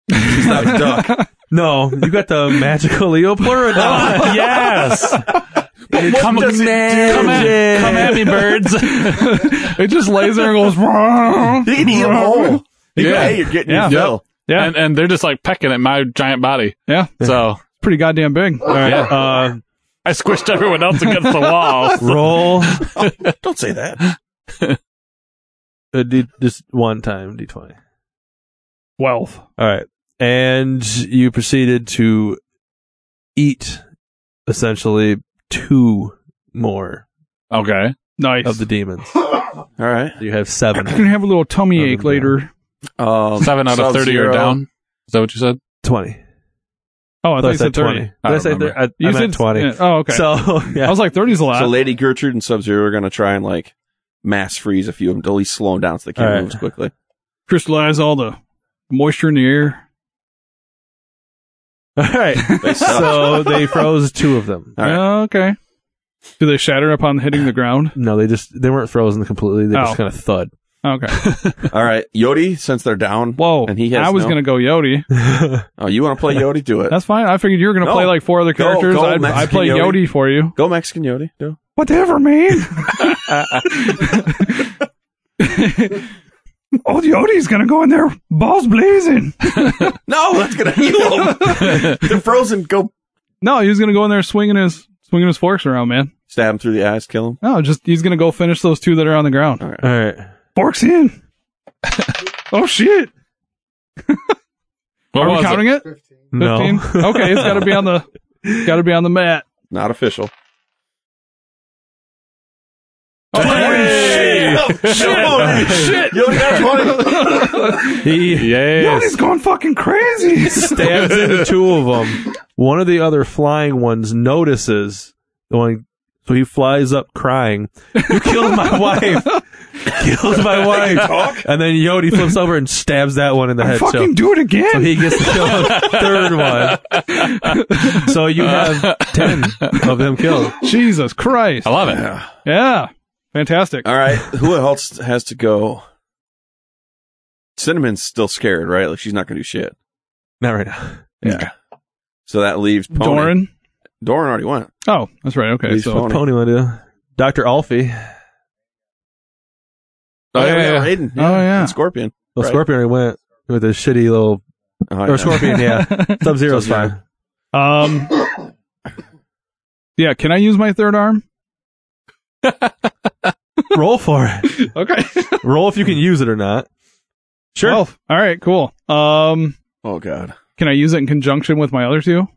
Speaker 3: He's not a duck.
Speaker 2: No, you got the magical Leopleurodon. yes.
Speaker 5: Come,
Speaker 3: does it do?
Speaker 5: come at, come at me, birds.
Speaker 4: it just lays there and goes.
Speaker 3: They can eat them whole. You
Speaker 5: Yeah.
Speaker 3: go, hey, you're getting
Speaker 4: Yeah.
Speaker 3: your fill.
Speaker 4: Yeah.
Speaker 5: And and they're just like pecking at my giant body.
Speaker 4: yeah.
Speaker 5: So
Speaker 4: Pretty goddamn big.
Speaker 5: yeah.
Speaker 2: Uh,
Speaker 5: I squished everyone else against the wall.
Speaker 2: roll
Speaker 3: Don't say that.
Speaker 2: a Uh, d- just one time, d20.
Speaker 4: Twelve.
Speaker 2: All right. And you proceeded to eat essentially two more
Speaker 5: Okay.
Speaker 4: Nice.
Speaker 2: of the demons.
Speaker 3: All right.
Speaker 2: You have seven.
Speaker 4: Gonna have a little tummy
Speaker 2: Other
Speaker 4: ache
Speaker 2: than
Speaker 4: later.
Speaker 3: Um,
Speaker 5: Seven out of 30
Speaker 3: Sub-Zero.
Speaker 5: are down. Is that what you said?
Speaker 2: 20.
Speaker 4: Oh, I
Speaker 2: I
Speaker 4: thought
Speaker 2: thought
Speaker 4: you said thirty.
Speaker 2: I,
Speaker 5: I
Speaker 2: did I
Speaker 5: don't
Speaker 2: say thir- I, I
Speaker 4: You
Speaker 2: meant
Speaker 4: said
Speaker 2: 20.
Speaker 4: yeah. Oh, okay.
Speaker 2: So, yeah.
Speaker 4: I was like, 30's a lot.
Speaker 3: So Lady Gertrude and Sub Zero are going to try and like mass freeze a few of them to at least slow them down so they can't
Speaker 2: All right.
Speaker 3: move as quickly.
Speaker 4: Crystallize all the moisture in the air.
Speaker 2: All right.
Speaker 3: They suck.
Speaker 2: so they froze two of them.
Speaker 3: All right.
Speaker 4: Yeah, okay. Do they shatter upon hitting the ground?
Speaker 2: No, they just they weren't frozen completely. They
Speaker 4: Oh.
Speaker 2: just kind of thud.
Speaker 4: Okay.
Speaker 3: All right, Yodi. Since they're down,
Speaker 4: Whoa.
Speaker 3: And he has
Speaker 4: I was
Speaker 3: no-
Speaker 4: gonna go Yodi.
Speaker 3: oh, you want to play Yodi? Do it.
Speaker 4: That's fine. I figured you were gonna
Speaker 3: No.
Speaker 4: play like four other
Speaker 3: Go-
Speaker 4: characters.
Speaker 3: go
Speaker 4: I'd- I
Speaker 3: Mexican
Speaker 4: play
Speaker 3: Yodi.
Speaker 4: Yodi for you.
Speaker 3: Go Mexican Yodi. Do.
Speaker 4: Whatever, man. Old Yodi's gonna go in there, balls blazing.
Speaker 3: No, that's gonna heal them. they're frozen. Go
Speaker 4: No, he's gonna go in there swinging his swinging his forks around, man.
Speaker 3: stab him through the eyes. Kill him.
Speaker 4: No, just he's gonna go finish those two that are on the ground.
Speaker 2: All right.
Speaker 4: Forks in. oh shit!
Speaker 5: What
Speaker 4: Are we
Speaker 5: was it?
Speaker 4: counting it?
Speaker 2: No.
Speaker 4: okay, it's gotta be on the gotta be on the mat.
Speaker 3: Not official.
Speaker 4: Oh,
Speaker 3: Hey! Shit! Yodi got twenty.
Speaker 2: He
Speaker 5: Yes.
Speaker 4: going fucking crazy.
Speaker 2: stabs into two of them. One of the other flying ones notices the one, so he flies up crying. You killed my wife. Killed my wife. And then Yodi flips over and stabs that one in the head. So,
Speaker 4: do it again.
Speaker 2: so he gets to kill the third one. So you have ten of them killed.
Speaker 4: Jesus Christ.
Speaker 5: I love it.
Speaker 4: Yeah. Fantastic.
Speaker 3: All right, who else has to go? Cinnamon's still scared, right? Like she's not gonna do shit.
Speaker 2: Not right now.
Speaker 3: So that leaves Pony.
Speaker 4: Doran.
Speaker 3: Doran already went.
Speaker 4: Oh, that's right. Okay.
Speaker 3: He's
Speaker 4: So
Speaker 3: fine.
Speaker 2: What's Pony want to do? Dr. Alfie.
Speaker 5: Oh, yeah,
Speaker 3: we
Speaker 5: yeah.
Speaker 3: got Raiden.
Speaker 4: Oh, yeah.
Speaker 3: And Scorpion.
Speaker 2: Well,
Speaker 3: Right.
Speaker 2: Scorpion already went with his shitty little.
Speaker 3: Oh, yeah.
Speaker 2: Or Scorpion, yeah. Sub Zero's
Speaker 3: Sub-Zero.
Speaker 2: fine.
Speaker 4: um Yeah, can I use my third arm?
Speaker 2: Roll for it.
Speaker 4: Okay.
Speaker 2: Roll if you can use it or not. Sure.
Speaker 4: Well, all right, cool. Um
Speaker 3: Oh god.
Speaker 4: can I use it in conjunction with my other two?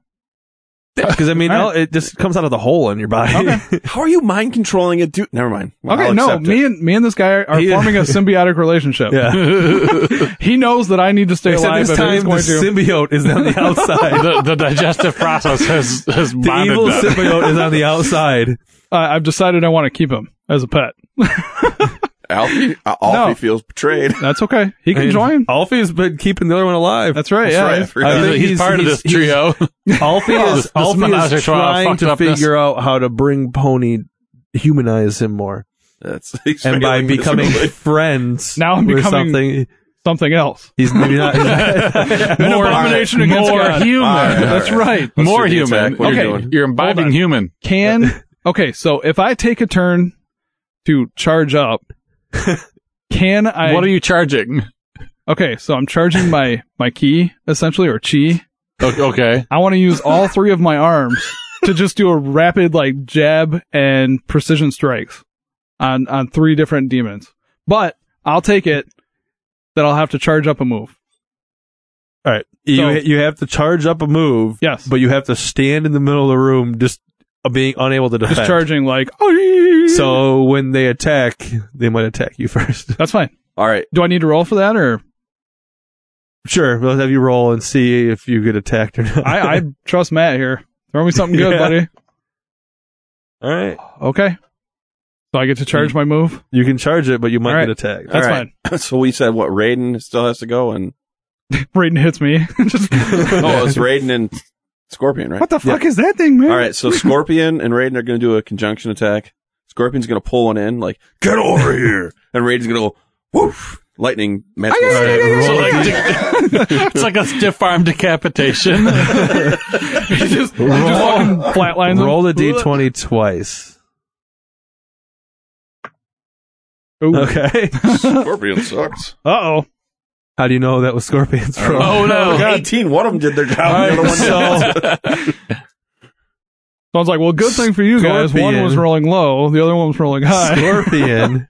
Speaker 2: Because, I mean,
Speaker 4: All right.
Speaker 2: it just comes out of the hole in your body.
Speaker 4: Okay.
Speaker 3: How are you mind controlling it, dude? Never mind.
Speaker 4: Okay,
Speaker 3: I'll
Speaker 4: no,
Speaker 3: accept
Speaker 4: me and me and this guy are
Speaker 2: He-
Speaker 4: forming a symbiotic relationship.
Speaker 2: yeah.
Speaker 4: He knows that I need to stay
Speaker 2: Except
Speaker 4: alive
Speaker 2: this
Speaker 4: if
Speaker 2: time,
Speaker 4: he's
Speaker 2: the
Speaker 4: going to.
Speaker 2: symbiote is on the outside.
Speaker 5: the, the digestive process has, has
Speaker 2: the
Speaker 5: bonded
Speaker 2: evil
Speaker 5: them.
Speaker 2: symbiote is on the outside.
Speaker 4: uh, I've decided I want to keep him as a pet.
Speaker 3: it. Alfie, uh, Alfie
Speaker 4: No.
Speaker 3: feels betrayed.
Speaker 4: That's okay. He can join.
Speaker 2: Alfie's been keeping the other one alive.
Speaker 4: That's right.
Speaker 3: That's
Speaker 4: yeah.
Speaker 3: right, I forgot.
Speaker 2: I
Speaker 5: He's,
Speaker 2: think
Speaker 5: he's
Speaker 2: he's-
Speaker 5: part of
Speaker 2: he's-
Speaker 5: this trio.
Speaker 2: Alfie
Speaker 5: Oh,
Speaker 2: is,
Speaker 5: this
Speaker 2: Alfie
Speaker 5: menage a
Speaker 2: is
Speaker 5: trois
Speaker 2: trying
Speaker 5: fucked
Speaker 2: to
Speaker 5: upness.
Speaker 2: figure out how to bring Pony, humanize him more.
Speaker 3: That's he's
Speaker 2: And by
Speaker 3: failing
Speaker 2: becoming
Speaker 3: miserably.
Speaker 2: friends
Speaker 4: Now I'm
Speaker 2: with
Speaker 4: becoming-
Speaker 2: something,
Speaker 4: Something else.
Speaker 2: he's maybe not.
Speaker 4: An
Speaker 5: more
Speaker 4: abomination against
Speaker 5: more
Speaker 4: God.
Speaker 5: human.
Speaker 3: All right, all
Speaker 5: That's
Speaker 3: right.
Speaker 4: right.
Speaker 3: Let's
Speaker 5: more
Speaker 3: do the
Speaker 5: human.
Speaker 3: attack. What are you
Speaker 5: okay,
Speaker 3: doing?
Speaker 5: you're
Speaker 4: Hold
Speaker 5: imbibing
Speaker 4: on.
Speaker 5: human.
Speaker 4: Can okay, so if I take a turn to charge up, can I?
Speaker 5: what are you charging?
Speaker 4: Okay, so I'm charging my my key essentially or chi.
Speaker 5: O- Okay.
Speaker 4: I want to use all three of my arms to just do a rapid like jab and precision strikes on on three different demons. But I'll take it that I'll have to charge up a move.
Speaker 2: All right. You
Speaker 4: So-
Speaker 2: you have to charge up a move,
Speaker 4: Yes,
Speaker 2: but you have to stand in the middle of the room just uh, being unable to defend.
Speaker 4: just charging like "Oi!"
Speaker 2: So when they attack, they might attack you first.
Speaker 4: That's fine.
Speaker 3: All right.
Speaker 4: Do I need to roll for that or
Speaker 2: sure, we'll have you roll and see if you get attacked or not.
Speaker 4: I, I trust Matt here. Throw me something good,
Speaker 2: Yeah.
Speaker 4: buddy.
Speaker 2: All right.
Speaker 4: Okay. So I get to charge my move.
Speaker 2: You can charge it, but you might
Speaker 4: All right.
Speaker 2: get attacked.
Speaker 4: That's
Speaker 3: All right. So we said what Raiden still has to go, and
Speaker 4: Brayden hits me. Just-
Speaker 3: oh, it's Raiden and Scorpion, right?
Speaker 4: what the fuck is that thing, man?
Speaker 3: All right. So Scorpion and Raiden are going to do a conjunction attack. Scorpion's going to pull one in, like get over here, and Raiden's going to go woof, lightning magical.
Speaker 5: So like de- it's like a stiff arm
Speaker 4: He
Speaker 5: decapitation.
Speaker 4: just, he just fucking flatlines him.
Speaker 2: Roll the d20 twice.
Speaker 4: Ooh.
Speaker 2: Okay.
Speaker 3: Scorpion sucks.
Speaker 4: Uh-oh.
Speaker 2: How do you know that was Scorpion's roll?
Speaker 5: oh no.
Speaker 3: Eighteen. One of them did their job. the other one didn't.
Speaker 4: So I was like, well, good thing for you guys. One
Speaker 2: Scorpion.
Speaker 4: was rolling low. The other one was rolling high.
Speaker 2: Scorpion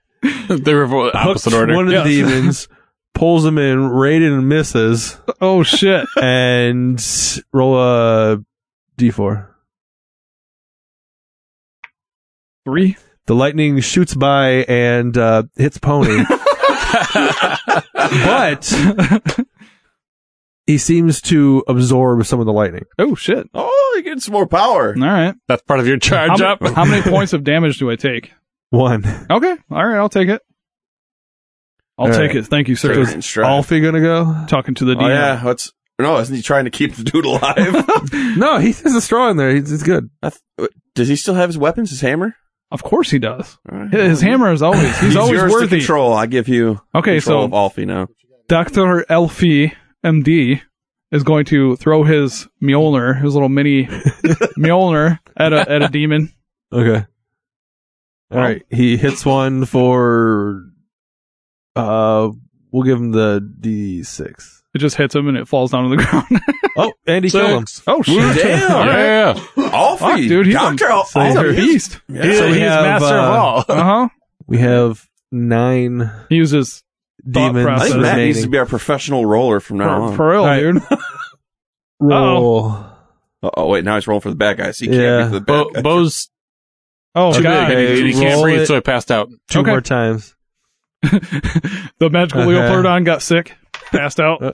Speaker 5: they were vo-
Speaker 2: hooks
Speaker 5: opposite order.
Speaker 2: one of the demons, pulls him in, Raiden misses,
Speaker 4: oh, shit.
Speaker 2: and roll a d4.
Speaker 4: Three.
Speaker 2: The lightning shoots by and uh, hits Pony. but he seems to absorb some of the lightning.
Speaker 4: Oh shit!
Speaker 3: Oh, you get some more power.
Speaker 4: All right.
Speaker 5: That's part of your
Speaker 4: How,
Speaker 5: charge up.
Speaker 4: m- how many points of damage do I take?
Speaker 2: One.
Speaker 4: Okay. All right. I'll take it. I'll
Speaker 2: All
Speaker 4: take
Speaker 2: right.
Speaker 4: it. Thank you, sir.
Speaker 3: Straight in stride.
Speaker 2: Alfie gonna go?
Speaker 4: Talking to the
Speaker 3: oh
Speaker 4: DM.
Speaker 3: yeah, what's no? Isn't he trying to keep the dude alive?
Speaker 2: No, he has a straw in there. He's, he's good.
Speaker 3: I th- Does he still have his weapons? His hammer?
Speaker 4: Of course he does.
Speaker 3: All right.
Speaker 4: His hammer is always. He's,
Speaker 3: He's
Speaker 4: always
Speaker 3: yours to
Speaker 4: worthy.
Speaker 3: control. I give you
Speaker 4: Okay,
Speaker 3: control
Speaker 4: so
Speaker 3: of Alfie now.
Speaker 4: Dr. Elfie, MD, is going to throw his Mjolnir, his little mini Mjolnir, at a, at a demon.
Speaker 2: Okay. All right. He hits one for. Uh, we'll give him the D six.
Speaker 4: It just hits him and it falls down to the ground.
Speaker 2: Oh, and he killed him.
Speaker 4: oh, shit.
Speaker 3: Damn.
Speaker 5: Yeah, yeah, yeah.
Speaker 3: Alfie,
Speaker 4: Fuck, dude, he's
Speaker 3: Dr.
Speaker 4: a-
Speaker 3: Al-
Speaker 2: so he's
Speaker 4: He's
Speaker 3: Alfie.
Speaker 4: a
Speaker 2: Alright.
Speaker 4: beast.
Speaker 3: Yeah.
Speaker 5: He's-
Speaker 2: So we
Speaker 5: he's
Speaker 2: have,
Speaker 5: master of
Speaker 2: uh,
Speaker 5: all.
Speaker 4: Uh huh.
Speaker 2: We have nine
Speaker 4: He uses Thought
Speaker 2: demons
Speaker 3: I
Speaker 4: process.
Speaker 3: think Matt needs to
Speaker 2: remaining.
Speaker 3: be our professional roller from
Speaker 4: for,
Speaker 3: now on.
Speaker 4: for real,
Speaker 2: All right.
Speaker 4: dude.
Speaker 2: Roll.
Speaker 3: Oh wait, now he's rolling for the bad guys. He
Speaker 2: Yeah.
Speaker 3: can't be for the bad
Speaker 5: Bo-
Speaker 3: guys.
Speaker 5: Bo's
Speaker 4: Oh,
Speaker 5: too
Speaker 4: God.
Speaker 5: big. and he- and he can't
Speaker 2: Roll
Speaker 5: breathe,
Speaker 2: it.
Speaker 5: so he passed out.
Speaker 2: Two
Speaker 4: Okay.
Speaker 2: more times.
Speaker 4: the magical
Speaker 2: Okay.
Speaker 4: Leopardon got sick, passed out.
Speaker 2: Uh.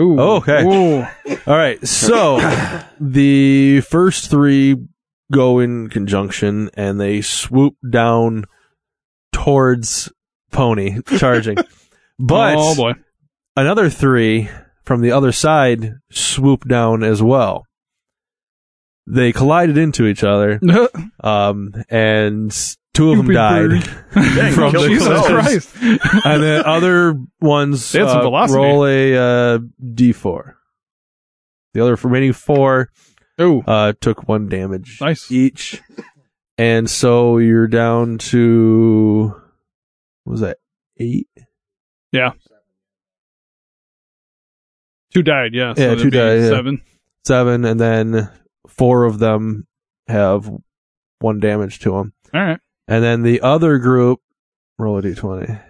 Speaker 4: Ooh.
Speaker 2: Okay.
Speaker 4: Ooh.
Speaker 2: All right. So the first three go in conjunction and they swoop down towards Pony charging. But
Speaker 4: oh boy.
Speaker 2: another three from the other side swoop down as well. They collided into each other, um, and two of them
Speaker 4: Stupid
Speaker 2: died.
Speaker 3: Dang,
Speaker 2: from
Speaker 3: killed
Speaker 2: the
Speaker 4: Jesus
Speaker 3: himself.
Speaker 2: clothes.
Speaker 4: Christ.
Speaker 2: and the other ones
Speaker 4: They had some
Speaker 2: uh,
Speaker 4: velocity.
Speaker 2: roll a uh, d4. The other remaining four
Speaker 4: Ooh.
Speaker 2: uh, took one damage
Speaker 4: Nice.
Speaker 2: each, and so you're down to what was that eight?
Speaker 4: Two died, yeah.
Speaker 2: Yeah,
Speaker 4: that'd
Speaker 2: two
Speaker 4: be
Speaker 2: died, yeah.
Speaker 4: Seven.
Speaker 2: seven, and then four of them have one damage to them,
Speaker 4: All right.
Speaker 2: and then the other group roll a d20.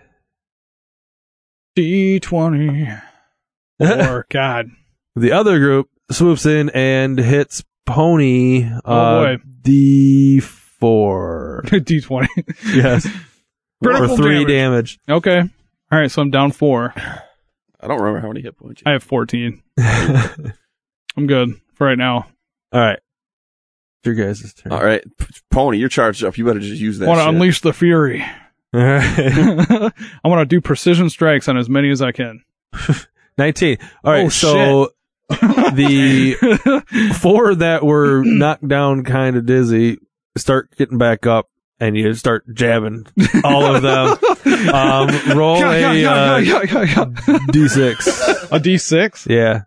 Speaker 4: D twenty. Or God.
Speaker 2: the other group swoops in and hits Pony. uh,
Speaker 4: Oh, boy.
Speaker 2: d4.
Speaker 4: D twenty.
Speaker 2: Yes, or
Speaker 4: Critical
Speaker 2: three
Speaker 4: damage.
Speaker 2: damage.
Speaker 4: Okay. All right, so I'm down four.
Speaker 3: I don't remember how many hit points. you-
Speaker 4: I have fourteen. I'm good for right now.
Speaker 2: All right, It's your guys' turn.
Speaker 3: All right, P- Pony, you're charged up. You better just use that.
Speaker 4: want to
Speaker 3: shit.
Speaker 4: unleash the fury.
Speaker 2: All right.
Speaker 4: I want to do precision strikes on as many as I can.
Speaker 2: Nineteen. All right,
Speaker 4: Oh,
Speaker 2: so the four that were knocked down, kind of dizzy, start getting back up, and you start jabbing all of them. Um, roll
Speaker 4: Yeah, yeah,
Speaker 2: a
Speaker 4: yeah, yeah, yeah, yeah.
Speaker 2: uh, d6.
Speaker 4: A D6.
Speaker 2: Yeah.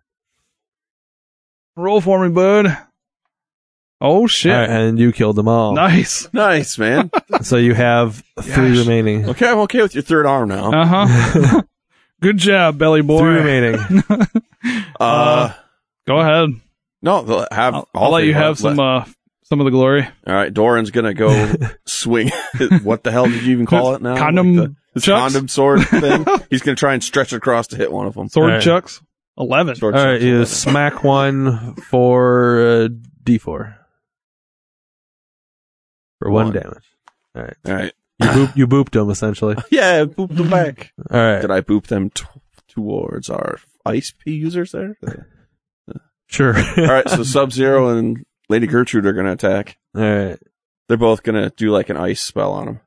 Speaker 4: Roll for me, bud. Oh shit!
Speaker 2: All right, and you killed them all.
Speaker 4: Nice.
Speaker 3: Nice, man.
Speaker 2: So you have three
Speaker 4: Gosh.
Speaker 2: remaining.
Speaker 3: okay, I'm okay with your third arm now. Uh,
Speaker 4: Uh huh. Good job, belly
Speaker 2: Three
Speaker 4: boy.
Speaker 2: remaining.
Speaker 4: uh, Go ahead.
Speaker 3: no, they'll have.
Speaker 4: I'll, I'll let you have some uh, some of the glory.
Speaker 3: All right, Doran's gonna go swing. what the hell did you even call it now?
Speaker 4: Condom
Speaker 3: Like the- this
Speaker 4: chucks?
Speaker 3: condom sword thing. He's gonna try and stretch across to hit one of them.
Speaker 4: Sword
Speaker 2: All right.
Speaker 4: chucks. Eleven.
Speaker 3: Sword
Speaker 2: All right,
Speaker 3: chucks.
Speaker 2: you smack one for uh, d4 for one,
Speaker 3: One.
Speaker 2: damage. All right,
Speaker 3: All right.
Speaker 2: you boop, you booped them essentially.
Speaker 3: Yeah, boop them back.
Speaker 2: All right,
Speaker 3: Did I boop them t- towards our ice p users there?
Speaker 2: sure.
Speaker 3: All right, so Sub Zero and Lady Gertrude are gonna attack.
Speaker 2: All right,
Speaker 3: They're both gonna do like an ice spell on him.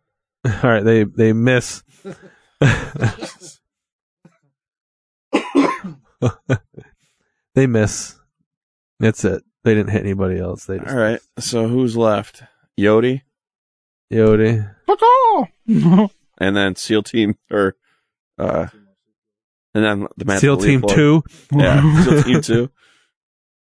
Speaker 2: all right. They they miss. they miss. That's it. They didn't hit anybody else. They just
Speaker 3: All right, so who's left? Yodi
Speaker 2: Yodi.
Speaker 3: and then SEAL Team or uh, and then the man-
Speaker 2: SEAL Team
Speaker 3: Leopold.
Speaker 2: Two.
Speaker 3: Yeah, SEAL Team Two.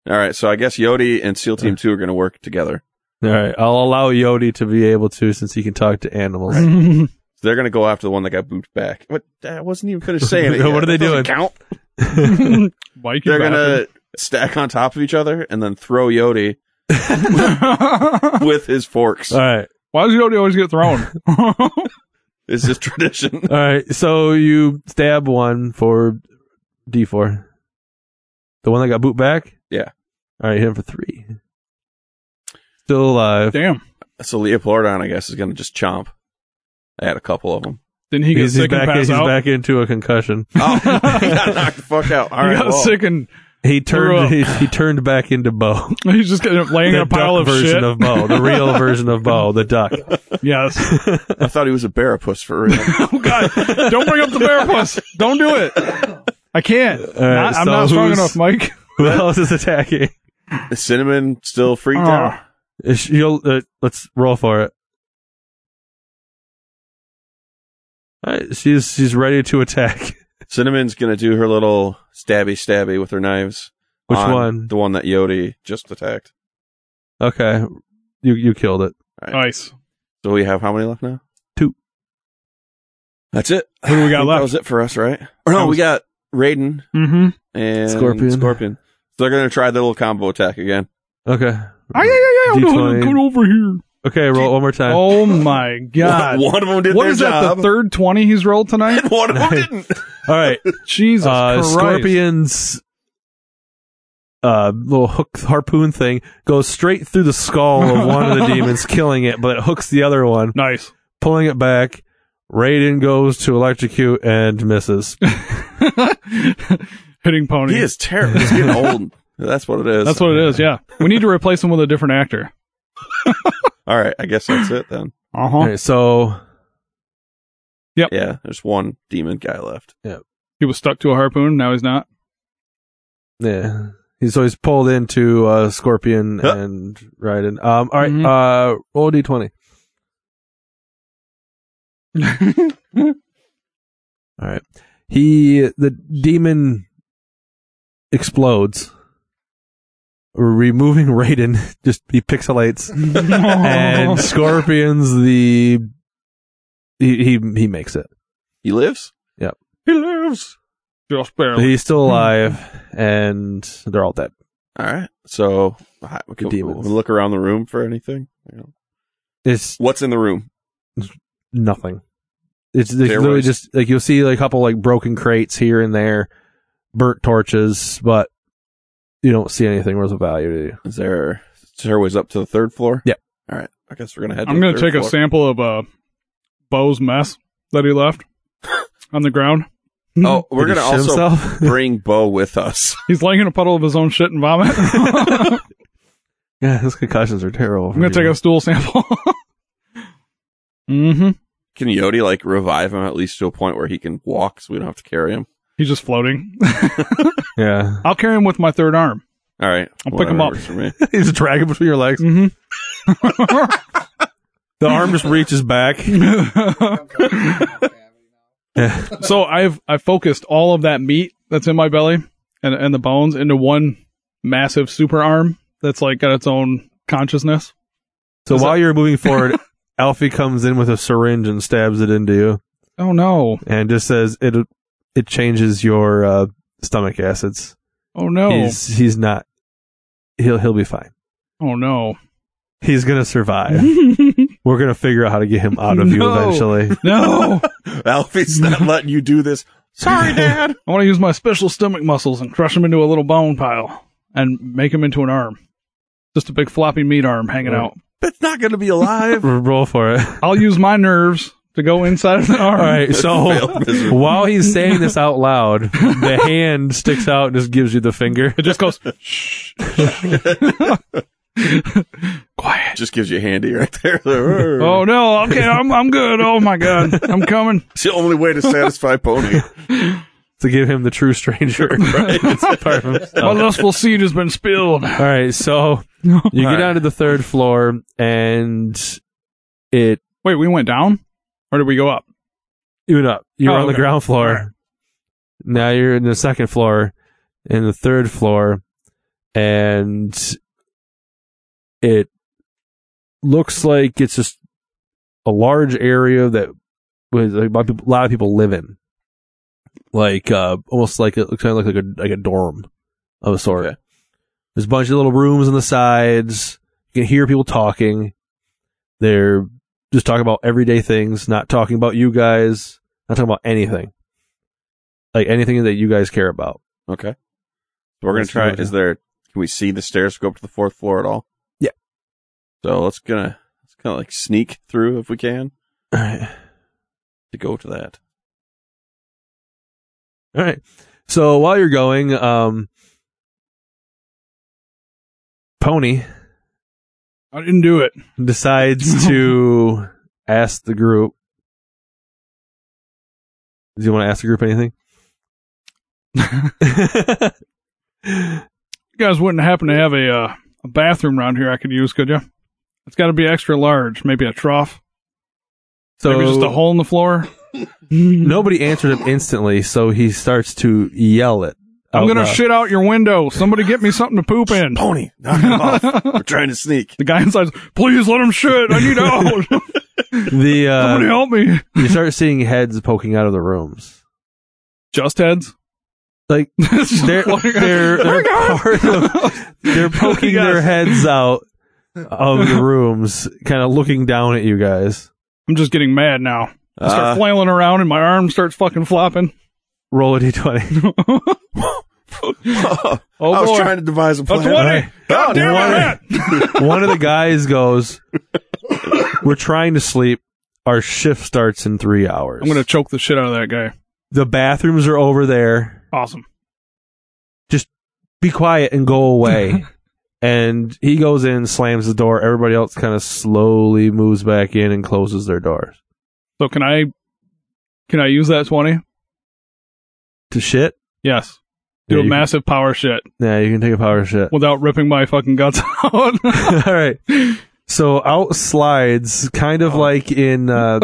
Speaker 3: All right, so I guess Yodi and SEAL Team Two are going to work together.
Speaker 2: All right, I'll allow Yodi to be able to since he can talk to animals.
Speaker 3: So they're going to go after the one that got booped back. But I wasn't even finished saying it.
Speaker 2: What
Speaker 3: yet.
Speaker 2: are they
Speaker 3: It doesn't
Speaker 2: doing?
Speaker 3: Count.
Speaker 4: Mike, you
Speaker 3: They're going
Speaker 4: bastard.
Speaker 3: to stack on top of each other and then throw Yodi with his forks.
Speaker 2: All right,
Speaker 4: Why does Yodi always get thrown?
Speaker 3: It's just tradition.
Speaker 2: all right. So you stab one for D four. The one that got boot back.
Speaker 3: Yeah.
Speaker 2: All right, hit him for three. Still alive.
Speaker 4: Damn.
Speaker 3: So Leopoldan, I guess, is going to just chomp at a couple of them.
Speaker 4: Didn't he get
Speaker 2: he's, he's
Speaker 4: sick and
Speaker 2: back.
Speaker 4: pass
Speaker 2: He's
Speaker 4: out?
Speaker 2: back into a concussion.
Speaker 3: Oh, he got knocked the fuck out. All
Speaker 4: he
Speaker 3: right,
Speaker 4: got
Speaker 3: well,
Speaker 4: sick and
Speaker 2: He
Speaker 4: Threw up.
Speaker 2: turned. He, he turned back into Bo.
Speaker 4: he's just getting laying in
Speaker 2: The
Speaker 4: a pile
Speaker 2: duck
Speaker 4: of
Speaker 2: version
Speaker 4: shit.
Speaker 2: of Bo. The real version of Bo. The duck.
Speaker 4: yes.
Speaker 3: I thought he was a barapus for real.
Speaker 4: Oh God! Don't bring up the bear puss. Don't do it. I can't. Not- I'm
Speaker 2: so
Speaker 4: not strong
Speaker 2: who's-
Speaker 4: enough, Mike.
Speaker 2: Who else is attacking?
Speaker 3: Is Cinnamon still freaked
Speaker 4: Oh.
Speaker 3: out?
Speaker 2: Is- you'll- uh, let's roll for it. All right, she's she's ready to attack.
Speaker 3: Cinnamon's going to do her little stabby stabby with her knives.
Speaker 2: Which
Speaker 3: on
Speaker 2: one?
Speaker 3: The one that Yodi just attacked.
Speaker 2: Okay, you you killed it.
Speaker 4: Nice.
Speaker 3: So we have how many left now?
Speaker 2: Two.
Speaker 3: That's it.
Speaker 4: Who do we got
Speaker 3: I think That
Speaker 4: left?
Speaker 3: was it for us, right? Or no,
Speaker 4: That
Speaker 3: we
Speaker 4: was-
Speaker 3: got Raiden
Speaker 4: Mm-hmm.
Speaker 3: and
Speaker 2: Scorpion.
Speaker 3: Scorpion. So they're going to try their little combo attack again.
Speaker 2: Okay,
Speaker 4: Oh, yeah, yeah, yeah.
Speaker 2: D20.
Speaker 4: No, Get over here.
Speaker 2: okay, roll one more time.
Speaker 4: Oh my God!
Speaker 3: One of them did
Speaker 4: What
Speaker 3: their
Speaker 4: is that?
Speaker 3: job.
Speaker 4: The third twenty he's rolled tonight?
Speaker 3: and one of them didn't.
Speaker 2: All right,
Speaker 4: Jesus
Speaker 2: uh,
Speaker 4: Christ!
Speaker 2: Scorpion's uh, little hook harpoon thing goes straight through the skull of one of the demons, killing it, but it hooks the other one,
Speaker 4: Nice.
Speaker 2: pulling it back. Raiden goes to electrocute and misses.
Speaker 4: Hitting pony.
Speaker 3: He is terrible. He's getting old. That's what it is.
Speaker 4: That's what it is. Yeah. We need to replace him with a different actor.
Speaker 3: All right. I guess that's it then.
Speaker 4: Uh
Speaker 2: All
Speaker 4: huh.
Speaker 2: right, so
Speaker 3: Yeah. There's one demon guy left.
Speaker 4: He was stuck to a harpoon. Now he's not.
Speaker 2: Yeah. He's always pulled into uh, Scorpion
Speaker 3: Huh.
Speaker 2: and Raiden. Um, all right,
Speaker 4: Mhm.
Speaker 2: uh, roll d d20. all right. He, the demon explodes, removing Raiden, just he pixelates, and Scorpion's the. He, he he makes it.
Speaker 3: He lives?
Speaker 4: he lives. Just barely.
Speaker 2: He's still alive, and they're all dead.
Speaker 3: All right. So I- we can,
Speaker 2: demons.
Speaker 3: we look around the room for anything. You know.
Speaker 2: It's
Speaker 3: What's in the room?
Speaker 2: nothing. It's like,
Speaker 3: There
Speaker 2: literally
Speaker 3: was-
Speaker 2: just like you'll see like a couple like broken crates here and there, burnt torches, but you don't see anything worth of value to you.
Speaker 3: Is there stairways up to the third floor?
Speaker 2: Yeah.
Speaker 3: All right. I guess we're gonna head. to
Speaker 4: I'm
Speaker 3: the
Speaker 4: gonna
Speaker 3: third
Speaker 4: take a
Speaker 3: floor.
Speaker 4: sample of uh, Bo's mess that he left on the ground.
Speaker 3: Oh, we're
Speaker 2: Did
Speaker 3: gonna
Speaker 2: he
Speaker 3: also
Speaker 2: shit himself?
Speaker 3: bring Bo with us.
Speaker 4: He's laying in a puddle of his own shit and vomit. I'm
Speaker 2: yeah, those concussions are terrible.
Speaker 4: gonna take a stool sample. mm-hmm.
Speaker 3: Can Yodi like revive him at least to a point where he can walk, so we don't have to carry him?
Speaker 4: He's just floating.
Speaker 2: yeah.
Speaker 4: I'll carry him with my third arm.
Speaker 3: All right.
Speaker 4: I'll pick him
Speaker 3: whatever
Speaker 4: up.
Speaker 3: works for me.
Speaker 2: He's dragging between your legs.
Speaker 4: Mm-hmm.
Speaker 2: The arm just reaches back. Yeah.
Speaker 4: so I've I focused all of that meat that's in my belly and and the bones into one massive super arm that's like got its own consciousness.
Speaker 2: So
Speaker 4: Is
Speaker 2: while you're moving forward, Alfie comes in with a syringe and stabs it into you,
Speaker 4: Oh no!
Speaker 2: and just says it it changes your uh, stomach acids.
Speaker 4: Oh no!
Speaker 2: He's he's not. He'll he'll be fine.
Speaker 4: oh no!
Speaker 2: He's gonna survive. We're gonna figure out how to get him out of you
Speaker 4: No.
Speaker 2: eventually.
Speaker 4: no!
Speaker 3: Alfie's not letting you do this. Sorry, Dad.
Speaker 4: I want to use my special stomach muscles and crush them into a little bone pile and make them into an arm. Just a big floppy meat arm hanging out.
Speaker 3: It's not gonna be alive.
Speaker 2: R- Roll for it.
Speaker 4: I'll use my nerves to go inside of the arm.
Speaker 2: All right. So
Speaker 3: Failed miserably.
Speaker 2: while he's saying this out loud, the hand sticks out and just gives you the finger.
Speaker 4: It just goes, shh. Quiet.
Speaker 3: Just gives you a handy right there. oh,
Speaker 4: Oh no, okay, I'm I'm good. Oh my god. I'm coming.
Speaker 3: it's the only way to satisfy Pony.
Speaker 2: To give him the true stranger. Part of himself.
Speaker 4: My lustful seed has been spilled.
Speaker 2: All right. So you get down to the third floor and it
Speaker 4: Wait, we went down? Or did we go up?
Speaker 2: you went up. You were
Speaker 4: Oh,
Speaker 2: on the
Speaker 4: okay.
Speaker 2: ground floor. Now you're in the second floor, in the third floor, and it looks like it's just a large area that was a lot of people, a lot of people live in, like uh, almost like it looks kind of like a like a dorm of a sort.
Speaker 3: Okay.
Speaker 2: There's a bunch of little rooms on the sides. You can hear people talking. They're just talking about everyday things, not talking about you guys, not talking about anything. Like anything that you guys care about.
Speaker 3: Okay. We're gonna
Speaker 2: Let's
Speaker 3: try.
Speaker 2: go down.
Speaker 3: Is there? Can we see the stairs go up to the fourth floor at all?
Speaker 2: Yeah.
Speaker 3: So let's gonna let's kind of like sneak through if we can
Speaker 2: All right.
Speaker 3: to go to that.
Speaker 2: All right. So while you're going, um, Pony
Speaker 4: I didn't do it.
Speaker 2: decides to ask the group. Do you want to ask the group anything?
Speaker 4: You guys wouldn't happen to have a uh, a bathroom around here I could use, could you? It's got to be extra large, maybe a trough,
Speaker 2: so
Speaker 4: maybe just a hole in the floor.
Speaker 2: nobody answered him instantly, so he starts to yell it.
Speaker 4: I'm
Speaker 2: out
Speaker 4: gonna
Speaker 2: loud.
Speaker 4: shit out your window. Somebody get me something to poop in.
Speaker 3: Pony, knock him off. We're trying to sneak.
Speaker 4: The guy inside's, please let him shit. I need out.
Speaker 2: the
Speaker 4: Somebody
Speaker 2: uh,
Speaker 4: help me.
Speaker 2: you start seeing heads poking out of the rooms.
Speaker 4: Just heads.
Speaker 2: Like
Speaker 4: It's just
Speaker 2: they're
Speaker 4: like-
Speaker 2: they're, they're part of, they're poking their
Speaker 4: Yes.
Speaker 2: heads out of the rooms, kind of looking down at you guys.
Speaker 4: I'm just getting mad now. I start
Speaker 3: Uh,
Speaker 4: flailing around and my arm starts fucking flopping.
Speaker 2: Roll a d20.
Speaker 3: I
Speaker 4: Oh
Speaker 3: was
Speaker 4: boy.
Speaker 3: trying to devise a
Speaker 4: A
Speaker 3: plan.
Speaker 4: 20.
Speaker 3: God
Speaker 4: Damn it, Matt.
Speaker 2: One of the guys goes, "We're trying to sleep. Our shift starts in three hours.
Speaker 4: I'm gonna choke the shit out of that guy.
Speaker 2: the bathrooms are over there.
Speaker 4: Awesome.
Speaker 2: be quiet and go away. and he goes in, slams the door. Everybody else kind of slowly moves back in and closes their doors.
Speaker 4: So can I can I use that 20?
Speaker 2: To shit?
Speaker 4: Yes. Do
Speaker 2: Yeah,
Speaker 4: a
Speaker 2: you
Speaker 4: massive power shit
Speaker 2: Can, yeah, you can take a power shit.
Speaker 4: without ripping my fucking guts out.
Speaker 2: All right. So out slides, kind
Speaker 4: Oh.
Speaker 2: of like in. Uh,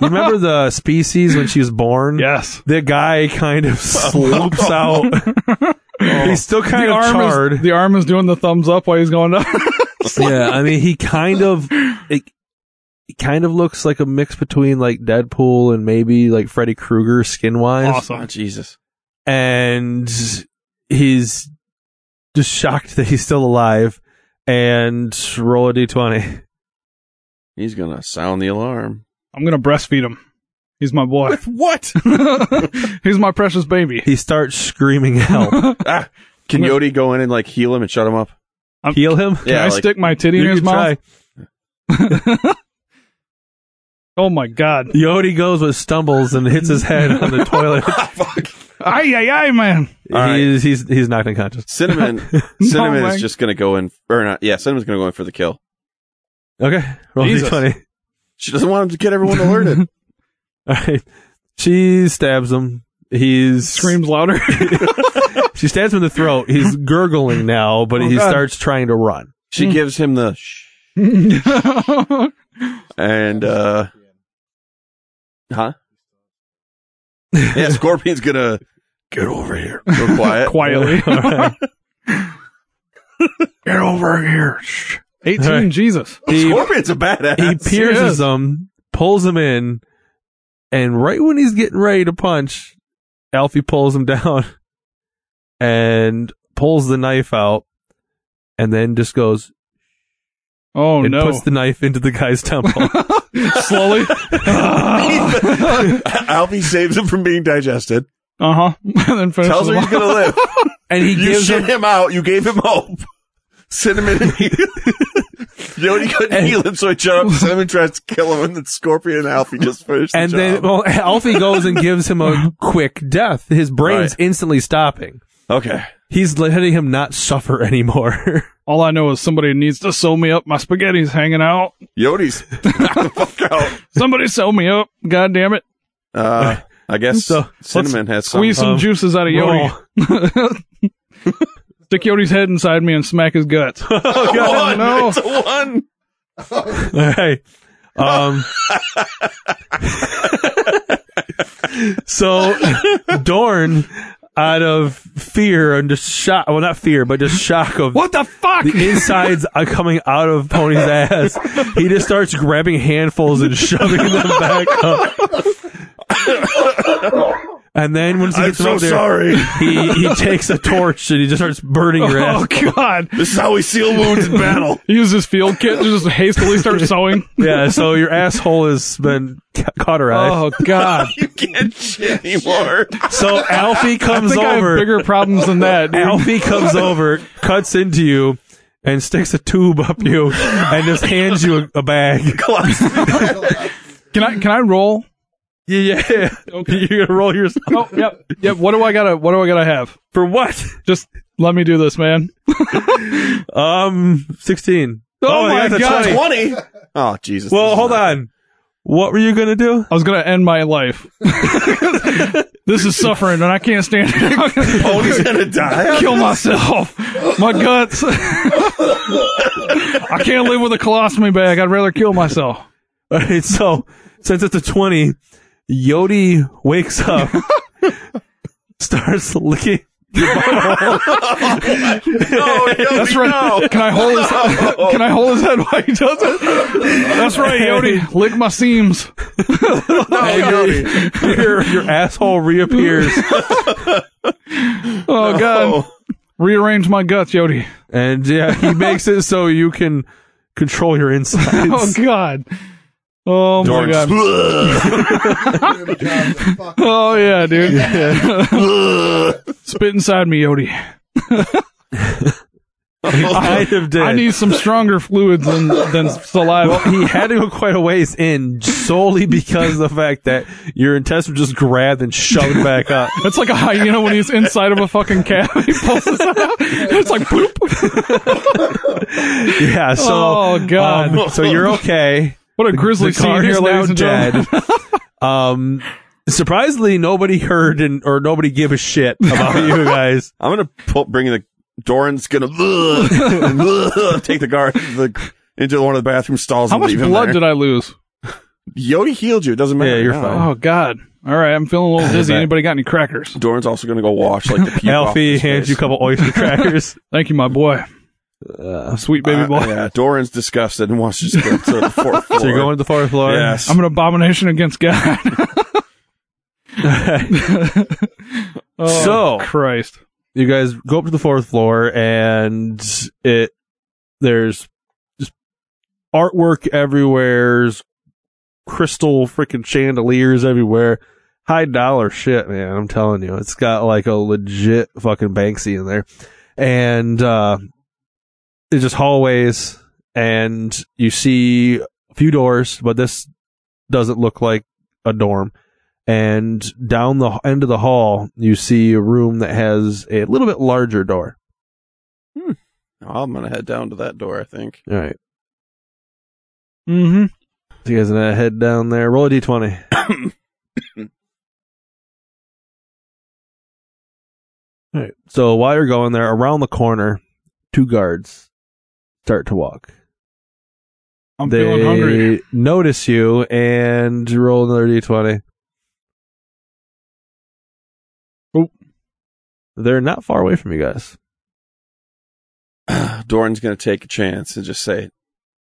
Speaker 2: remember the species when she was born?
Speaker 4: yes.
Speaker 2: The guy kind of slopes out. He's still kind
Speaker 4: Oh. the
Speaker 2: of
Speaker 4: arm
Speaker 2: charred.
Speaker 4: is the arm is doing the thumbs up while he's going down.
Speaker 2: yeah, I mean, he kind of it, it kind of looks like a mix between like Deadpool and maybe like Freddy Krueger skin wise,
Speaker 4: awesome.
Speaker 3: Oh, Jesus.
Speaker 2: and he's just shocked that he's still alive. And roll a d twenty.
Speaker 3: He's going to sound the alarm.
Speaker 4: I'm gonna breastfeed him. He's my boy.
Speaker 3: What?
Speaker 4: he's my precious baby.
Speaker 2: He starts screaming help.
Speaker 3: Can Yodi go in and like heal him and shut him up?
Speaker 4: I'm-
Speaker 2: Heal him.
Speaker 4: Can I
Speaker 3: like,
Speaker 4: stick my titty in
Speaker 2: You
Speaker 4: his
Speaker 2: can
Speaker 4: mouth?
Speaker 2: try.
Speaker 4: Oh my god.
Speaker 2: Yodi goes with stumbles and hits his head on the toilet.
Speaker 4: Ay ay ay man.
Speaker 2: he's,
Speaker 3: All right.
Speaker 2: he's he's knocked unconscious.
Speaker 3: Cinnamon, Cinnamon
Speaker 4: way.
Speaker 3: is just going to go in, or not? Yeah, Cinnamon's going to go in for the kill.
Speaker 2: Okay, roll d
Speaker 4: Jesus.
Speaker 2: twenty.
Speaker 3: She doesn't want him to get everyone alerted.
Speaker 2: All right, she stabs him. He's
Speaker 4: Screams louder.
Speaker 2: She stabs him in the throat. He's gurgling now, but he
Speaker 4: Oh, God.
Speaker 2: starts trying to run.
Speaker 3: she gives him the shh,
Speaker 4: He's
Speaker 3: and uh, huh? Yeah, Scorpion's gonna get over here. Go quiet.
Speaker 4: quietly.
Speaker 2: All right.
Speaker 4: Get over here. Shh. 18
Speaker 2: All right.
Speaker 4: Jesus.
Speaker 2: He,
Speaker 3: Scorpion's a badass.
Speaker 2: he
Speaker 4: Yes.
Speaker 2: pierces him, pulls him in, and right when he's getting ready to punch, Alfie pulls him down and pulls the knife out and then just goes
Speaker 4: Oh
Speaker 2: and
Speaker 4: no.
Speaker 2: puts the knife into the guy's temple.
Speaker 4: Slowly.
Speaker 3: Alfie saves him from being digested.
Speaker 4: uh-huh. and then finishes
Speaker 3: Tells her
Speaker 4: him off.
Speaker 3: he's gonna live.
Speaker 2: and he
Speaker 3: You
Speaker 2: gives
Speaker 3: shit
Speaker 2: him
Speaker 3: him-, out. You gave him hope. Cinnamon and he- Yodi couldn't
Speaker 2: And-
Speaker 3: heal him, so he shut up. Cinnamon tries to kill him, and then Scorpion and Alfie just finished.
Speaker 2: and
Speaker 3: the
Speaker 2: then
Speaker 3: job.
Speaker 2: well, Alfie goes and gives him a quick death. His brain's
Speaker 3: Right.
Speaker 2: instantly stopping.
Speaker 3: okay,
Speaker 2: He's letting him not suffer anymore.
Speaker 4: All I know is somebody needs to sew me up. My spaghetti's hanging out.
Speaker 3: Yodi's knocked the fuck out.
Speaker 4: Somebody sew me up. God damn it.
Speaker 3: Uh, I guess
Speaker 2: So,
Speaker 3: Cinnamon has some.
Speaker 4: Squeeze some
Speaker 2: Um,
Speaker 4: juices out of Yodi.
Speaker 2: Roll.
Speaker 4: Stick Yodi's head inside me and smack his guts.
Speaker 3: Oh,
Speaker 4: God, no.
Speaker 3: It's a one.
Speaker 2: All right. Um, so Dorn, out of fear and just shock, well, not fear, but just shock of
Speaker 4: What the fuck?
Speaker 2: the insides are coming out of Pony's ass, he just starts grabbing handfuls and shoving them back up. And then once he
Speaker 3: I'm
Speaker 2: gets them
Speaker 3: so
Speaker 2: up there,
Speaker 3: sorry.
Speaker 2: he he takes a torch and he just starts burning your ass.
Speaker 4: Oh god.
Speaker 3: This is how we seal wounds in battle.
Speaker 4: He uses his field kit to just hastily start sewing.
Speaker 2: Yeah, so your asshole has been ca- cauterized.
Speaker 4: Oh god.
Speaker 3: You can't shit anymore.
Speaker 2: So Alfie
Speaker 4: I
Speaker 2: comes
Speaker 4: think I have
Speaker 2: over.
Speaker 4: bigger problems than that. dude.
Speaker 2: Alfie comes over, cuts into you, and sticks a tube up you and just hands you a, a bag.
Speaker 4: Can I can I roll?
Speaker 2: Yeah, yeah. You're gonna roll yourself
Speaker 4: Oh, yep, yep. What do I gotta? What do I gotta have?
Speaker 2: for what?
Speaker 4: Just let me do this, man.
Speaker 2: Um, sixteen.
Speaker 4: Oh my
Speaker 2: that's a
Speaker 4: God.
Speaker 2: 20.
Speaker 3: Twenty. Oh Jesus.
Speaker 2: Well, hold on. What were you gonna do?
Speaker 4: I was gonna end my life. this is suffering, and I can't stand it. I'm gonna
Speaker 3: Pony's gonna die.
Speaker 4: kill myself. My guts. I can't live with a colostomy bag. I'd rather kill myself.
Speaker 2: All right, so since it's a 20, Yodi wakes up, starts licking.
Speaker 3: No,
Speaker 4: That's right. Can I hold his? Can I hold his head while he does it? That's right, Yodi. Lick my seams.
Speaker 2: your, your asshole reappears.
Speaker 4: Oh God. Rearrange my guts, Yodi.
Speaker 2: And yeah, he makes it so you can control your
Speaker 4: Oh
Speaker 2: insides.
Speaker 4: God. Oh my God. Oh yeah, dude. Spit inside me, Yodi.
Speaker 2: I have did.
Speaker 4: I need some stronger fluids than than saliva.
Speaker 2: he had to go quite a ways in solely because of the fact that your intestine just grabbed and shoved back up.
Speaker 4: That's like a hyena when he's inside of a fucking cab. He pulls his out. It's like boop.
Speaker 2: Yeah, so
Speaker 4: Oh, God.
Speaker 2: um, so you're okay.
Speaker 4: What a grizzly
Speaker 2: the car
Speaker 4: scene here,
Speaker 2: is now
Speaker 4: ladies and gentlemen.
Speaker 2: dead. um, surprisingly, nobody heard and or nobody gave a shit about you guys.
Speaker 3: I'm gonna pull, bring the Doran's gonna take the guard into the, into one of the bathroom stalls.
Speaker 4: How
Speaker 3: and
Speaker 4: much
Speaker 3: leave him
Speaker 4: blood
Speaker 3: there.
Speaker 4: did I lose?
Speaker 3: Yodi healed you. It doesn't matter.
Speaker 2: Yeah, you're
Speaker 3: now.
Speaker 2: fine.
Speaker 4: Oh God! All right, I'm feeling a little dizzy.
Speaker 2: bet.
Speaker 4: Anybody got any crackers?
Speaker 3: Doran's also gonna go wash like the puke off
Speaker 2: Alfie
Speaker 3: his
Speaker 2: hands
Speaker 3: face.
Speaker 2: you a couple oyster crackers.
Speaker 4: Thank you, my boy,
Speaker 2: Uh,
Speaker 4: sweet baby
Speaker 3: Uh,
Speaker 4: boy.
Speaker 3: yeah, Doran's disgusted and wants to just go to the fourth floor.
Speaker 2: so you're going to the fourth floor.
Speaker 3: Yes.
Speaker 4: I'm an abomination against God. oh,
Speaker 2: So-
Speaker 4: Christ,
Speaker 2: You guys go up to the fourth floor, and it there's just artwork everywhere, s- crystal freaking chandeliers everywhere. High dollar shit, man. I'm telling you, it's got like a legit fucking Banksy in there, and uh, it's just hallways, and you see a few doors, but this doesn't look like a dorm and down the end of the hall you see a room that has a little bit larger door
Speaker 3: I'm gonna head down to that door. I think.
Speaker 2: all right
Speaker 4: mm-hmm.
Speaker 2: so you guys are gonna head down there roll a d20 all right so while you're going there around the corner two guards start to walk
Speaker 4: I'm
Speaker 2: they
Speaker 4: feeling hungry.
Speaker 2: notice you and roll another d20
Speaker 4: Oh.
Speaker 2: they're not far away from you guys
Speaker 3: Doran's gonna take a chance and just say,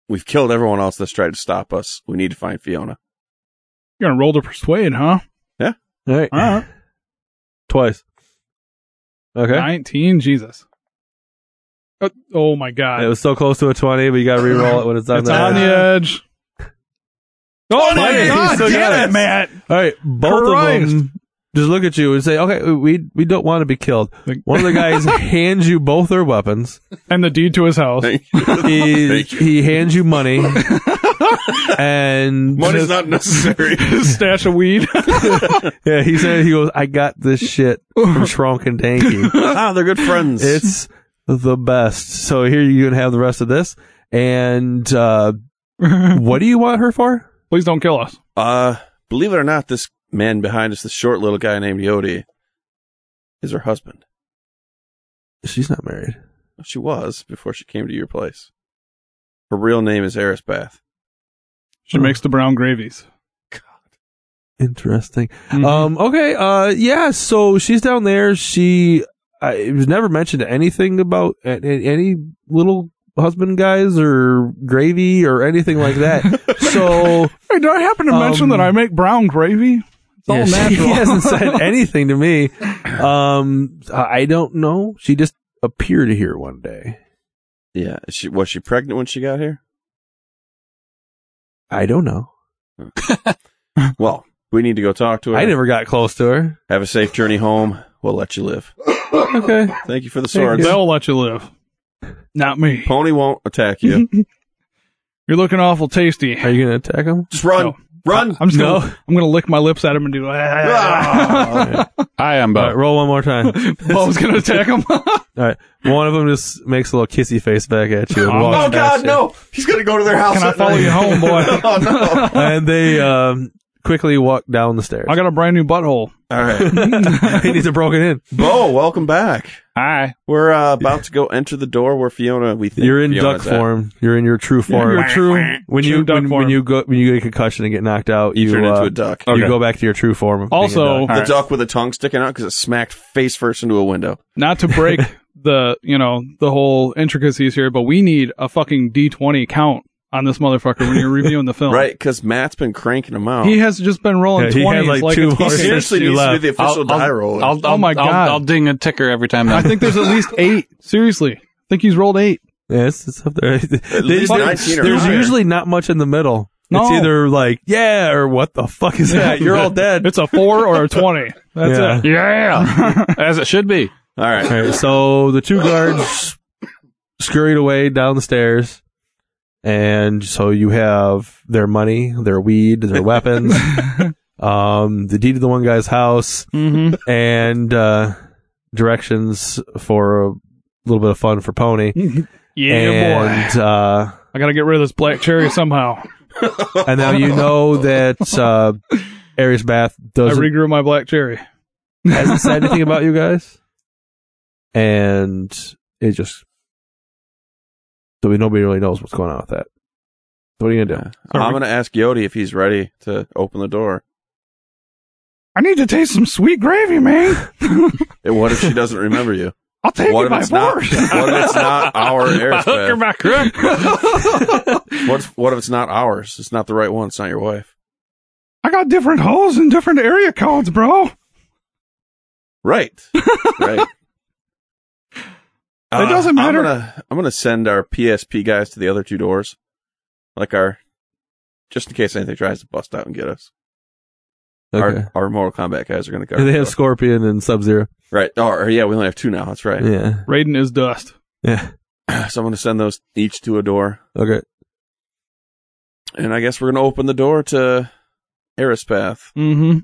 Speaker 3: "We've killed everyone else that's tried to stop us. We need to find Fiona."
Speaker 4: You're gonna roll to persuade, huh?
Speaker 2: all right
Speaker 4: All right,
Speaker 2: Twice. Okay.
Speaker 4: nineteen, Jesus. Uh, oh my God,
Speaker 2: It was so close to a 20, but you got to re-roll it when it's on
Speaker 4: it's
Speaker 2: the
Speaker 4: on the edge.
Speaker 2: Hey,
Speaker 4: Oh my
Speaker 2: he
Speaker 4: God,
Speaker 2: still got
Speaker 4: damn
Speaker 2: it.
Speaker 4: it, Matt!
Speaker 2: All right, both of
Speaker 4: Christ.
Speaker 2: them just look at you and say, okay, we we don't want to be killed.
Speaker 4: Like-
Speaker 2: One of the guys hands you both their weapons.
Speaker 4: And the deed to his house.
Speaker 2: He, he hands you money. and
Speaker 3: Money's not necessary.
Speaker 4: stash of weed.
Speaker 2: yeah, he said, he goes, I got this shit from Shrunk and Danky.
Speaker 3: ah, they're good friends.
Speaker 2: It's the best. So here you can have the rest of this. And uh, what do you want her for?
Speaker 4: Please don't kill us.
Speaker 3: Uh, believe it or not, this man behind us, this short little guy named Yodi, is her husband.
Speaker 2: She's not married.
Speaker 3: She was before she came to your place. Her real name is Eris Bath.
Speaker 4: She
Speaker 2: Oh.
Speaker 4: makes the brown gravies.
Speaker 2: Interesting.
Speaker 4: Mhm.
Speaker 2: Um. Okay. Uh. Yeah. So she's down there. She. I, it was never mentioned anything about a- a- any little husband guys or gravy or anything like that. so
Speaker 4: Hey, did I happen to mention
Speaker 2: Um,
Speaker 4: that I make brown gravy? It's all
Speaker 2: yeah, she
Speaker 4: natural.
Speaker 2: hasn't said anything to me. Um. I I don't know. She just appeared here one day.
Speaker 3: Yeah, is she was she pregnant when she got here?
Speaker 2: I don't know.
Speaker 3: Well, we need to go talk to her.
Speaker 2: I never got close to her.
Speaker 3: Have a safe journey home. We'll let you live.
Speaker 2: Okay.
Speaker 3: Thank you for the swords.
Speaker 2: you.
Speaker 4: They'll let you live. Not me.
Speaker 3: Pony won't attack you.
Speaker 4: You're looking awful tasty.
Speaker 2: Are you gonna attack him?
Speaker 3: Just run.
Speaker 4: No.
Speaker 3: Run.
Speaker 4: I'm just
Speaker 2: No. Ah!
Speaker 4: gonna, I'm gonna lick my lips at him and do.
Speaker 5: I am
Speaker 2: All right,
Speaker 5: Bo.
Speaker 2: roll one more time.
Speaker 4: Bo's gonna attack him.
Speaker 2: One of them just makes a little kissy face back at you. And
Speaker 4: Oh,
Speaker 2: walks
Speaker 3: Oh
Speaker 2: past
Speaker 3: God,
Speaker 2: you.
Speaker 3: no! He's gonna go to their house.
Speaker 4: Can I
Speaker 3: at
Speaker 4: follow
Speaker 3: night.
Speaker 4: you home, boy?
Speaker 3: oh no!
Speaker 2: And they um, quickly walk down the stairs.
Speaker 4: I got a brand new butthole.
Speaker 3: All right,
Speaker 2: he needs a broken in.
Speaker 3: Bo, welcome back.
Speaker 5: Hi.
Speaker 3: We're uh, about to go enter the door where Fiona. We think
Speaker 2: You're in
Speaker 3: Fiona's
Speaker 2: duck
Speaker 3: at.
Speaker 2: form. You're in your true form.
Speaker 4: You're true.
Speaker 2: when
Speaker 4: true
Speaker 2: you
Speaker 4: duck
Speaker 2: when,
Speaker 4: form.
Speaker 2: when you go when you get a concussion and get knocked out,
Speaker 3: You,
Speaker 2: you
Speaker 3: turn
Speaker 2: uh,
Speaker 3: into a duck.
Speaker 5: Okay.
Speaker 2: you go back to your true form. Of being a
Speaker 4: Also,
Speaker 2: duck.
Speaker 3: The
Speaker 5: All right.
Speaker 3: duck with a tongue sticking out because it smacked face first into a window.
Speaker 4: not to break the you know the whole intricacies here, but we need a fucking D twenty count on this motherfucker when you're reviewing the
Speaker 3: Right?
Speaker 4: film.
Speaker 3: Right? Because Matt's been cranking him out.
Speaker 4: He has just been rolling
Speaker 2: Yeah, he had,
Speaker 4: twenties
Speaker 2: like,
Speaker 4: like,
Speaker 2: two
Speaker 4: it's
Speaker 2: more.
Speaker 4: fucking-
Speaker 3: seriously
Speaker 2: Seriously
Speaker 3: needs to
Speaker 2: left.
Speaker 3: be the official die roll.
Speaker 5: I'll,
Speaker 4: Oh my
Speaker 5: I'll-
Speaker 4: God.
Speaker 5: I'll, ding a ticker every time.
Speaker 4: I
Speaker 5: That,
Speaker 4: think there's at least eight. Seriously, I think he's rolled eight.
Speaker 2: Yeah, it's, it's up there.
Speaker 3: least
Speaker 2: There's-
Speaker 3: 19 or
Speaker 2: there's
Speaker 3: higher.
Speaker 2: usually not much in the middle. It's
Speaker 4: No.
Speaker 2: either like yeah or what the fuck is that? You're all dead.
Speaker 4: It's a four or a twenty. That's
Speaker 2: Yeah.
Speaker 4: it.
Speaker 5: yeah, as it should be.
Speaker 3: All right.
Speaker 2: All right, so the two guards scurried away down the stairs, and so you have their money, their weed, their weapons, um, the deed to the one guy's house,
Speaker 4: Mm-hmm.
Speaker 2: and uh, directions for a little bit of fun for Pony.
Speaker 4: Yeah, boy.
Speaker 2: and uh,
Speaker 4: I gotta get rid of this black cherry somehow.
Speaker 2: and now you know that uh, Aries Bath
Speaker 4: I
Speaker 2: doesn't
Speaker 4: regrew my black cherry.
Speaker 2: hasn't said anything about you guys, and it just so we nobody really knows what's going on with that. So what are you gonna do?
Speaker 3: I'm gonna ask Yodi if he's ready to open the door.
Speaker 4: I need to taste some sweet gravy, man.
Speaker 3: And What if she doesn't remember you?
Speaker 4: I'll take
Speaker 3: what
Speaker 4: it
Speaker 3: if
Speaker 4: by
Speaker 3: it's not? What
Speaker 4: force.
Speaker 3: if it's not our
Speaker 5: By hook or
Speaker 3: airspace?
Speaker 5: by crook.
Speaker 3: What if, what if it's not ours? It's not the right one. It's not your wife.
Speaker 4: I got different holes and different area codes, bro.
Speaker 3: Right. Right. Uh,
Speaker 4: doesn't matter.
Speaker 3: I'm gonna, I'm gonna send our PSP guys to the other two doors, like our, just in case anything tries to bust out and get us.
Speaker 2: Okay.
Speaker 3: Our, our Mortal Kombat guys are gonna guard.
Speaker 2: And they
Speaker 3: the
Speaker 2: have
Speaker 3: door.
Speaker 2: Scorpion and Sub Zero.
Speaker 3: right. Oh, or, yeah, we only have two now. That's right.
Speaker 2: Yeah.
Speaker 4: Raiden is dust.
Speaker 2: Yeah.
Speaker 3: So I'm gonna send those each to a door,
Speaker 2: Okay.
Speaker 3: and I guess we're gonna open the door to Arispath.
Speaker 4: Mm-hmm.
Speaker 3: I'm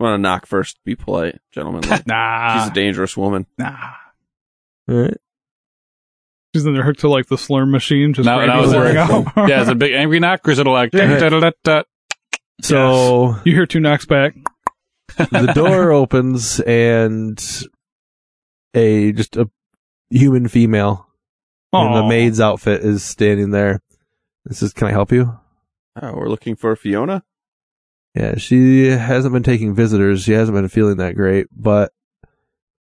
Speaker 3: gonna knock first. Be polite, gentlemen. She's
Speaker 4: Nah,
Speaker 3: a dangerous woman.
Speaker 4: nah.
Speaker 2: All right.
Speaker 4: She's in there hooked to like the slurm machine, just
Speaker 5: No,
Speaker 4: ready
Speaker 5: no,
Speaker 4: to
Speaker 5: it's
Speaker 4: work
Speaker 5: a-
Speaker 4: out.
Speaker 5: Yeah, is it big angry knock or is it like
Speaker 4: Yeah.
Speaker 5: da-da-da-da?
Speaker 2: So
Speaker 4: You hear two knocks back.
Speaker 2: the door opens and a just a human female in the
Speaker 4: Aw.
Speaker 2: maid's outfit is standing there. This is can I help you?
Speaker 3: Oh, we're looking for Fiona.
Speaker 2: Yeah, she hasn't been taking visitors. She hasn't been feeling that great, but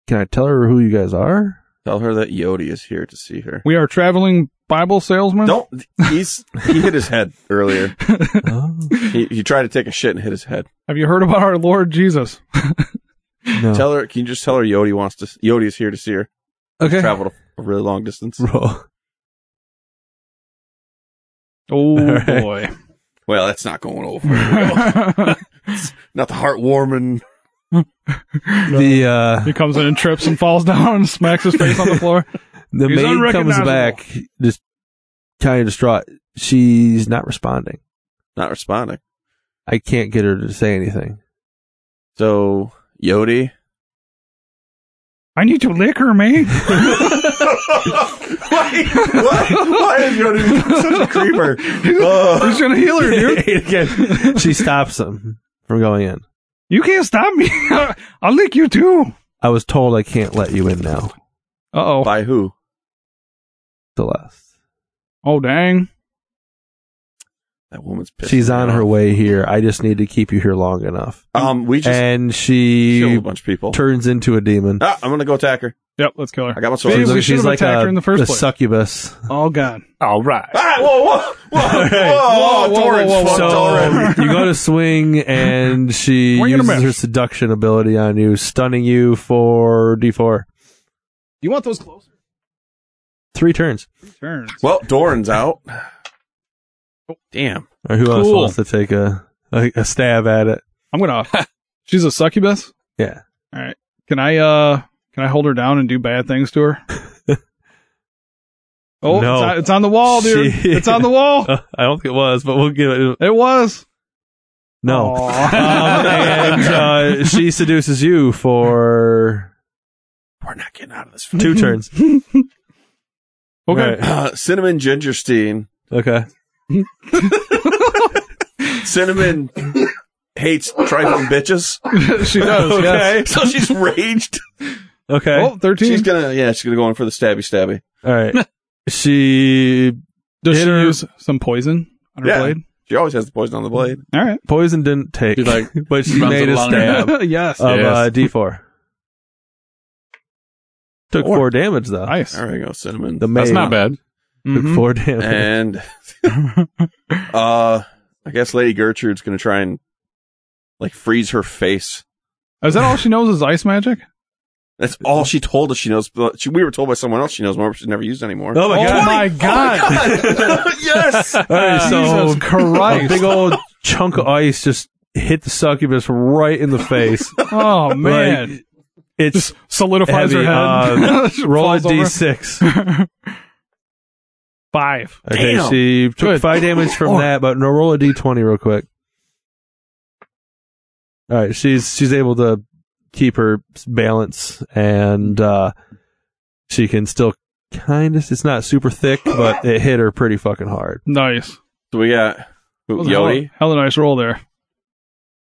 Speaker 2: can I tell her who you guys are?
Speaker 3: Tell her that Yodi is here to see her.
Speaker 4: We are traveling Bible salesmen.
Speaker 3: Don't. He's he hit his head earlier.
Speaker 2: Oh,
Speaker 3: He, he tried to take a shit and hit his head.
Speaker 4: Have you heard about our Lord Jesus?
Speaker 2: no.
Speaker 3: Tell her. Can you just tell her Yodi wants to? Yodi is here to see her.
Speaker 2: okay.
Speaker 3: Traveled a really long distance.
Speaker 2: Roll.
Speaker 4: Oh
Speaker 2: right.
Speaker 4: boy.
Speaker 3: Well, that's not going over. very well. not the heartwarming.
Speaker 2: The uh,
Speaker 4: he comes in and trips and falls down and smacks his face on the floor.
Speaker 2: the maid
Speaker 4: He's
Speaker 2: comes
Speaker 4: unrecognizable.
Speaker 2: back just kind of distraught. She's not responding.
Speaker 3: Not responding.
Speaker 2: I can't get her to say anything.
Speaker 3: So Yodi.
Speaker 4: I need to lick her, man.
Speaker 3: why, why? Why is Yodi such a creeper?
Speaker 2: Oh.
Speaker 4: Who's gonna heal her, dude?
Speaker 2: Again, she stops him from going in.
Speaker 4: You can't stop me. I'll lick you too.
Speaker 2: I was told I can't let you in now,
Speaker 4: Uh oh.
Speaker 3: By who?
Speaker 2: Celeste.
Speaker 4: Oh dang.
Speaker 3: That woman's pissed.
Speaker 2: She's
Speaker 3: me
Speaker 2: on
Speaker 3: off.
Speaker 2: her way here. I just need to keep you here long enough.
Speaker 3: Um, we just
Speaker 2: and
Speaker 3: killed a
Speaker 2: she
Speaker 3: bunch of people.
Speaker 2: turns into a demon.
Speaker 3: Ah, I'm gonna go attack her.
Speaker 4: Yep, let's kill
Speaker 3: I
Speaker 4: her.
Speaker 3: got my sword.
Speaker 4: Maybe we should have attacked her in the first
Speaker 2: a
Speaker 4: place.
Speaker 2: succubus.
Speaker 4: Oh god.
Speaker 5: All right.
Speaker 3: Ah, whoa, whoa,
Speaker 4: Whoa,
Speaker 3: whoa, whoa,
Speaker 4: whoa,
Speaker 3: Torrance
Speaker 4: whoa, whoa,
Speaker 3: fucked
Speaker 4: whoa.
Speaker 3: already.
Speaker 2: So you go to swing, and she
Speaker 4: Swing and a
Speaker 2: uses
Speaker 4: miss.
Speaker 2: her seduction ability on you, stunning you for d4.
Speaker 4: You want those closer?
Speaker 2: Three turns.
Speaker 4: Turns.
Speaker 3: Well, Doran's out. Damn.
Speaker 2: Or who else
Speaker 4: Cool.
Speaker 2: wants to take a, a a stab at it?
Speaker 4: I'm gonna. she's a succubus.
Speaker 2: Yeah.
Speaker 4: All right. Can I uh can I hold her down and do bad things to her? Oh,
Speaker 2: No.
Speaker 4: it's, on, it's on the wall, dude.
Speaker 2: Shit.
Speaker 4: It's on the wall.
Speaker 2: Uh, I don't think it was, but we'll give it.
Speaker 4: It was.
Speaker 2: No. Um,
Speaker 4: Aw.
Speaker 2: and uh, she seduces you for
Speaker 3: We're not getting out of this.
Speaker 2: two turns.
Speaker 4: okay.
Speaker 2: Right.
Speaker 3: Uh, cinnamon gingerstein.
Speaker 2: Okay.
Speaker 3: Cinnamon hates trifling bitches.
Speaker 4: she does. Yes.
Speaker 3: Okay. So she's raged.
Speaker 2: Okay.
Speaker 4: Oh, 13.
Speaker 3: She's gonna yeah, she's gonna go in for the stabby stabby.
Speaker 2: All right. she
Speaker 4: Does she
Speaker 2: Hit her-
Speaker 4: use some poison on her
Speaker 3: Yeah.
Speaker 4: blade?
Speaker 3: She always has the poison on the blade.
Speaker 4: All right.
Speaker 2: poison didn't take,
Speaker 5: She's like,
Speaker 2: but she
Speaker 5: runs
Speaker 2: made a
Speaker 5: along
Speaker 2: stab of
Speaker 4: yes.
Speaker 5: Yes.
Speaker 2: uh, D4. Took
Speaker 4: Four.
Speaker 2: four, damage though.
Speaker 4: nice.
Speaker 3: There we go, cinnamon.
Speaker 2: the
Speaker 5: That's
Speaker 2: maid
Speaker 5: not bad.
Speaker 2: Took
Speaker 4: Mhm.
Speaker 2: four damage.
Speaker 3: and uh I guess Lady Gertrude's gonna try and like freeze her face.
Speaker 4: Is that all she knows is ice magic?
Speaker 3: That's all she told us she knows. But she, we were told by someone else she knows more, but she's never used anymore.
Speaker 2: oh my
Speaker 4: oh,
Speaker 2: god!
Speaker 4: my God.
Speaker 3: yes.
Speaker 2: All right, so
Speaker 4: Jesus Christ.
Speaker 2: a big old chunk of ice just hit the succubus right in the face.
Speaker 4: oh, man.
Speaker 2: Like, it's
Speaker 4: Just solidifies
Speaker 2: heavy.
Speaker 4: her head.
Speaker 2: Uh,
Speaker 4: She
Speaker 2: roll a
Speaker 4: falls over.
Speaker 2: d6.
Speaker 4: Five.
Speaker 2: Okay,
Speaker 3: Damn.
Speaker 2: she took
Speaker 4: Good.
Speaker 2: five damage from
Speaker 4: Oh.
Speaker 2: that, but no, roll a d20 real quick. All right, she's she's able to keep her balance, and uh, she can still kind of. It's not super thick, but it hit her pretty fucking hard.
Speaker 4: Nice.
Speaker 3: So we got who,
Speaker 4: That was a hell-
Speaker 3: Yodi.
Speaker 4: Hell of a nice roll there.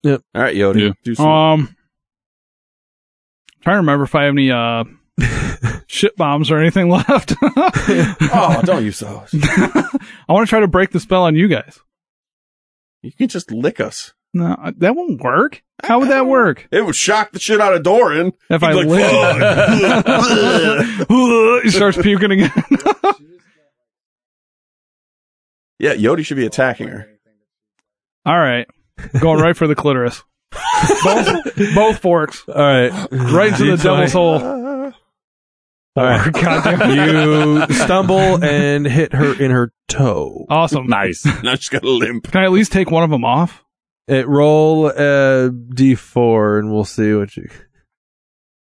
Speaker 3: All right, Yodi.
Speaker 5: Yeah.
Speaker 3: Do some-
Speaker 4: Um, trying to remember if I have any uh shit bombs or anything left. I
Speaker 3: oh, don't use those.
Speaker 4: want to try to break the spell on you guys.
Speaker 3: You can just lick us.
Speaker 4: No, I- that won't work. How would that work?
Speaker 3: It would shock the shit out of Doran.
Speaker 4: If I
Speaker 3: He'd be
Speaker 4: lick, he starts puking again.
Speaker 3: Yeah, Yodi should be attacking her.
Speaker 4: All right, going right for the clitoris. both, both forks,
Speaker 2: All right,
Speaker 4: right into the devil's hole.
Speaker 2: All right,
Speaker 4: God damn it.
Speaker 2: you stumble and hit her in her toe.
Speaker 4: Awesome.
Speaker 5: Nice.
Speaker 3: Now she's got a limp.
Speaker 4: Can I at least take one of them off?
Speaker 2: It roll a d4, and we'll see what you.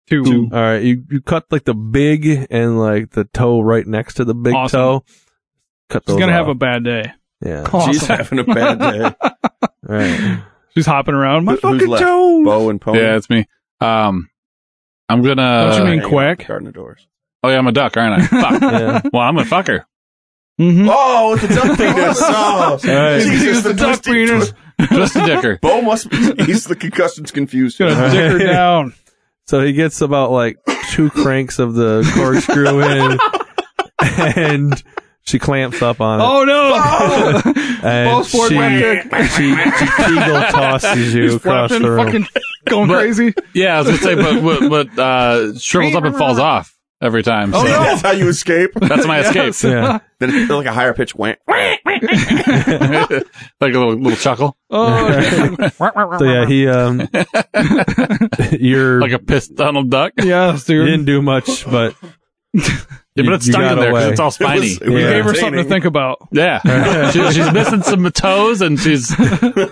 Speaker 4: Two.
Speaker 2: All right, you, you cut like the big and like the toe right next to the big
Speaker 4: Awesome.
Speaker 2: toe. Cut
Speaker 4: She's
Speaker 2: those
Speaker 4: gonna
Speaker 2: off.
Speaker 4: have a bad day.
Speaker 2: yeah.
Speaker 3: She's
Speaker 4: Awesome.
Speaker 3: having a bad day.
Speaker 2: All right.
Speaker 4: She's hopping around. My
Speaker 3: Who- who's
Speaker 4: fucking
Speaker 3: left?
Speaker 4: toes.
Speaker 3: Bo and Pony.
Speaker 5: Yeah, it's me. Um, I'm gonna.
Speaker 4: Don't you mean-
Speaker 3: Hang on,
Speaker 4: quack?
Speaker 3: Guarding the doors.
Speaker 5: Oh yeah, I'm a duck, aren't I? Fuck.
Speaker 2: Yeah.
Speaker 5: Well, I'm a fucker.
Speaker 4: Mm-hmm.
Speaker 3: Oh, it's a duck penis. Oh,
Speaker 2: right.
Speaker 4: He's the duck
Speaker 3: twisty
Speaker 4: penis.
Speaker 3: twist-
Speaker 5: Just a dicker.
Speaker 3: Bo must be, he's the concussions confused.
Speaker 4: Gonna
Speaker 2: All
Speaker 4: dick her
Speaker 2: right.
Speaker 4: down.
Speaker 2: So he gets about like two cranks of the corkscrew in, and she clamps up on it.
Speaker 4: Oh no!
Speaker 2: Uh, and
Speaker 4: Balls forward,
Speaker 2: she,
Speaker 4: whack kick.
Speaker 2: she, she kegel tosses you
Speaker 4: He's
Speaker 2: across
Speaker 4: flapping,
Speaker 2: the room.
Speaker 4: fucking going
Speaker 5: But-
Speaker 4: crazy.
Speaker 5: Yeah, I was gonna say, but but, but uh, shrivels up and falls off every time. So
Speaker 2: Oh,
Speaker 4: Oh,
Speaker 3: See, That's how you escape.
Speaker 5: That's my escape.
Speaker 2: yeah.
Speaker 3: then it's like a higher pitch went.
Speaker 5: like a little little chuckle,
Speaker 4: Oh
Speaker 2: So yeah, he um, you're
Speaker 5: like a pissed Donald Duck.
Speaker 4: yes,
Speaker 2: you
Speaker 4: dude.
Speaker 2: didn't do much, but
Speaker 5: Yeah, but it's
Speaker 2: You
Speaker 5: stuck
Speaker 2: got
Speaker 5: in there because
Speaker 2: away.
Speaker 5: it's all spiny.
Speaker 3: It was
Speaker 2: Yeah.
Speaker 4: Gave her
Speaker 3: entertaining.
Speaker 4: something to think about.
Speaker 5: yeah, she, she's missing some toes and she's
Speaker 3: Got a,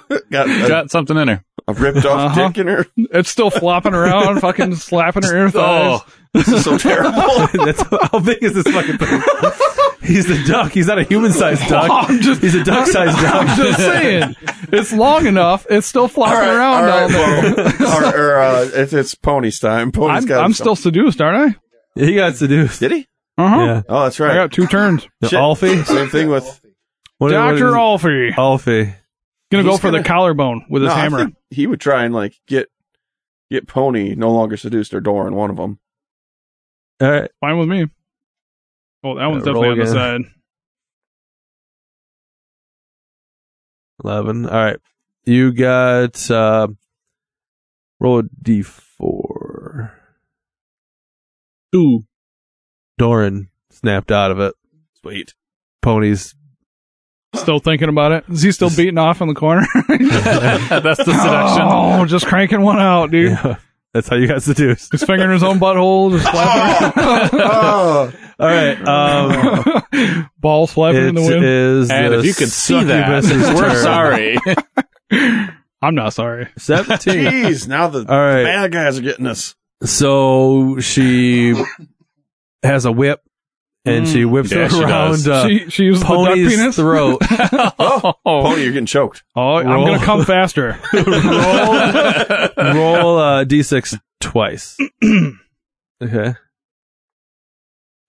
Speaker 5: got something in her.
Speaker 3: a ripped off
Speaker 4: Uh-huh.
Speaker 3: dick in her.
Speaker 4: It's still flopping around, fucking slapping her ear thighs.
Speaker 5: Oh,
Speaker 3: This is so terrible.
Speaker 2: that's how big is this fucking thing? He's the duck. He's not a human-sized duck.
Speaker 4: I'm just,
Speaker 2: He's a duck-sized duck.
Speaker 4: I'm just saying, it's long enough. It's still flopping around
Speaker 3: all
Speaker 4: down
Speaker 3: right,
Speaker 4: there.
Speaker 3: Bo. All right, or, uh, it's, it's pony's time.
Speaker 4: I'm,
Speaker 3: Pony's got
Speaker 4: I'm still
Speaker 3: something.
Speaker 4: seduced, aren't
Speaker 2: He got seduced.
Speaker 3: Did he?
Speaker 4: I? Uh huh.
Speaker 2: Yeah.
Speaker 3: Oh, that's
Speaker 4: I
Speaker 3: right.
Speaker 4: got two turns.
Speaker 2: No,
Speaker 3: Shit.
Speaker 2: Alfie?
Speaker 3: Same thing with
Speaker 2: What- what is-
Speaker 4: Doctor Alfie
Speaker 2: Alfie.
Speaker 4: gonna go
Speaker 3: He's
Speaker 4: for the
Speaker 3: gonna-
Speaker 4: collarbone with his
Speaker 3: No, I
Speaker 4: hammer.
Speaker 3: think He would try and like get get Pony no longer seduced or Doran, one of them.
Speaker 2: All right.
Speaker 4: Fine with me. Oh, that one's
Speaker 2: Yeah,
Speaker 4: definitely
Speaker 2: roll
Speaker 4: on the side.
Speaker 2: 11. All right. You got, uh, roll a d4. Two. Doran snapped out of it.
Speaker 3: Sweet.
Speaker 2: Ponies.
Speaker 4: Still thinking about it. Is he still beating off in the corner?
Speaker 5: that's the seduction.
Speaker 4: oh, just cranking one out, dude.
Speaker 2: Yeah. That's how you got seduced.
Speaker 4: Just fingering his own butthole, just flapping.
Speaker 3: Oh,
Speaker 2: All right. Um,
Speaker 4: Ball flapping in
Speaker 2: it
Speaker 4: the wind.
Speaker 2: is
Speaker 5: And
Speaker 2: the
Speaker 5: if you could see that,
Speaker 2: succubus's
Speaker 5: we're
Speaker 2: turn.
Speaker 5: sorry.
Speaker 4: I'm not sorry.
Speaker 2: 17.
Speaker 3: jeez. Now the
Speaker 2: All right.
Speaker 3: bad guys are getting us.
Speaker 2: So she has a whip and she whips
Speaker 5: Yeah,
Speaker 2: it
Speaker 5: she
Speaker 2: around
Speaker 5: does.
Speaker 2: uh,
Speaker 4: she, she used the duck
Speaker 2: pony's
Speaker 4: penis.
Speaker 2: throat.
Speaker 5: oh,
Speaker 3: Pony, you're getting choked.
Speaker 4: oh, I'm
Speaker 2: Roll.
Speaker 4: gonna come faster. Oh.
Speaker 2: Roll uh, d6 twice. okay.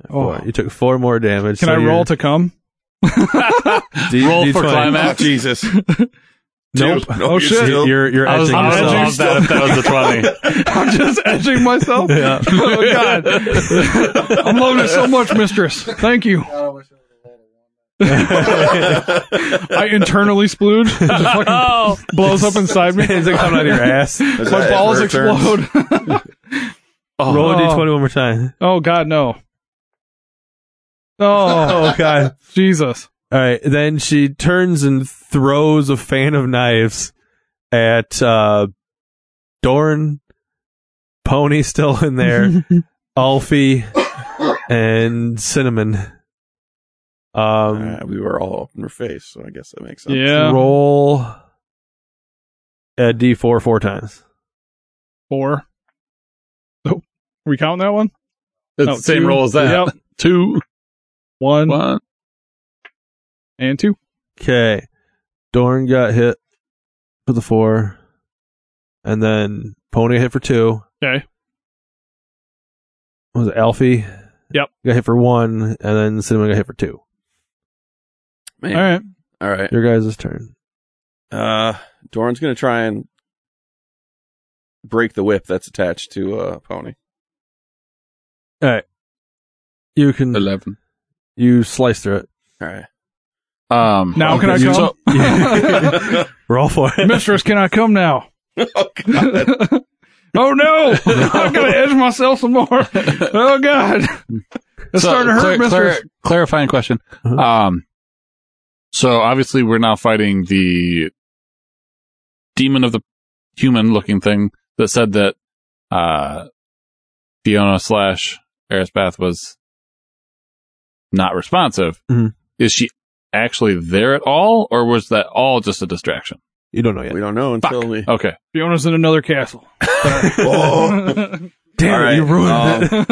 Speaker 2: Boy, you took four more damage.
Speaker 4: Can
Speaker 2: so
Speaker 4: I roll
Speaker 2: you're-
Speaker 4: to come?
Speaker 2: D-
Speaker 5: roll for
Speaker 2: D20.
Speaker 5: climax.
Speaker 3: Jesus.
Speaker 2: Nope.
Speaker 3: Dude, no,
Speaker 4: Oh,
Speaker 3: you're
Speaker 4: shit.
Speaker 3: still-
Speaker 2: You're you're
Speaker 5: I was
Speaker 2: edging
Speaker 5: I would
Speaker 2: yourself.
Speaker 5: have loved that if that was the
Speaker 4: I'm just edging myself.
Speaker 2: Yeah.
Speaker 4: Oh God, I'm loving it so much, mistress. Thank you. I internally splood. It just fucking blows up inside me.
Speaker 2: it's like coming out of your ass.
Speaker 3: Is
Speaker 4: My
Speaker 3: that
Speaker 4: balls
Speaker 3: it for turns?
Speaker 4: explode.
Speaker 2: Roll a
Speaker 4: Oh.
Speaker 2: d20 one more time.
Speaker 4: Oh God, no. Oh
Speaker 2: Oh god.
Speaker 4: Jesus.
Speaker 2: All right. Then she turns and throws a fan of knives at uh, Dorn. Pony still in there. Alfie and Cinnamon. Um,
Speaker 3: Uh, we were all up in her face, so I guess that makes sense.
Speaker 4: Yeah.
Speaker 2: roll a d4 four times.
Speaker 4: Four. Oh, we count that one?
Speaker 5: It's the same roll as that.
Speaker 4: Yep.
Speaker 5: Two,
Speaker 4: One
Speaker 5: one.
Speaker 4: and two.
Speaker 2: Okay. Dorn got hit for the four. And then Pony hit for two.
Speaker 4: Okay.
Speaker 2: What was it Alfie?
Speaker 4: Yep.
Speaker 2: Got hit for one, and then Cinnamon got hit for two.
Speaker 3: Man.
Speaker 4: All right.
Speaker 3: All right.
Speaker 2: Your guys' turn.
Speaker 3: Uh, Doran's gonna try and break the whip that's attached to uh, Pony.
Speaker 2: You can
Speaker 5: Eleven.
Speaker 2: you slice through it.
Speaker 3: All right.
Speaker 5: Um,
Speaker 4: Now can I
Speaker 5: so-
Speaker 4: come?
Speaker 2: We're all for it.
Speaker 4: Mistress, can I come now?
Speaker 3: oh God.
Speaker 4: oh no! I'm gonna edge myself some more. Oh God. It's
Speaker 5: so,
Speaker 4: starting to hurt,
Speaker 5: clar- clar-
Speaker 4: mistress.
Speaker 5: clarifying question.
Speaker 2: Uh-huh.
Speaker 5: Um, so obviously we're now fighting the demon of the human-looking thing that said that uh, Fiona slash Erisbath was not responsive.
Speaker 2: Mhm.
Speaker 5: Is she actually there at all, or was that all just a distraction?
Speaker 2: You don't know yet.
Speaker 3: We don't know until we.
Speaker 5: Okay.
Speaker 4: Fiona's in another castle.
Speaker 3: Oh.
Speaker 2: Damn
Speaker 3: All
Speaker 2: it, you
Speaker 3: right.
Speaker 2: ruined
Speaker 3: Um,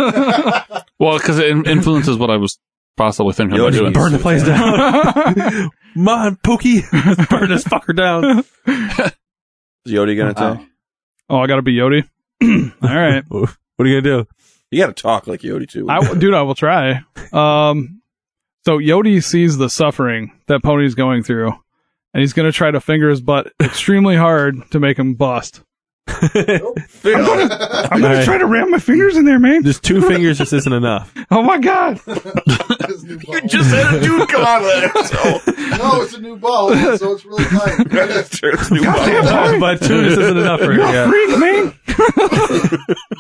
Speaker 2: it.
Speaker 5: Well, because it in- influences what I was possibly thinking about
Speaker 3: Yoda
Speaker 5: doing.
Speaker 2: Burn the place down. Mon Pookie. Let's burn this fucker down.
Speaker 3: Is Yodi gonna attack?
Speaker 4: oh, I gotta be Yodi. All right.
Speaker 2: What are you gonna do?
Speaker 3: You gotta talk like Yodi too.
Speaker 4: I, dude, I will try. Um, so Yodi sees the suffering that Pony's going through, and he's gonna try to finger his butt extremely hard to make him bust. I'm gonna
Speaker 2: Alright.
Speaker 4: try to ram my fingers in there, man.
Speaker 2: Just two fingers just isn't enough.
Speaker 4: Oh my god!
Speaker 6: you just
Speaker 3: had a dude come out of there. So
Speaker 6: no, it's a new ball, so it's really tight.
Speaker 3: There's new
Speaker 4: Goddamn
Speaker 3: bubbles.
Speaker 4: Pony,
Speaker 2: but two just isn't enough for her.
Speaker 4: you're a
Speaker 2: Yeah.
Speaker 4: freak, man.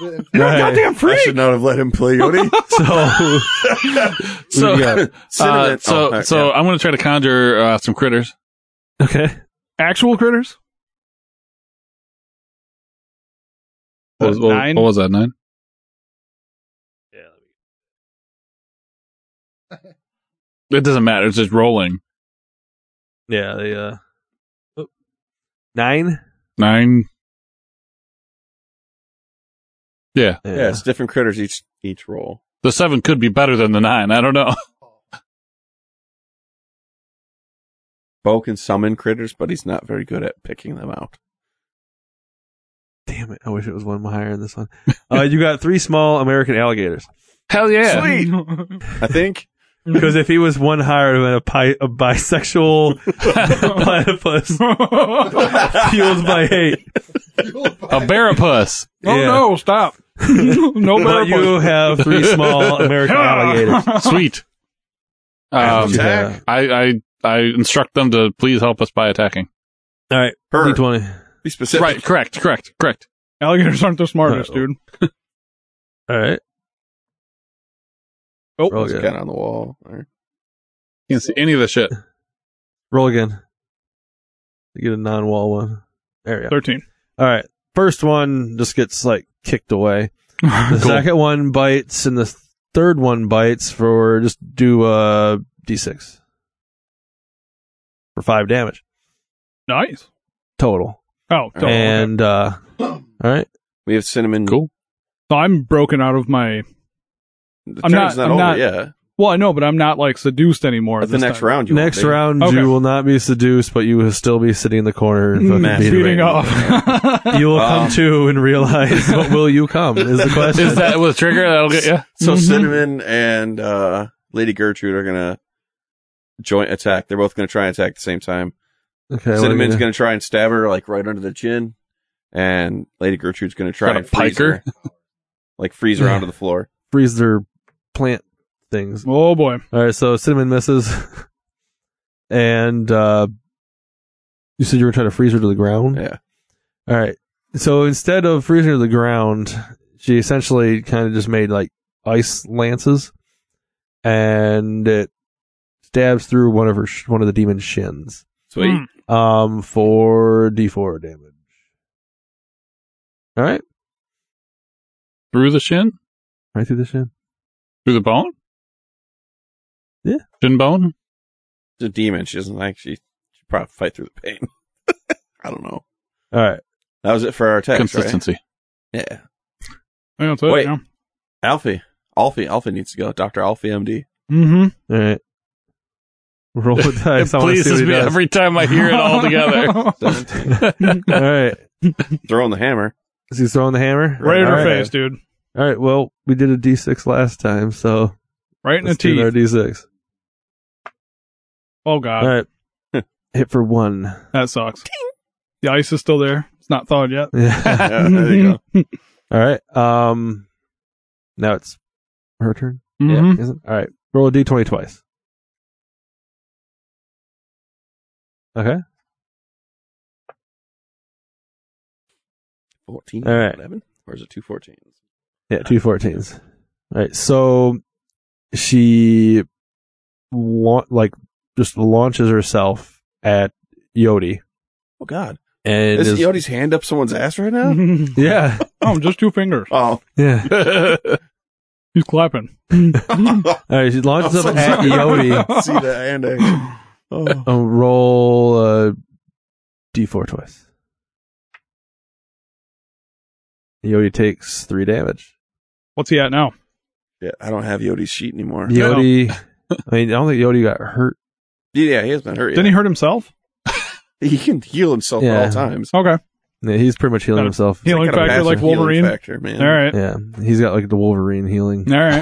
Speaker 4: You're a
Speaker 2: Right.
Speaker 4: goddamn
Speaker 3: I
Speaker 4: freak.
Speaker 3: should not have let him play Yodi.
Speaker 2: So
Speaker 5: So,
Speaker 2: you got?
Speaker 5: uh,
Speaker 3: Cinnamon.
Speaker 5: so,
Speaker 3: Oh, heck,
Speaker 5: so
Speaker 3: yeah.
Speaker 5: I'm going to try to conjure uh, some critters.
Speaker 2: okay.
Speaker 4: Actual critters.
Speaker 5: What was, what-
Speaker 4: Nine?
Speaker 5: what was that? Nine. It doesn't matter. It's just rolling.
Speaker 2: Yeah, they uh oop. nine?
Speaker 5: Nine. Yeah,
Speaker 3: yeah, it's different critters each each roll.
Speaker 5: the seven could be better than the nine. I don't know.
Speaker 3: Bo can summon critters, but he's not very good at picking them out.
Speaker 2: Damn it. I wish it was one higher than this one. Uh you got three small American alligators.
Speaker 5: Hell yeah!
Speaker 3: I think
Speaker 2: Because if he was one higher, it would have been a, pi- a bisexual platypus fueled by hate.
Speaker 5: A barapus.
Speaker 4: Oh
Speaker 2: Yeah.
Speaker 4: no! Stop. no better
Speaker 2: But you have three small American
Speaker 4: Ah!
Speaker 2: alligators.
Speaker 5: Sweet. Um,
Speaker 3: Attack.
Speaker 5: I, I I instruct them to please help us by attacking.
Speaker 2: All right,
Speaker 3: her.
Speaker 2: D20.
Speaker 3: Be specific.
Speaker 5: Right. Correct. Correct. Correct.
Speaker 4: Alligators aren't the smartest,
Speaker 2: Uh-oh.
Speaker 4: dude.
Speaker 2: All right.
Speaker 4: Oh,
Speaker 2: Roll
Speaker 3: It's
Speaker 2: again.
Speaker 3: got on the wall. There.
Speaker 5: Can't see any of the shit.
Speaker 2: Roll again. You get a non wall one. There we go.
Speaker 4: thirteen.
Speaker 2: All right. First one just gets like kicked away. The
Speaker 5: Cool.
Speaker 2: second one bites, and the third one bites for just do uh d6 for five damage
Speaker 4: Nice.
Speaker 2: total.
Speaker 4: Oh, don't.
Speaker 2: and uh, all right,
Speaker 3: We have cinnamon.
Speaker 5: Cool.
Speaker 4: So I'm broken out of my.
Speaker 3: The
Speaker 4: I'm not-
Speaker 3: turn's not,
Speaker 4: I'm
Speaker 3: over
Speaker 4: not-
Speaker 3: yet.
Speaker 4: Well, I know, but I'm not like seduced anymore.
Speaker 3: At the
Speaker 4: this
Speaker 3: next
Speaker 4: time.
Speaker 3: round, you
Speaker 2: Next
Speaker 3: won't be.
Speaker 2: round,
Speaker 4: Okay. Mm,
Speaker 2: you will not be seduced, but you will still be sitting in the corner and fucking Mm-hmm.
Speaker 3: Masturbating.
Speaker 2: beating
Speaker 4: Beating off.
Speaker 2: it. You will
Speaker 3: Um.
Speaker 2: come to and realize what will you come is the question.
Speaker 5: Is that with trigger? That'll get you.
Speaker 3: So
Speaker 4: Mhm.
Speaker 3: Cinnamon and uh, Lady Gertrude are gonna joint attack. They're both gonna try and attack at the same time.
Speaker 2: okay, what are we
Speaker 3: Cinnamon's
Speaker 2: gonna-
Speaker 3: gonna try and stab her like right under the chin, and Lady Gertrude's gonna try
Speaker 5: Got a
Speaker 3: and freeze
Speaker 5: piker?
Speaker 3: her. like freeze her
Speaker 2: Yeah.
Speaker 3: onto the floor.
Speaker 2: freeze their plant things.
Speaker 4: Oh boy.
Speaker 2: All right, so cinnamon misses, and uh, you said you were trying to freeze her to the ground.
Speaker 3: Yeah.
Speaker 2: All right. So instead of freezing her to the ground, she essentially kind of just made like ice lances, and it stabs through one of her sh- one of the demon's shins.
Speaker 3: Sweet.
Speaker 4: Hmm.
Speaker 2: Um, for d four damage. All right,
Speaker 5: Through the shin?
Speaker 2: right through the shin.
Speaker 5: Through the bone?
Speaker 2: Yeah.
Speaker 5: Shin bone?
Speaker 3: She's a demon. She doesn't like she. She probably fight through the pain. I don't know.
Speaker 2: All right.
Speaker 3: That was it for our attacks. right?
Speaker 5: Consistency.
Speaker 3: Yeah.
Speaker 4: I think that's it,
Speaker 3: Wait.
Speaker 4: Yeah.
Speaker 3: Alfie. Alfie. Alfie needs to go. Doctor Alfie, MD.
Speaker 4: Mm-hmm.
Speaker 2: All right. Roll the dice.
Speaker 5: It
Speaker 2: I wanna see
Speaker 5: pleases
Speaker 2: what he
Speaker 5: me
Speaker 2: does.
Speaker 5: every time I hear it all together.
Speaker 3: Seventeen.
Speaker 2: All right.
Speaker 3: Throwing the hammer.
Speaker 2: Is he throwing the hammer?
Speaker 4: right in her
Speaker 2: All
Speaker 4: face, dude.
Speaker 2: All right. Well, we did a D6 last time, so
Speaker 4: Right in the
Speaker 2: let's do another
Speaker 4: teeth.
Speaker 2: D6.
Speaker 4: Oh god,
Speaker 2: All right. Hit for one.
Speaker 4: that sucks. The ice is still there. It's not thawed yet.
Speaker 2: Yeah.
Speaker 3: Yeah, there you go.
Speaker 2: All right. Um. Now it's her turn.
Speaker 4: Mhm.
Speaker 2: Is it? All right. Roll a D20 twice. Okay.
Speaker 3: 14.
Speaker 2: All right.
Speaker 3: 11? Or is it 214?
Speaker 2: Yeah, two 14s. All right, so she la- like just launches herself at Yodi
Speaker 3: Oh, God. Mm-hmm.
Speaker 2: and
Speaker 3: Is,
Speaker 2: is-
Speaker 3: Yodi's hand up someone's ass right now?
Speaker 2: yeah,
Speaker 4: oh, just two fingers.
Speaker 3: Oh.
Speaker 2: yeah.
Speaker 4: He's clapping.
Speaker 2: All right, she launches
Speaker 3: I'm
Speaker 2: up
Speaker 3: so
Speaker 2: at
Speaker 3: sorry.
Speaker 2: Yodi.
Speaker 3: See that hand action. Oh.
Speaker 2: Oh, roll uh, d4 twice. Yodi takes three damage.
Speaker 4: What's he at now?
Speaker 3: Yeah, I don't have Yodi's sheet anymore. Yeah,
Speaker 2: Yodi, I mean, I don't think Yodi got hurt.
Speaker 3: yeah he hasn't been hurt yet.
Speaker 4: Didn't he hurt himself?
Speaker 3: he-, can heal himself
Speaker 2: Yeah.
Speaker 3: at all times.
Speaker 4: Okay.
Speaker 2: Yeah, he's pretty much healing
Speaker 4: Got a
Speaker 2: himself.
Speaker 4: Healing
Speaker 3: Got a
Speaker 4: factor
Speaker 3: massive
Speaker 4: like
Speaker 3: healing
Speaker 4: Wolverine.
Speaker 3: Factor, man.
Speaker 4: All right.
Speaker 2: Yeah, he's got like the Wolverine healing.
Speaker 4: All right.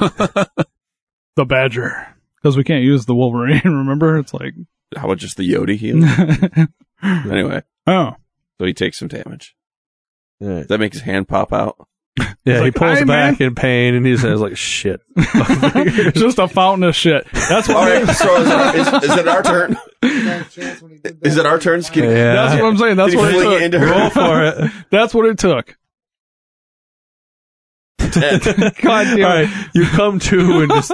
Speaker 4: the Badger. Because we can't use the Wolverine, remember? It's like.
Speaker 3: How about just the Yodi heal? anyway,
Speaker 4: oh.
Speaker 3: so he takes some damage.
Speaker 2: All right.
Speaker 3: Does that make his hand pop out?
Speaker 2: Yeah,
Speaker 4: He's
Speaker 2: he
Speaker 4: like,
Speaker 2: pulls
Speaker 4: "Aye,
Speaker 2: back in pain and he says like shit.
Speaker 4: just a fountain of shit. That's
Speaker 3: All
Speaker 4: what.
Speaker 3: right, so is, it- is, is it our turn? Is it our turn, Skinny?
Speaker 2: Yeah.
Speaker 4: That's what I'm saying. That's
Speaker 3: Did he
Speaker 4: what
Speaker 3: fling
Speaker 4: it
Speaker 3: it
Speaker 4: took.
Speaker 3: into her?
Speaker 4: Roll for it. That's what it took. God damn it.
Speaker 2: All right, you come to and just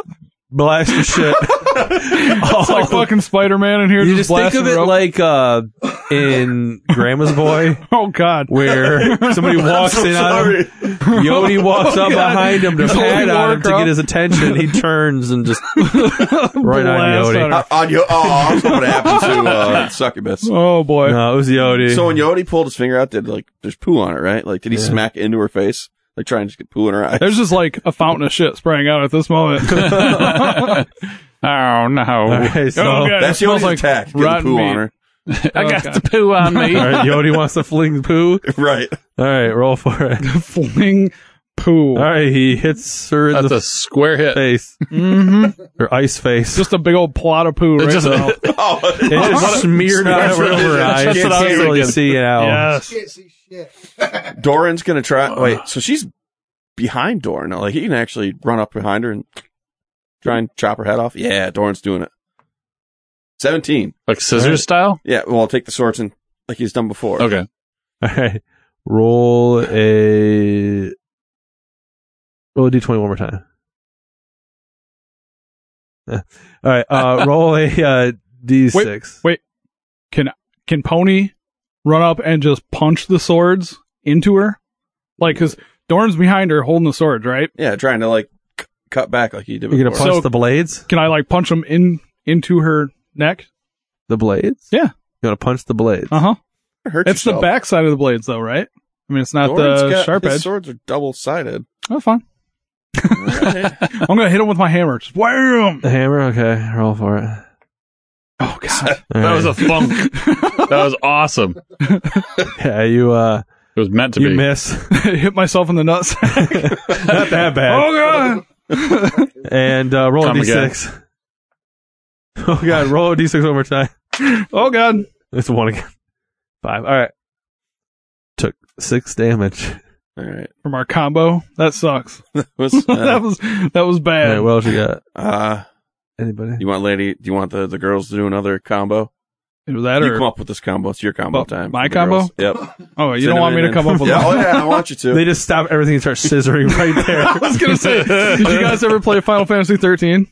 Speaker 2: blast the shit. Oh.
Speaker 4: It's like fucking Spider Man in here.
Speaker 2: you
Speaker 4: just
Speaker 2: just think of
Speaker 4: blasting
Speaker 2: it
Speaker 4: rope.
Speaker 2: like uh, in Grandma's Boy,
Speaker 4: oh god,
Speaker 2: where somebody walks in on him. Yodi walks up behind him to
Speaker 4: Oh, He's
Speaker 2: pat
Speaker 4: holding
Speaker 2: on him to
Speaker 4: Warcraft.
Speaker 2: get his attention. He turns and just right
Speaker 4: Blast
Speaker 2: on Yodi.
Speaker 4: on her.
Speaker 3: Uh, on Yo- oh, I was hoping it happened to uh, Succubus.
Speaker 4: Oh boy,
Speaker 2: No, it was Yodi.
Speaker 3: So when Yodi pulled his finger out, did like there's poo on it, right? Like did he
Speaker 2: Yeah.
Speaker 3: smack it into her face, like trying to just get poo in her eye?
Speaker 4: there's just like a fountain of shit spraying out at this moment.
Speaker 5: oh, no.
Speaker 2: All right, so
Speaker 4: Oh, God.
Speaker 3: That's
Speaker 4: it
Speaker 3: Yodi's
Speaker 4: smells like
Speaker 3: attack. Getting
Speaker 4: rotten
Speaker 3: poo
Speaker 4: meat.
Speaker 3: on her,
Speaker 5: I got
Speaker 4: Okay.
Speaker 5: the poo on me.
Speaker 2: all right, Yodi wants to fling poo.
Speaker 3: right?
Speaker 2: All right, roll for it.
Speaker 4: Fling poo.
Speaker 2: All right, he hits her in
Speaker 5: That's
Speaker 2: the
Speaker 5: a square hit.
Speaker 2: face
Speaker 4: hmm
Speaker 2: or ice face.
Speaker 4: Just a big old plot of poo right
Speaker 5: just-
Speaker 4: now.
Speaker 3: Oh,
Speaker 2: It just smeared out
Speaker 3: That's
Speaker 2: over
Speaker 3: what it is.
Speaker 2: her eyes.
Speaker 3: That's
Speaker 2: You
Speaker 3: what I
Speaker 2: can't
Speaker 3: was
Speaker 2: really
Speaker 3: thinking.
Speaker 2: see it out.
Speaker 4: yes.
Speaker 6: Can't see shit.
Speaker 3: Doran's gonna try. Wait, so she's behind Doran. now. Like he can actually run up behind her and try and chop her head off. Yeah, Doran's doing it. Seventeen.
Speaker 5: Like scissors style?
Speaker 3: Yeah. Well, I'll take the swords and like he's done before.
Speaker 5: Okay.
Speaker 2: All right, roll a roll a d twenty one more time. Eh. All right, uh, roll a uh, d six.
Speaker 4: wait. Can Pony run up and just punch the swords into her? Like, cause Dorn's behind her holding the swords, right?
Speaker 3: Yeah, trying to like c- cut back like he did.
Speaker 2: You're gonna
Speaker 3: before.
Speaker 2: punch
Speaker 4: So-
Speaker 2: the blades.
Speaker 4: Can I like punch him in into her neck?
Speaker 2: The blades.
Speaker 4: Yeah.
Speaker 2: you want to punch the blades.
Speaker 4: Uh huh.
Speaker 3: So hurt
Speaker 4: It's the
Speaker 3: yourself.
Speaker 4: back side of the blades, though, right? I mean, it's not
Speaker 3: Doran's
Speaker 4: the
Speaker 3: got-
Speaker 4: sharp
Speaker 3: his
Speaker 4: edge.
Speaker 3: Swords are double sided.
Speaker 4: Oh, fine. I'm gonna hit him with my hammer. Just wham!
Speaker 2: The hammer? Okay, roll for it.
Speaker 4: Oh god.
Speaker 2: All
Speaker 5: That was a
Speaker 2: right.
Speaker 5: thunk. that was awesome.
Speaker 2: yeah, you uh
Speaker 5: It was meant to
Speaker 2: you
Speaker 5: be.
Speaker 2: miss.
Speaker 4: hit myself in the nuts.
Speaker 2: Not that bad.
Speaker 4: oh god.
Speaker 2: And uh roll a
Speaker 5: Oh. Come again.
Speaker 2: D6. Oh god, roll a D6 one more time.
Speaker 4: Oh god.
Speaker 2: It's one again. Five. Alright. Took six damage.
Speaker 3: All right.
Speaker 4: From our combo. That sucks.
Speaker 3: What's,
Speaker 4: that
Speaker 3: uh,
Speaker 4: was that was
Speaker 2: All right,
Speaker 4: bad.
Speaker 2: what else you got?
Speaker 3: uh,
Speaker 2: Anybody?
Speaker 3: you want lady? Do you want the, the girls to do another combo?
Speaker 4: It was that
Speaker 3: You
Speaker 4: or
Speaker 3: come up with this combo. It's your combo
Speaker 4: Well,
Speaker 3: time.
Speaker 4: my
Speaker 3: for the
Speaker 4: combo?
Speaker 3: girls. Yep.
Speaker 4: Oh, you
Speaker 3: Send
Speaker 4: don't want
Speaker 3: them
Speaker 4: me
Speaker 3: in
Speaker 4: to come
Speaker 3: then.
Speaker 4: up with
Speaker 3: yeah,
Speaker 4: that.
Speaker 3: oh yeah, I want you to.
Speaker 2: They just stop everything and start scissoring right
Speaker 4: I
Speaker 2: there.
Speaker 4: was gonna say, did you guys ever play Final Fantasy 13?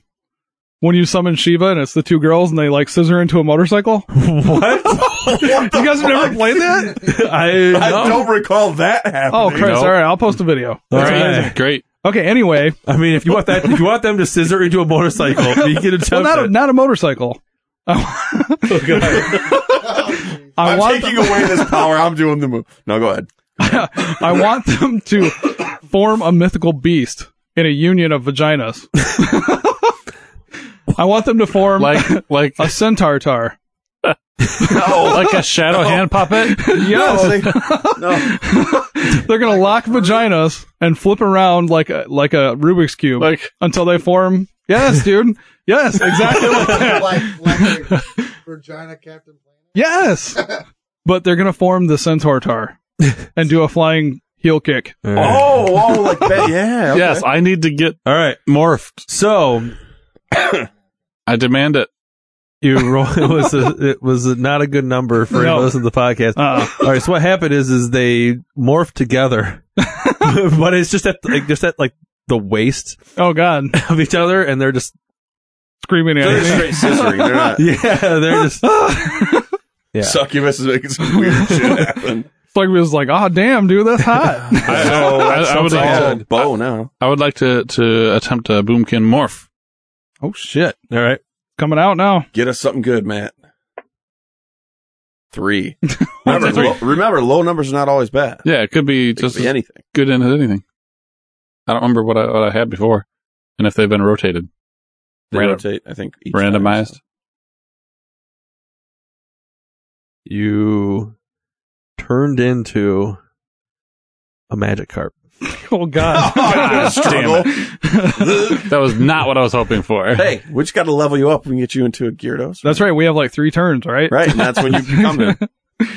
Speaker 4: When you summon Shiva and it's the two girls and they like scissor into a motorcycle?
Speaker 2: what?
Speaker 4: You guys have never played that?
Speaker 2: I,
Speaker 3: I
Speaker 2: no.
Speaker 3: don't recall that happening.
Speaker 4: Oh, Chris,
Speaker 5: Nope.
Speaker 4: all right, I'll post a video.
Speaker 2: All
Speaker 5: That's
Speaker 2: right.
Speaker 5: amazing. Great.
Speaker 4: Okay, anyway,
Speaker 2: I mean, if you want that, if you want them to scissor into a motorcycle, you can attempt
Speaker 4: well, not a,
Speaker 2: it.
Speaker 4: not a motorcycle. I
Speaker 3: I'm
Speaker 4: want,
Speaker 3: taking away this power. I'm doing the move. No, go ahead.
Speaker 4: I want them to form a mythical beast in a union of vaginas. I want them to form
Speaker 5: Like like
Speaker 4: a centaur tar. Oh,
Speaker 5: like a shadow hand puppet.
Speaker 4: Yes,
Speaker 3: No,
Speaker 4: they're gonna lock vaginas and flip around like a like a Rubik's cube
Speaker 5: Like
Speaker 4: until they form. Yes, dude. Yes, exactly like that.
Speaker 6: like, like a vagina Captain Planet.
Speaker 4: Yes, but they're gonna form the centaur tar and do a flying heel kick.
Speaker 2: All right.
Speaker 3: Oh, oh, like that. Yeah. okay.
Speaker 5: yes, I need to get
Speaker 2: All right.
Speaker 5: morphed.
Speaker 2: So
Speaker 5: I demand it.
Speaker 2: you roll, it was a, it was a- not a good number for anyone
Speaker 4: No.
Speaker 2: listening to the podcast.
Speaker 4: Uh,
Speaker 2: All right. So what happened is is they morphed together, but it's just at like just at like the waist
Speaker 4: oh god,
Speaker 2: of each other, and they're just
Speaker 4: screaming at
Speaker 3: They're
Speaker 4: me.
Speaker 3: straight scissoring. They're not.
Speaker 2: yeah, they're just Yeah.
Speaker 3: Succubus is making some weird shit happen.
Speaker 4: Like we was like, oh damn, dude, that's hot.
Speaker 5: I, I- I- I would like
Speaker 3: Oh,
Speaker 5: to,
Speaker 3: bow now.
Speaker 5: I would like to, to attempt a boomkin morph.
Speaker 4: oh shit,
Speaker 2: all right.
Speaker 4: coming out now.
Speaker 3: Get us something good, Matt. Three.
Speaker 5: What's
Speaker 3: remember,
Speaker 5: a three?
Speaker 3: Low, remember, low numbers are not always bad.
Speaker 5: Yeah, it could be
Speaker 3: It could
Speaker 5: just
Speaker 3: be
Speaker 5: as
Speaker 3: anything.
Speaker 5: good in as anything. I don't remember what I, what I had before, and if they've been rotated,
Speaker 3: They
Speaker 5: Random-
Speaker 3: rotate, I think. each time,
Speaker 5: randomized.
Speaker 2: You turned into a magic carp.
Speaker 4: Oh god,
Speaker 3: so. Struggle.
Speaker 5: That was not what I was hoping for.
Speaker 3: hey, we just got to level you up. We can get you into a Gyarados.
Speaker 4: that's right. We have like three turns, right?
Speaker 3: Right, and that's when you become them.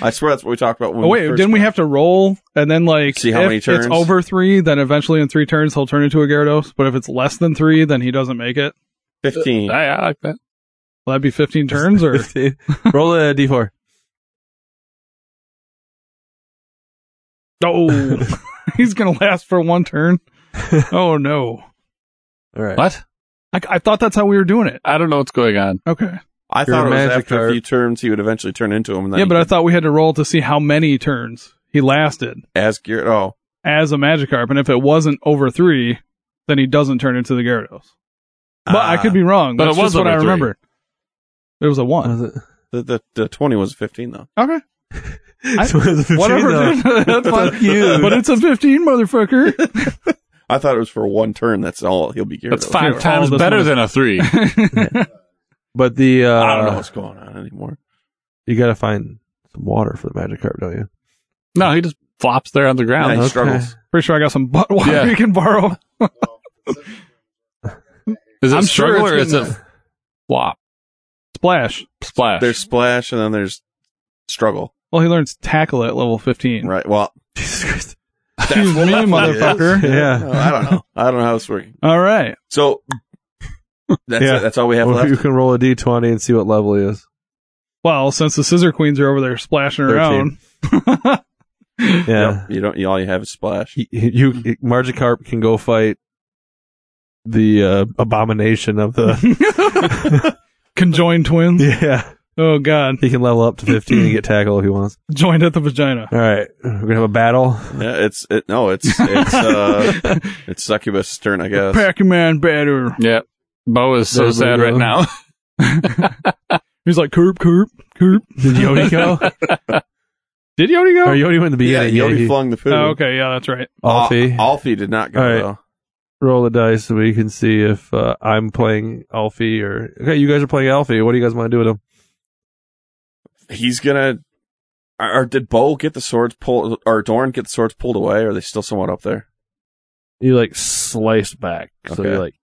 Speaker 3: I swear that's what we talked about. When
Speaker 4: Oh wait,
Speaker 3: first-
Speaker 4: didn't we have to roll and then like
Speaker 3: See how
Speaker 4: if
Speaker 3: many turns?
Speaker 4: It's over three, then eventually in three turns he'll turn into a Gyarados. But if it's less than three, then he doesn't make it.
Speaker 3: fifteen?
Speaker 5: I, I like that.
Speaker 4: Will that be fifteen turns or
Speaker 2: roll a d4.
Speaker 4: oh, he's gonna last for one turn. Oh no,
Speaker 2: All right.
Speaker 5: What?
Speaker 4: I, I thought that's how we were doing it.
Speaker 5: I don't know what's going on.
Speaker 4: Okay,
Speaker 3: I
Speaker 2: You're
Speaker 3: thought
Speaker 2: a
Speaker 3: it was
Speaker 2: magic
Speaker 3: after
Speaker 2: card.
Speaker 3: a few turns he would eventually turn into him. And then
Speaker 4: yeah,
Speaker 3: he
Speaker 4: but I
Speaker 3: could-
Speaker 4: thought we had to roll to see how many turns he lasted
Speaker 3: as Gyarados. Oh,
Speaker 4: as a Magikarp, and if it wasn't over three, then he doesn't turn into the Gyarados. But I
Speaker 3: Ah.
Speaker 4: could be wrong.
Speaker 5: But
Speaker 4: That's
Speaker 5: it was
Speaker 4: just what
Speaker 5: over
Speaker 4: I
Speaker 5: three.
Speaker 4: remember. It was a one.
Speaker 2: Was it?
Speaker 3: The, the the twenty was fifteen though.
Speaker 4: Okay.
Speaker 2: So it was a 15,
Speaker 4: Whatever.
Speaker 2: though.
Speaker 4: dude. That's fine.
Speaker 2: Fuck you.
Speaker 4: But it's a 15, motherfucker.
Speaker 3: I thought it was for one turn. That's all. He'll be Gyarados.
Speaker 5: That's five
Speaker 4: all
Speaker 5: times
Speaker 4: this
Speaker 5: better
Speaker 4: one.
Speaker 5: than a three.
Speaker 2: But the uh,
Speaker 3: I don't know what's going on anymore.
Speaker 2: You gotta find some water for the magic carp, don't you?
Speaker 5: no, he just flops there on the
Speaker 3: Yeah,
Speaker 5: ground.
Speaker 3: he
Speaker 2: okay.
Speaker 3: struggles.
Speaker 4: Pretty sure I got some butt water
Speaker 5: Yeah.
Speaker 4: you can borrow.
Speaker 5: Is it
Speaker 4: I'm sure
Speaker 5: struggle
Speaker 4: it's
Speaker 5: or is it flop
Speaker 4: Splash.
Speaker 5: splash?
Speaker 3: There's splash and then there's struggle.
Speaker 4: Well, he learns tackle at level 15.
Speaker 3: Right. Well,
Speaker 2: Jesus Christ.
Speaker 4: Excuse me, motherfucker.
Speaker 2: Yeah.
Speaker 3: No, I don't know. I don't know how it's working.
Speaker 4: All right.
Speaker 3: So that's
Speaker 2: Yeah.
Speaker 3: it. That's all we have
Speaker 2: Well, you
Speaker 3: left.
Speaker 2: can roll a d20 and see what level he is.
Speaker 4: Well, since the Scissor Queens are over there splashing around,
Speaker 2: Yeah.
Speaker 3: You don't. You, all you have is splash.
Speaker 2: He- he- You, Magikarp can go fight the uh, abomination of the.
Speaker 4: conjoined twins.
Speaker 2: yeah.
Speaker 4: Oh, God.
Speaker 2: He can level up to 15 and get tackle if he wants.
Speaker 4: Joined at the vagina.
Speaker 2: All right. We're going to have a battle.
Speaker 3: Yeah, it's it. No, it's it's uh, it's succubus turn, I guess.
Speaker 4: Pac Man batter.
Speaker 5: yeah. Bo is so
Speaker 2: There we
Speaker 5: sad right
Speaker 2: go.
Speaker 5: now.
Speaker 4: He's like, Kerp, Kerp, Kerp.
Speaker 2: Did Yodi go?
Speaker 4: Did Yodi go?
Speaker 2: or Yodi went in the
Speaker 3: Yeah,
Speaker 2: beginning.
Speaker 3: you
Speaker 2: Yeah,
Speaker 3: already
Speaker 2: he- Oh,
Speaker 3: flung the poo.
Speaker 4: oh, okay. Yeah, that's right.
Speaker 2: Alfie.
Speaker 3: Al- Alfie did not go
Speaker 2: All right.
Speaker 3: though.
Speaker 2: roll the dice so we can see if uh, I'm playing Alfie or okay, you guys are playing Alfie. What do you guys want to do with him?
Speaker 3: He's gonna. Or or did Bo get the swords pulled? Or Dorn get the swords pulled away? Or are they still somewhat up there?
Speaker 2: You like slice back, so
Speaker 3: Okay.
Speaker 2: you like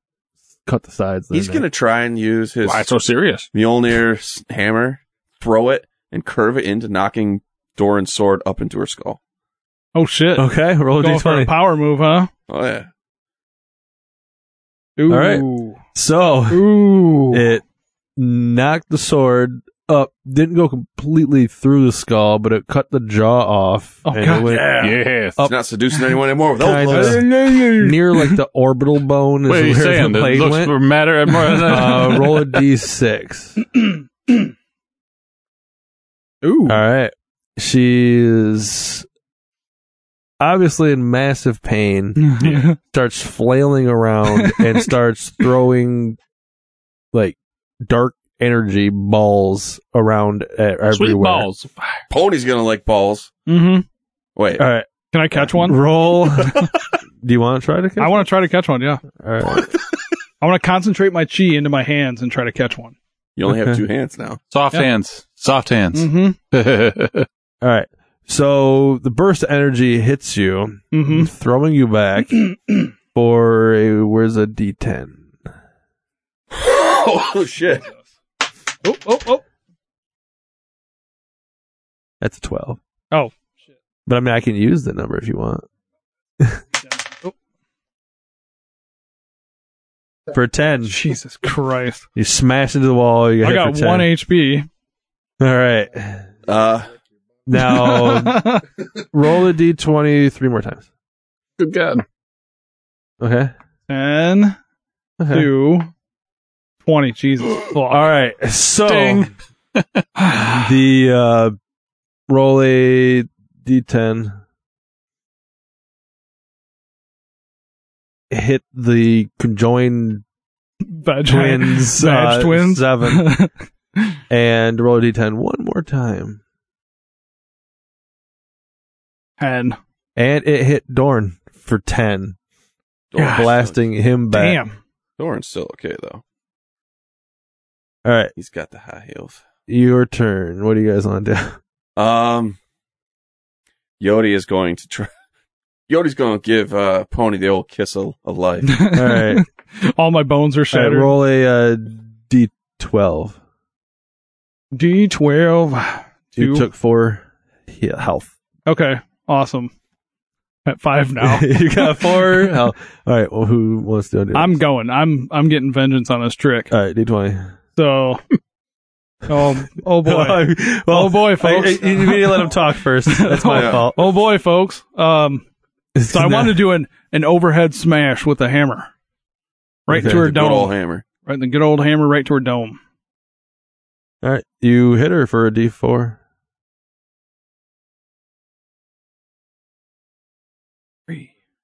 Speaker 2: cut the sides.
Speaker 3: He's
Speaker 2: there.
Speaker 3: gonna try and use his
Speaker 5: Why so serious?
Speaker 3: Mjolnir's hammer, throw it, and curve it into knocking Doran's sword up into her skull.
Speaker 4: Oh shit.
Speaker 2: okay. Roll a
Speaker 4: Going for a
Speaker 2: d20.
Speaker 4: power move, huh?
Speaker 3: Oh yeah,
Speaker 4: Ooh.
Speaker 2: right. So
Speaker 4: Ooh.
Speaker 2: it knocked the sword up. Didn't go completely through the skull, but it cut the jaw off.
Speaker 4: Oh,
Speaker 2: and
Speaker 4: God,
Speaker 2: it went
Speaker 3: yeah.
Speaker 5: Yes.
Speaker 2: Up.
Speaker 3: He's not seducing anyone anymore. With those
Speaker 2: Kinda.
Speaker 3: blows.
Speaker 2: near like the orbital bone. Is
Speaker 5: What are you
Speaker 2: where
Speaker 5: saying?
Speaker 2: the
Speaker 5: It
Speaker 2: blade
Speaker 5: looks
Speaker 2: went.
Speaker 5: matter and more.
Speaker 2: uh, roll a d6.
Speaker 4: Ooh.
Speaker 2: All right. She is obviously in massive pain,
Speaker 4: Hmm.
Speaker 2: starts flailing around and starts throwing like dark energy balls around uh, everywhere.
Speaker 5: Sweet balls.
Speaker 3: Pony's gonna like balls.
Speaker 4: Mm-hmm.
Speaker 3: Wait,
Speaker 2: All right.
Speaker 4: Can I catch one?
Speaker 2: Roll. Do you want to try to catch
Speaker 4: I want to try to catch one, yeah.
Speaker 2: All right.
Speaker 4: I want to concentrate my chi into my hands and try to catch one.
Speaker 3: you only have
Speaker 2: Okay.
Speaker 3: two hands now.
Speaker 5: Soft
Speaker 4: Yeah.
Speaker 5: hands. Soft hands.
Speaker 2: Mm.
Speaker 4: Mm-hmm.
Speaker 2: All right. So the burst of energy hits you,
Speaker 4: Mm-hmm.
Speaker 2: throwing you back for a, where's a d10?
Speaker 3: oh shit!
Speaker 4: Oh, oh, oh.
Speaker 2: That's a 12.
Speaker 4: Oh, shit.
Speaker 2: But I mean, I can use the number if you want.
Speaker 4: Oh.
Speaker 2: For 10.
Speaker 4: Jesus Christ.
Speaker 2: You smash into the wall. You
Speaker 4: I
Speaker 2: hit
Speaker 4: got
Speaker 2: for 10.
Speaker 4: one HP.
Speaker 2: All right.
Speaker 3: Uh,
Speaker 2: Now, roll a d20 three more times.
Speaker 5: Good God.
Speaker 2: Okay.
Speaker 4: 10
Speaker 2: Okay.
Speaker 4: to 20. Jesus.
Speaker 2: All right. So,
Speaker 5: Ding.
Speaker 2: the uh, roll a d10. Hit the conjoined
Speaker 4: Vag
Speaker 2: twins.
Speaker 4: Vag
Speaker 2: uh,
Speaker 4: twins.
Speaker 2: Seven. and roll a d10 one more time.
Speaker 4: 10.
Speaker 2: And it hit Dorn for 10,
Speaker 3: Doran's
Speaker 2: blasting him back.
Speaker 4: Damn.
Speaker 3: Still, Doran's still okay though.
Speaker 2: All right,
Speaker 3: He's got the high heels.
Speaker 2: your turn. What do you guys want to do?
Speaker 3: Um, Yodi is going to try. Yodi's going to give uh, Pony the old kiss of, of life.
Speaker 2: All right,
Speaker 4: All my bones are
Speaker 2: All right,
Speaker 4: shattered.
Speaker 2: roll a uh, d12.
Speaker 4: D12.
Speaker 2: You
Speaker 4: Two.
Speaker 2: took four he- health.
Speaker 4: Okay. Awesome. At five now.
Speaker 2: you got four health. All right, well, who wants to do it?
Speaker 4: I'm going. I'm I'm getting vengeance on this trick.
Speaker 2: All right, d20.
Speaker 4: So Oh oh boy.
Speaker 2: well,
Speaker 4: oh boy, folks.
Speaker 2: I- I- you need to let him talk first. That's my
Speaker 3: Yeah.
Speaker 2: fault.
Speaker 4: oh boy, folks. Um so I wanted to do an, an overhead smash with a hammer. Right
Speaker 2: Okay.
Speaker 4: to her
Speaker 3: Good old
Speaker 4: dome.
Speaker 3: hammer.
Speaker 4: Right the good old hammer right to her dome.
Speaker 2: All right, you hit her for a d4.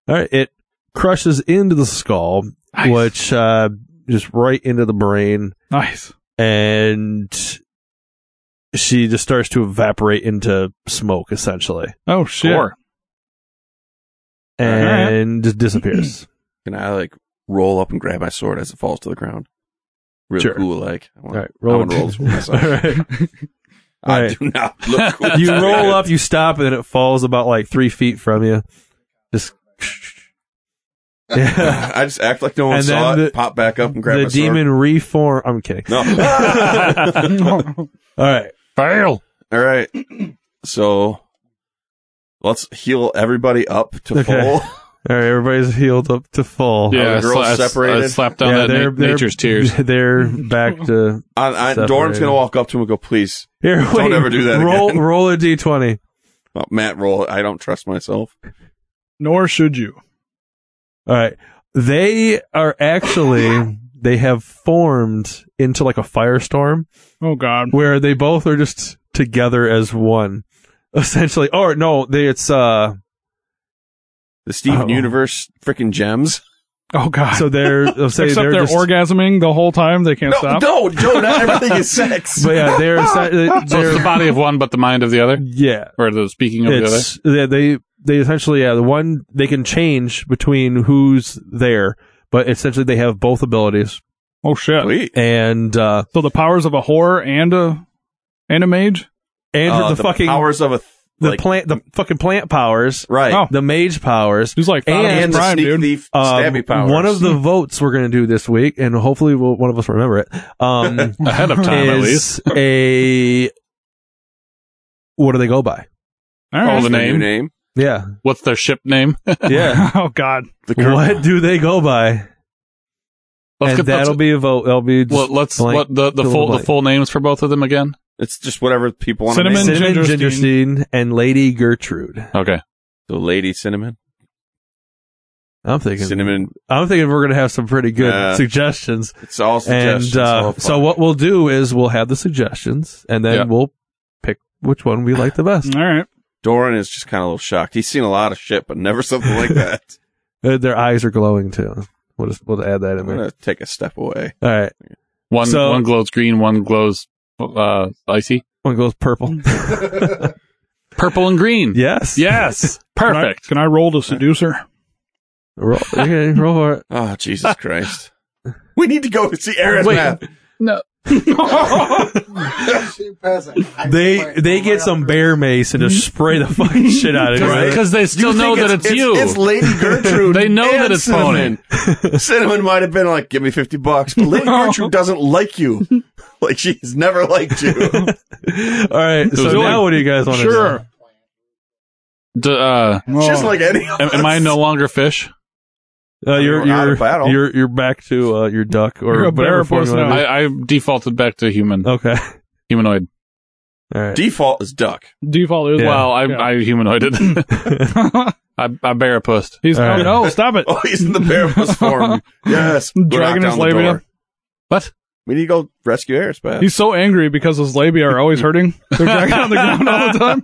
Speaker 2: All right, it crushes into the skull,
Speaker 4: Nice.
Speaker 2: which uh, just right into the brain,
Speaker 4: Nice.
Speaker 2: and she just starts to evaporate into smoke, essentially,
Speaker 4: Oh shit.
Speaker 5: Sure.
Speaker 2: and just disappears.
Speaker 3: Can I like roll up and grab my sword as it falls to the ground? Real
Speaker 2: Sure.
Speaker 3: cool, like. I
Speaker 2: All
Speaker 3: want,
Speaker 2: right,
Speaker 3: I
Speaker 2: roll.
Speaker 3: want to roll this with
Speaker 2: All
Speaker 3: myself.
Speaker 2: right.
Speaker 3: I
Speaker 2: All right.
Speaker 3: do not look cool.
Speaker 2: You roll up, you stop, and then it falls about like three feet from you. Just yeah.
Speaker 3: I just act like no one
Speaker 2: And
Speaker 3: saw
Speaker 2: then
Speaker 3: it.
Speaker 2: the-
Speaker 3: pop back up and grab
Speaker 2: the
Speaker 3: my
Speaker 2: demon reform. I'm kidding.
Speaker 3: sword. No.
Speaker 2: All right,
Speaker 5: Fail.
Speaker 3: All right. So let's heal everybody up to
Speaker 2: Okay.
Speaker 3: full.
Speaker 2: all right. Everybody's healed up to full.
Speaker 3: Yeah,
Speaker 5: Yeah,
Speaker 3: the girls
Speaker 5: I, sla- I s-
Speaker 3: separated.
Speaker 5: I slapped down that na- nature's tears.
Speaker 2: They're back to
Speaker 3: I, I, Doran's
Speaker 2: Separated.
Speaker 3: gonna walk up to him and go, "Please,
Speaker 2: here. Wait,
Speaker 3: ever do that
Speaker 2: Roll,
Speaker 3: again.
Speaker 2: roll a d20.
Speaker 3: oh, Matt, roll. it. I don't trust myself."
Speaker 4: Nor should you.
Speaker 2: All right, they are actually they have formed into like a firestorm
Speaker 4: Oh god.
Speaker 2: where they both are just together as one, essentially. Or no, they it's uh.
Speaker 3: The Steven
Speaker 2: Oh.
Speaker 3: Universe freaking gems.
Speaker 4: Oh god.
Speaker 2: So they're they'll say
Speaker 4: Except
Speaker 2: they're
Speaker 4: they're,
Speaker 2: just,
Speaker 4: orgasming the whole time. They can't
Speaker 3: No,
Speaker 4: stop.
Speaker 3: no, Joe. Not everything is sex.
Speaker 2: but yeah, they're, uh,
Speaker 5: So it's the
Speaker 2: they're
Speaker 5: body of one, but the mind of the other,
Speaker 2: yeah.
Speaker 5: or the speaking of the other.
Speaker 2: It's they, they they essentially yeah the one they can change between who's there, but essentially they have both abilities
Speaker 4: Oh shit!
Speaker 3: Sweet.
Speaker 2: and uh
Speaker 4: So the powers of a horror and a and a mage.
Speaker 2: and
Speaker 3: Uh,
Speaker 2: the, fucking
Speaker 3: powers of a th-
Speaker 2: the
Speaker 3: like,
Speaker 2: plant the fucking plant powers,
Speaker 3: right
Speaker 4: Oh.
Speaker 2: the mage powers,
Speaker 4: He's like Thanos
Speaker 2: And
Speaker 3: and the
Speaker 4: Prime,
Speaker 3: sneak
Speaker 4: dude.
Speaker 3: thief
Speaker 2: Um,
Speaker 3: stabby powers.
Speaker 2: One of the votes we're going to do this week, and hopefully we'll, one of us will remember it, um,
Speaker 5: ahead of time at least.
Speaker 2: is a what do they go by?
Speaker 4: All
Speaker 5: Oh,
Speaker 4: right.
Speaker 3: That's new
Speaker 5: the name.
Speaker 3: name.
Speaker 2: Yeah,
Speaker 5: What's their ship name?
Speaker 2: yeah.
Speaker 4: oh god.
Speaker 3: The cur-
Speaker 2: what do they go by? and
Speaker 5: Let's get
Speaker 2: that'll
Speaker 5: the,
Speaker 2: be a vote. That'll be just
Speaker 5: well, let's
Speaker 2: blank.
Speaker 5: what the, the
Speaker 2: fill in the
Speaker 5: full the
Speaker 2: blank.
Speaker 5: full names for both of them again.
Speaker 3: It's just whatever people want to
Speaker 4: Cinnamon?
Speaker 3: name. it.
Speaker 2: Cinnamon
Speaker 4: Gingerstein.
Speaker 2: Gingerstein and Lady Gertrude.
Speaker 5: Okay.
Speaker 3: So Lady Cinnamon,
Speaker 2: I'm thinking.
Speaker 3: Cinnamon.
Speaker 2: I'm thinking we're going to have some pretty good
Speaker 3: Yeah.
Speaker 2: suggestions.
Speaker 3: It's all suggestions. Oh,
Speaker 2: And uh,
Speaker 3: all fun.
Speaker 2: so what we'll do is we'll have the suggestions, and then
Speaker 5: Yeah.
Speaker 2: we'll pick which one we like the best.
Speaker 4: All right.
Speaker 3: Doran is just kind of a little shocked. He's seen a lot of shit, but never something like that.
Speaker 2: Uh, Their eyes are glowing too. We'll just we'll add that
Speaker 3: I'm
Speaker 2: in there.
Speaker 3: gonna take a step away.
Speaker 2: All right.
Speaker 5: One
Speaker 2: So-
Speaker 5: one glows green, one glows uh icy.
Speaker 2: One goes purple.
Speaker 5: Purple and green.
Speaker 2: yes.
Speaker 5: Yes.
Speaker 4: Can I-
Speaker 5: Perfect.
Speaker 4: Can I, roll to seducer?
Speaker 2: Roll, okay, roll for it.
Speaker 3: Oh Jesus Christ! we need to go to see Aaron's
Speaker 5: Wait.
Speaker 3: map.
Speaker 5: No.
Speaker 6: She passed it. oh I
Speaker 2: They
Speaker 6: went
Speaker 2: they
Speaker 6: right
Speaker 2: get
Speaker 6: up
Speaker 2: some
Speaker 6: her-
Speaker 2: bear mace and just spray the fucking shit out of you. Right?
Speaker 5: Because they still know that it's, you.
Speaker 3: It's, Lady Gertrude.
Speaker 5: They know
Speaker 3: and
Speaker 5: that it's
Speaker 3: Cinnamon. Cinnamon might have been like, "Give me fifty bucks," but Lady Gertrude doesn't like you. Like she's never liked you.
Speaker 2: All right. So
Speaker 5: Zoe.
Speaker 2: now what do you guys want to
Speaker 4: Sure.
Speaker 2: do?
Speaker 5: D- uh,
Speaker 3: She doesn't like any. Of
Speaker 5: am, am I
Speaker 3: us.
Speaker 5: no longer fish?
Speaker 2: Uh, you're
Speaker 3: We're out of
Speaker 2: you're,
Speaker 3: battle.
Speaker 2: you're you're back to uh, your duck or
Speaker 4: You're a
Speaker 2: whatever
Speaker 4: bear
Speaker 2: form you
Speaker 4: person
Speaker 2: want
Speaker 4: now.
Speaker 2: to
Speaker 5: I, I defaulted back to human
Speaker 2: be. Okay.
Speaker 5: humanoid.
Speaker 2: All right.
Speaker 3: Default is duck.
Speaker 4: Default is
Speaker 2: Yeah.
Speaker 5: Well, I
Speaker 4: Yeah.
Speaker 5: I humanoided. I I barapused.
Speaker 4: He's
Speaker 2: All right.
Speaker 4: oh no! Stop it.
Speaker 3: Oh, he's in the bearless form. Yes, Go
Speaker 4: Dragging
Speaker 3: knock
Speaker 4: his
Speaker 3: down the
Speaker 4: labia.
Speaker 3: door.
Speaker 5: What?
Speaker 3: We need to go rescue Eris, man.
Speaker 4: He's so angry because his labia are always hurting. They're dragging on the ground all the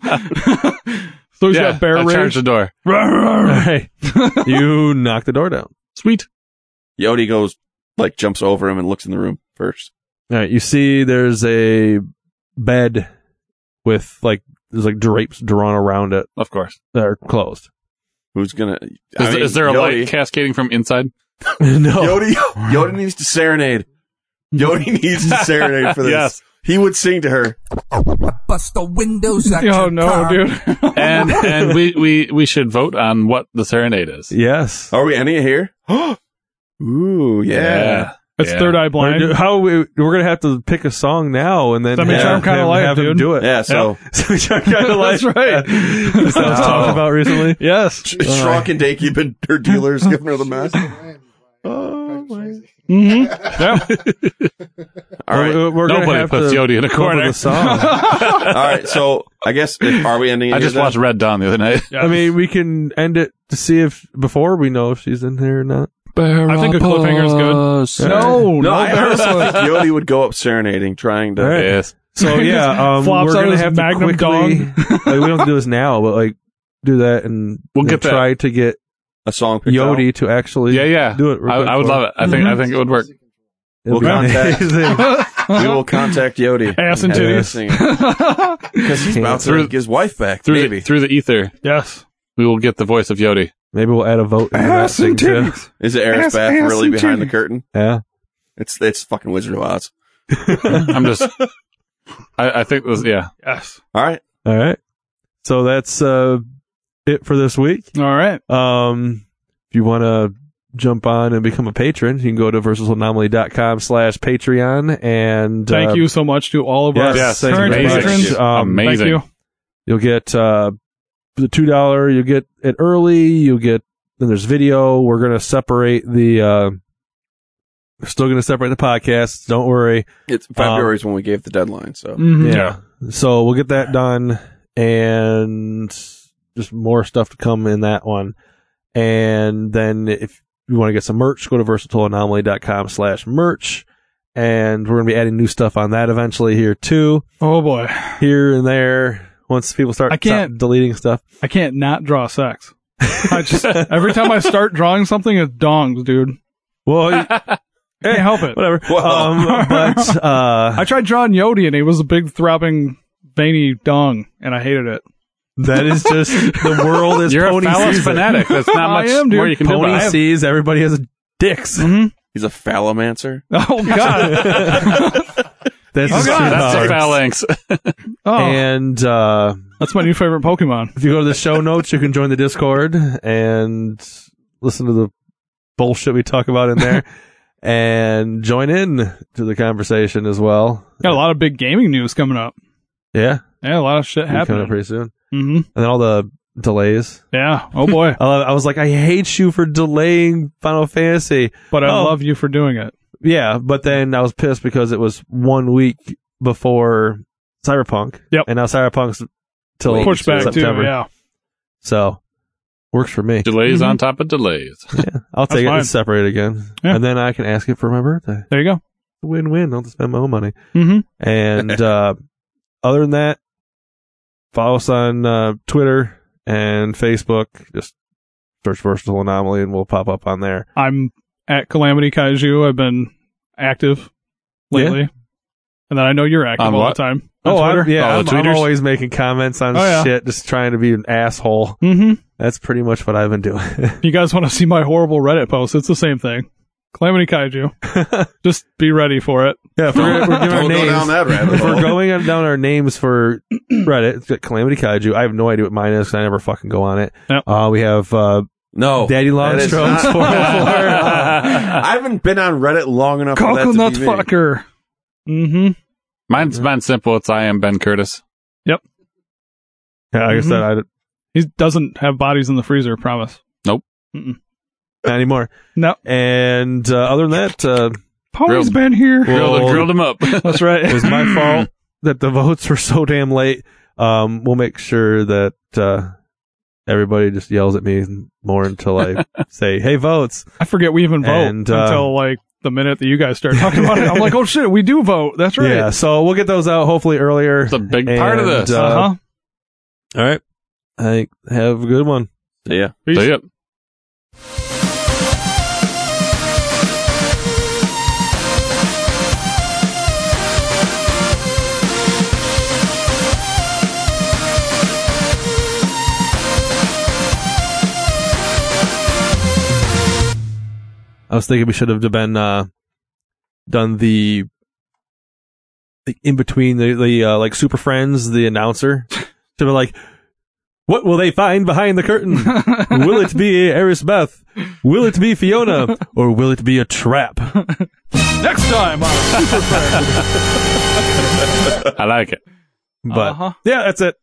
Speaker 4: time. so he's got bear
Speaker 5: I charged
Speaker 4: rage.
Speaker 5: the door.
Speaker 2: All right. You knock the door down.
Speaker 5: Sweet.
Speaker 3: Yodi goes, like, jumps over him and looks in the room first.
Speaker 2: All right. You see, there's a bed with like there's like drapes drawn around it
Speaker 5: Of course.
Speaker 2: that are closed.
Speaker 3: Who's gonna? Is,
Speaker 5: Is, is there a light cascading from inside?
Speaker 2: no.
Speaker 3: Yodi, Yodi needs to serenade. Yodi needs to serenade for this.
Speaker 5: Yes.
Speaker 3: He would sing to her.
Speaker 7: Bust the windows out
Speaker 4: Oh
Speaker 7: your
Speaker 4: no,
Speaker 7: car.
Speaker 4: dude!
Speaker 5: And and we, we we should vote on what the serenade is.
Speaker 2: Yes.
Speaker 3: Are we any here? Ooh, yeah.
Speaker 4: It's
Speaker 5: Yeah.
Speaker 4: third eye
Speaker 2: We're do-
Speaker 4: blind.
Speaker 2: how we, we're gonna have to pick a song now and then
Speaker 4: Semi
Speaker 2: have,
Speaker 4: Charm Kinda
Speaker 2: have-
Speaker 4: Life,
Speaker 2: have him
Speaker 4: dude.
Speaker 2: do it.
Speaker 3: Yeah, so
Speaker 2: Semi Charm kind of life.
Speaker 4: That's right.
Speaker 2: That's what I was talking about recently.
Speaker 4: Yes.
Speaker 3: Sh- Shrock and Dake, you've been her dealers giving her the mess.
Speaker 6: She was the man.
Speaker 3: Oh, my.
Speaker 4: hmm
Speaker 3: All right,
Speaker 2: We're, we're gonna
Speaker 5: Nobody
Speaker 2: have
Speaker 5: puts
Speaker 2: to
Speaker 5: Yodi in a
Speaker 2: come up with
Speaker 5: corner.
Speaker 2: a song.
Speaker 3: all right. So I guess if, are we ending? It
Speaker 5: I
Speaker 3: here
Speaker 5: just
Speaker 3: then?
Speaker 5: watched Red Dawn the other night.
Speaker 2: I mean, we can end it to see if before we know if she's in here or not.
Speaker 4: I think a cliffhanger is good. No,
Speaker 3: No, I
Speaker 4: bear
Speaker 3: honestly
Speaker 4: rug.
Speaker 3: think Yodi would go up serenading, trying to.
Speaker 2: All right.
Speaker 5: Yes.
Speaker 2: So yeah, um,
Speaker 4: Flops
Speaker 2: we're
Speaker 4: out
Speaker 2: gonna
Speaker 4: his
Speaker 2: have to
Speaker 4: Magnum
Speaker 2: quickly. like, we don't have to do this now, but like do that and
Speaker 5: We'll
Speaker 2: and
Speaker 5: get that.
Speaker 2: try to get
Speaker 3: a song. picked out.
Speaker 2: Yodi to actually
Speaker 5: Yeah, yeah.
Speaker 2: do it.
Speaker 5: I, I would love it. I think I think it would work.
Speaker 2: It'll
Speaker 3: We'll
Speaker 2: be
Speaker 3: contact-
Speaker 2: amazing.
Speaker 3: We will contact Yodi.
Speaker 4: Ass and
Speaker 2: titties.
Speaker 3: Because he's about to
Speaker 5: Through-
Speaker 3: make his wife back.
Speaker 5: Through
Speaker 3: Maybe.
Speaker 5: the, through the ether,
Speaker 4: yes.
Speaker 5: we will get the voice of Yodi.
Speaker 2: Maybe we'll add a vote. into
Speaker 4: Ass
Speaker 2: that
Speaker 4: and
Speaker 2: thing, too.
Speaker 4: titties.
Speaker 3: Is it Eris
Speaker 4: Ass-
Speaker 3: Bath
Speaker 4: ass
Speaker 3: really
Speaker 4: and
Speaker 3: behind the
Speaker 4: titties.
Speaker 3: curtain?
Speaker 2: Yeah.
Speaker 3: It's it's fucking Wizard of Oz.
Speaker 5: I'm just. I, I think this. Yeah.
Speaker 4: Yes.
Speaker 3: All right.
Speaker 2: All right. So that's uh, it for this week.
Speaker 4: All right.
Speaker 2: Um, if you want to jump on and become a patron, you can go to versusanomaly.com slash Patreon. And
Speaker 4: Thank
Speaker 2: uh,
Speaker 4: you so much to all of
Speaker 2: Yes,
Speaker 4: our
Speaker 5: Yes,
Speaker 2: thank
Speaker 4: current
Speaker 2: you very much.
Speaker 4: patrons.
Speaker 5: Amazing.
Speaker 2: Um,
Speaker 4: Thank
Speaker 5: Amazing.
Speaker 4: you.
Speaker 2: You'll get uh, the two dollar. You get it early. You get then there's video. We're gonna separate the. Uh, we're still gonna separate the podcasts. Don't worry.
Speaker 3: It's February is when we gave the deadline. So
Speaker 5: Mm-hmm.
Speaker 4: Mhm.
Speaker 2: So we'll get that done, and just more stuff to come in that one. And then if you want to get some merch, go to versatileanomaly.com slash merch. And we're gonna be adding new stuff on that eventually here too,
Speaker 4: Oh boy,
Speaker 2: here and there. Once people start
Speaker 4: I can't-
Speaker 2: stop deleting stuff.
Speaker 4: I can't not draw sex. I just every time I start drawing something, it's dongs, dude.
Speaker 2: Well,
Speaker 4: Can't help it.
Speaker 2: whatever. Um, but uh,
Speaker 4: I tried drawing Yodi, and he was a big throbbing veiny dong, and I hated it.
Speaker 2: That is just the world is
Speaker 5: You're a
Speaker 2: pony
Speaker 5: phallus
Speaker 2: season.
Speaker 5: fanatic. That's not
Speaker 4: I
Speaker 5: much
Speaker 4: am, dude.
Speaker 5: more you can do
Speaker 2: Pony
Speaker 5: about it.
Speaker 2: sees everybody has dicks.
Speaker 3: He's a phallomancer.
Speaker 4: Oh God.
Speaker 2: That's
Speaker 4: Oh,
Speaker 2: just too
Speaker 4: God,
Speaker 5: That's
Speaker 2: hard.
Speaker 5: a phalanx.
Speaker 4: Oh,
Speaker 2: And uh,
Speaker 4: that's my new favorite Pokemon.
Speaker 2: if you go to the show notes, you can join the Discord and listen to the bullshit we talk about in there, and join in to the conversation as well.
Speaker 4: Got a lot of big gaming news coming up.
Speaker 2: Yeah,
Speaker 4: Yeah, a lot of shit
Speaker 2: it'll be coming up
Speaker 4: happening.
Speaker 2: pretty soon, and
Speaker 4: hmm
Speaker 2: then all the delays.
Speaker 4: Yeah. Oh boy.
Speaker 2: I, love- I was like, I hate you for delaying Final Fantasy.
Speaker 4: But I
Speaker 2: Oh.
Speaker 4: love you for doing it.
Speaker 2: Yeah, but then I was pissed because it was one week before Cyberpunk.
Speaker 4: Yep.
Speaker 2: And now Cyberpunk's till
Speaker 4: Push back too.
Speaker 2: September.
Speaker 4: Yeah.
Speaker 2: So works for me.
Speaker 5: Delays
Speaker 4: Mhm.
Speaker 5: on top of delays.
Speaker 2: I'll take
Speaker 4: That's
Speaker 2: it
Speaker 4: fine.
Speaker 2: and separate again,
Speaker 4: Yeah.
Speaker 2: and then I can ask it for my birthday.
Speaker 4: There you go.
Speaker 2: Win-win. I'll just spend my own money.
Speaker 4: hmm
Speaker 2: And uh, other than that, follow us on uh, Twitter and Facebook. Just search Versatile Anomaly, and we'll pop up on there.
Speaker 4: I'm at Calamity Kaiju. I've been active lately, and then I know you're active
Speaker 5: On
Speaker 4: all
Speaker 5: what?
Speaker 4: the time.
Speaker 2: oh,
Speaker 4: On
Speaker 2: I'm,
Speaker 4: Twitter.
Speaker 2: yeah, I'm,
Speaker 5: Follow
Speaker 2: I'm
Speaker 5: tweeters.
Speaker 2: always making comments on
Speaker 4: Oh, yeah.
Speaker 2: shit, just trying to be an asshole.
Speaker 4: Mm-hmm.
Speaker 2: That's pretty much what I've been doing.
Speaker 4: You guys want to see my horrible Reddit post? It's the same thing. Calamity Kaiju. Just be ready for it.
Speaker 2: yeah, if we're, we're giving our
Speaker 3: Don't go down
Speaker 2: names.
Speaker 3: that rabbit
Speaker 2: if we're
Speaker 3: hole.
Speaker 2: going on- down our names for Reddit, it's got Calamity Kaiju. I have no idea what mine is 'cause I never fucking go on it.
Speaker 4: Yep.
Speaker 2: Uh, we have uh,
Speaker 3: No,
Speaker 2: Daddy
Speaker 3: Oh, that is
Speaker 2: Longstrokes
Speaker 3: not-
Speaker 2: 404.
Speaker 3: I haven't been on Reddit long enough. for that to
Speaker 4: Coconut
Speaker 3: be me.
Speaker 4: fucker. Mm-hmm.
Speaker 5: Mine's mine's simple. It's I am Ben Curtis.
Speaker 2: yeah, like I said, I, don't-
Speaker 4: He doesn't have bodies in the freezer. Promise.
Speaker 2: not anymore.
Speaker 4: No.
Speaker 2: And uh, other than that, uh,
Speaker 4: Pony's
Speaker 5: Grilled.
Speaker 4: been here.
Speaker 5: Grilled,
Speaker 2: Well-
Speaker 5: grilled him up.
Speaker 4: That's right.
Speaker 2: it was my fault that the votes were so damn late. Um, we'll make sure that uh, everybody just yells at me more until I say, "Hey, votes!"
Speaker 4: I forget we even vote
Speaker 2: And, uh,
Speaker 4: until like the minute that you guys start talking about it. I'm like, oh shit, we do vote. That's right.
Speaker 2: Yeah. So we'll get those out hopefully earlier.
Speaker 5: It's a big part of
Speaker 2: And,
Speaker 5: this.
Speaker 2: uh,
Speaker 4: Uh-huh.
Speaker 2: All right. I think have a good one.
Speaker 3: Yeah.
Speaker 5: So, yep.
Speaker 2: I was thinking we should have been uh, done the, the in between the, the uh, like Super Friends, the announcer to be like, what will they find behind the curtain? will it be Erisbeth? Will it be Fiona? Or will it be a trap?
Speaker 4: Next time. on-
Speaker 5: I like it.
Speaker 2: But
Speaker 4: Uh-huh.
Speaker 2: yeah, that's it.